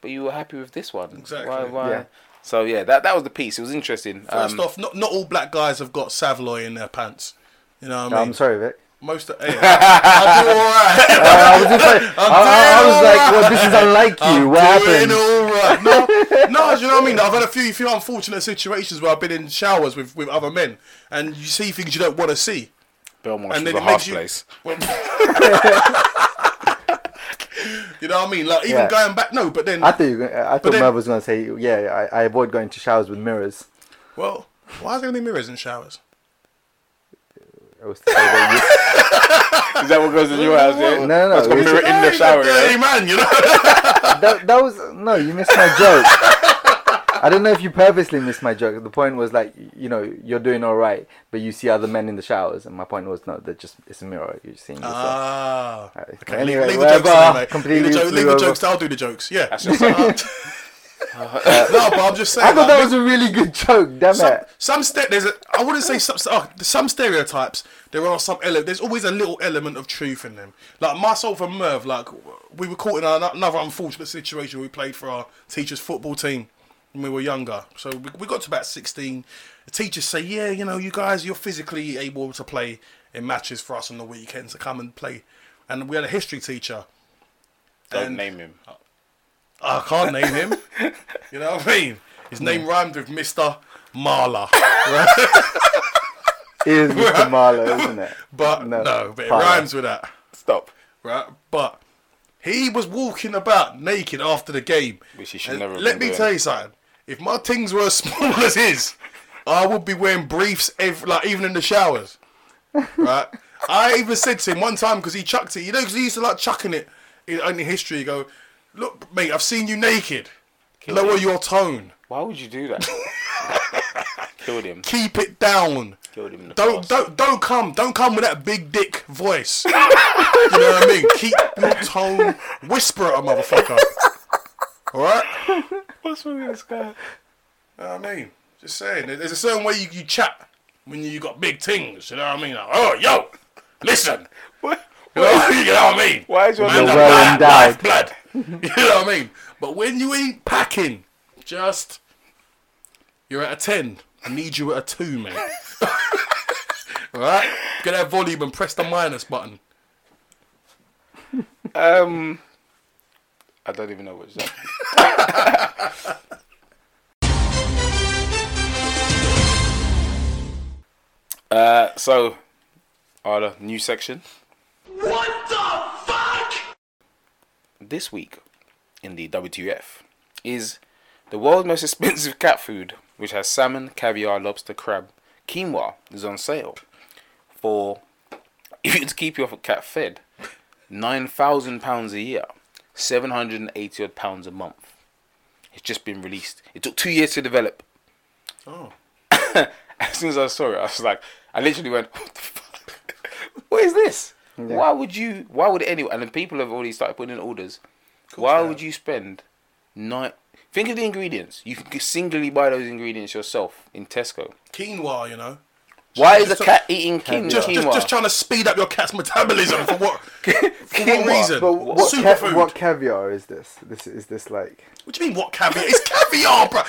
S1: but you were happy with this one.
S3: Exactly.
S1: Why? why?
S2: Yeah.
S1: So yeah, that that was the piece. It was interesting.
S3: First
S1: Um,
S3: off, not, not all black guys have got Savloy in their pants. You know what I mean?
S2: I'm sorry,
S1: [laughs]
S2: Vic.
S3: Most of, hey, I'm doing
S2: [laughs]
S3: alright. [laughs]
S2: I was, just like, I, I- I was like, well, this is unlike you. what happened?
S3: alright. No, no, do you know what I mean? I've had a few, few unfortunate situations where I've been in showers with, with other men, and you see things you don't want to see,
S1: Belmont's
S3: and
S1: was
S3: then
S1: a
S3: it makes
S1: harsh
S3: you.
S1: place.
S3: [laughs] you know what I mean? Like even
S2: Yeah.
S3: going back, no, but then
S2: I thought you. were gonna- I thought
S3: then-
S2: Merv was gonna say, yeah, I, I avoid going to showers with mirrors.
S3: well, why is there gonna be mirrors in showers?
S2: I was to say that
S1: Is that what goes in your
S3: [laughs]
S1: house? Yeah?
S2: you- no, no,
S1: That's
S2: no.
S1: got
S2: it was-
S1: mirror in the
S3: Hey,
S1: shower.
S3: dirty
S1: Yeah?
S3: man, you know.
S2: that, that was no. You missed my joke. I don't know if you purposely missed my joke. The point was like, you know, you're doing all right, but you see other men in the showers, and my point was no, that just it's a mirror. You're seeing yourself.
S3: Ah,
S2: Right.
S3: okay.
S2: Anyway,
S3: leave, leave the
S2: whatever.
S3: jokes alone, mate. Leave
S2: Completely
S3: the, joke, leave the
S2: flew
S3: jokes. I'll do the jokes. Yeah. [laughs]
S1: just-
S3: no, but I'm just saying.
S2: I thought
S3: like,
S2: that was a really good joke. Damn
S3: some,
S2: it.
S3: some ste- there's a, I wouldn't say some, oh, some stereotypes. There are some ele- There's always a little element of truth in them. Like myself and Merv, like we were caught in an- another unfortunate situation. We played for our teacher's football team when we were younger. So we, we got to about 16. The teachers say, yeah, you know, you guys, you're physically able to play in matches for us on the weekends to come and play. And we had a history teacher.
S1: Don't
S3: And-
S1: name him.
S3: I can't name him. you know what I mean? His name rhymed with Mr. Marla.
S2: It is
S3: [laughs]
S2: Mr. Marlowe, isn't it?
S3: But no,
S2: No,
S3: but it
S2: fire.
S3: rhymes with that,
S1: Stop.
S3: right? But he was walking about naked after the game.
S1: Which he should
S3: And
S1: never have
S3: Let
S1: been
S3: me
S1: doing.
S3: tell you something. If my things were as [laughs] small as his, I would be wearing briefs every, like even in the showers, right? I even said to him one time because he chucked it. You know, 'cause he used to like chucking it in, in history. You go, look, mate, I've seen you naked. Lower your tone.
S1: Why would you do that? [laughs] Killed him.
S3: Keep it down.
S1: Killed him. In the
S3: Don't
S1: past.
S3: don't don't come don't come with that big dick voice. [laughs] you know what I mean? Keep your tone. Whisper at a motherfucker. All right. You
S1: What's wrong with this guy?
S3: know what I mean? Just saying. there- There's a certain way you, you chat when you, you got big things. You know what I mean? Like, oh yo, listen.
S1: What?
S3: You know, [laughs] you know what I mean?
S1: Why is your
S3: Man,
S1: nose-
S3: I'm
S2: Well
S3: life-
S2: endowed.
S3: lifeblood. [laughs] You know what I mean? But when you ain't packing, just you're at a ten. I need you at a two, mate. [laughs] All right, get that volume and press the minus button.
S1: Um, I don't even know what's that.
S3: [laughs]
S1: uh, so, Arla, new section.
S5: What the fuck?
S1: this week in the WTF is the world's most [laughs] expensive cat food, which has salmon, caviar, lobster, crab, quinoa, is on sale for [laughs] if you to keep your cat fed, nine thousand pounds a year, seven hundred and eighty odd pounds a month. It's just been released. It took two years to develop.
S3: Oh,
S1: As soon as I saw it, I was like, I literally went, "What the fuck? [laughs] What is this? Why would you? Why would anyone? And the people have already started putting in orders. Why
S3: they
S1: would you spend nine? Think of the ingredients. You can singularly buy those ingredients yourself in Tesco.
S3: quinoa, you know.
S6: Why is a cat eating kin-
S3: Just,
S6: quinoa?
S3: just, just trying to speed up your cat's metabolism
S2: [laughs]
S3: for what? for what reason?
S2: But what,
S3: Superfood.
S2: ca- what caviar is this? This is this like
S3: What do you mean? What caviar? It's caviar, bro.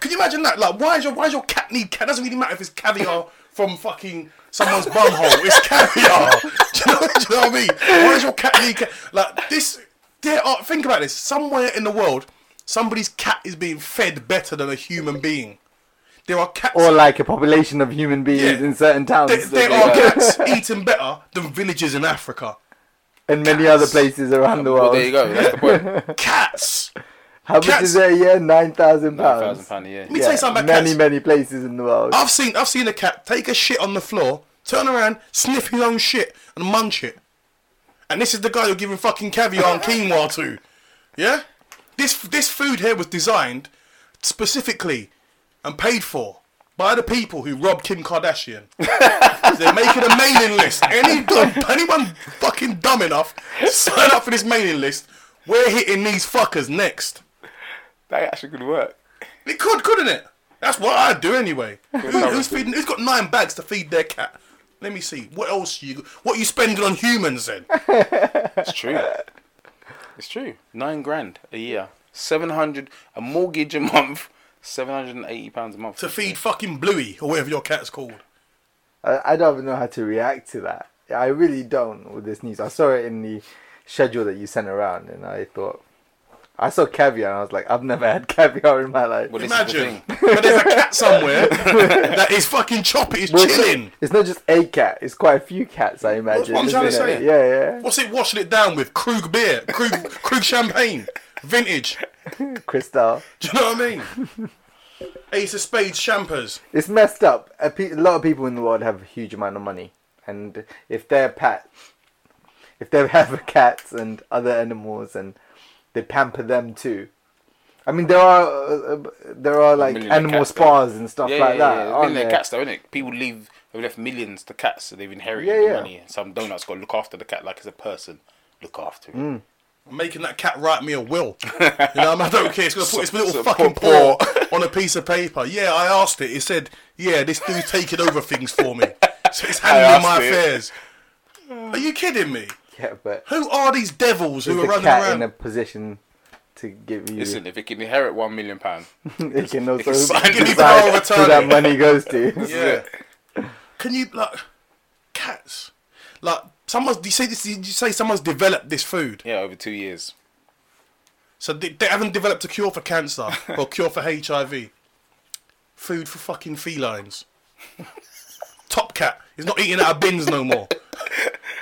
S3: Can you imagine that? Like, why is your why is your cat need cat? Doesn't really matter if it's caviar from fucking someone's bumhole. It's caviar. [laughs] do, you know, do you know what I mean? Why is your cat need cat? Like this? There are. Think about this. Somewhere in the world, somebody's cat is being fed better than a human being. There are cats.
S2: or like a population of human beings
S3: Yeah.
S2: in certain towns
S3: there, there are cats eating better than villages in Africa.
S2: and many other places around the
S1: Well,
S2: world.
S1: Oh, there you go. That's the
S3: [laughs]
S1: point. Nine
S3: Cats.
S2: How much
S3: Cats-
S2: is that a year? Nine thousand
S1: thousand
S2: pounds.
S1: pound a year.
S3: Let me tell you something about
S2: Many
S3: cats.
S2: many places in the world.
S3: I've seen I've seen a cat take a shit on the floor, turn around, sniff his own shit, and munch it. And this is the guy you're giving fucking caviar and quinoa to. Yeah? This this food here was designed specifically and paid for by the people who robbed Kim Kardashian. They're making a mailing list. Any dumb, anyone fucking dumb enough, sign up for this mailing list. We're hitting these fuckers next.
S1: That actually could work.
S3: It could, couldn't it? That's what I'd do anyway.
S1: [laughs]
S3: Who,
S1: that
S3: who's
S1: would
S3: feeding? Who's got nine bags to feed their cat? Let me see. What else you? What you spending on
S1: [laughs]
S3: humans then?
S1: It's true. It's true. Nine grand a year. Seven hundred a mortgage a month. Seven hundred and eighty pounds a month.
S3: to feed fucking Bluey or whatever your cat's called.
S2: I, I don't even know how to react to that. I really don't with this news. I saw it in the schedule that you sent around, and I thought I saw caviar, and I was like, I've never had [laughs] caviar in my life.
S1: Well, This is the
S3: Imagine. But there's
S1: [laughs]
S3: a cat somewhere that is fucking choppy, is
S2: Well, it's,
S3: chilling.
S2: it's not just a cat; it's quite a few cats, I imagine.
S3: what I'm trying to
S2: isn't it?
S3: say.
S2: Yeah,
S3: What's it washing it down with? Krug beer, Krug, Krug champagne, vintage.
S2: yeah. Crystal.
S3: Do you know what I mean?
S1: [laughs]
S3: Ace of Spades champers.
S2: It's messed up. A, pe- a lot of people in the world have a huge amount of money, and if their pet, if they have [laughs] cats and other animals, and they pamper them too. I mean, there are uh, uh, there are like
S1: million
S2: animal
S1: cats,
S2: spas and stuff
S1: Yeah,
S2: like
S1: yeah,
S2: that.
S1: yeah.
S2: aren't
S1: Million
S2: there?
S1: cats, though, innit? People leave. They left millions to cats, so they've inherited
S2: Yeah,
S1: the
S2: yeah.
S1: money. Some donuts got to look after the cat like it's a person. Look after it.
S2: Mm.
S3: I'm making that cat write me
S2: [laughs]
S3: a will. You know, I'm- I don't care. It's gonna put its little
S1: so
S3: fucking paw
S1: poor-
S2: [laughs]
S3: on a piece of paper. Yeah, I asked it. It said, "Yeah, this dude's taking over things for
S2: [laughs]
S3: me. So it's handling
S1: asked
S3: my
S1: it.
S3: affairs." Are you kidding me?
S2: [laughs] Yeah,
S3: [laughs]
S2: but
S3: Who are these devils who
S2: is
S3: are
S2: the
S3: running
S2: cat
S3: around?
S2: in a position to give you? [laughs]
S1: Listen, if it can inherit one million pound,
S2: it can
S1: [laughs]
S2: also [laughs]
S3: [laughs]
S1: sign
S3: Give me
S1: It's
S3: power of
S2: decide who that
S3: attorney.
S2: money goes to.
S3: [laughs] Yeah. Can you like cats? Like someone's. Do you say this? Did you say someone's developed this food?
S1: yeah, over two years.
S3: So they, they haven't developed a cure for [laughs] cancer or cure for HIV. Food for fucking felines. Top cat is not eating out of bins no more.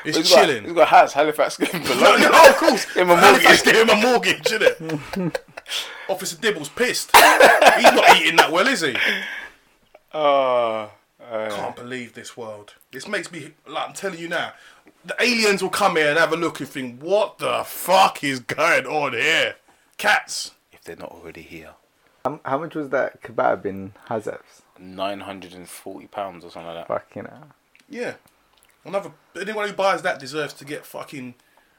S3: It's
S1: He's got-
S3: chilling.
S1: he's got house Halifax going
S3: No,
S1: below.
S3: [laughs] no, of course.
S1: [laughs] Him a
S3: Halifax gave him a mortgage, innit? [laughs] Officer Dibble's pissed. He's not eating that well, is he?
S1: Ah,
S3: Can't believe this world. This makes me like I'm telling you now. The aliens will come here and have a look and think, what the fuck is going on here? Cats.
S1: if they're not already here,
S2: Um, how much was that kebab in Hazef's?
S1: nine hundred and forty pounds or something like that.
S2: Fucking hell.
S3: Yeah. Another anyone who buys that deserves to get fucking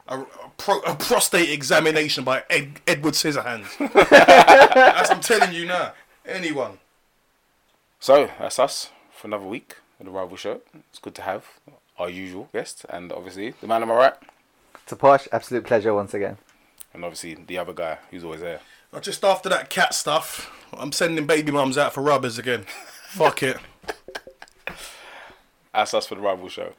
S3: a, a, pro, a prostate examination by Ed, Edward Scissorhands. That's I'm telling you now. Anyone.
S1: So that's us for another week of the Rival Show. It's good to have our usual guest, and obviously the man on my right,
S2: It's a posh, absolute pleasure once again.
S1: and obviously the other guy who's always there.
S3: Uh, Just after that cat stuff, I'm sending baby mums [laughs] out for rubbers again. Fuck it.
S1: That's us for the Rival Show.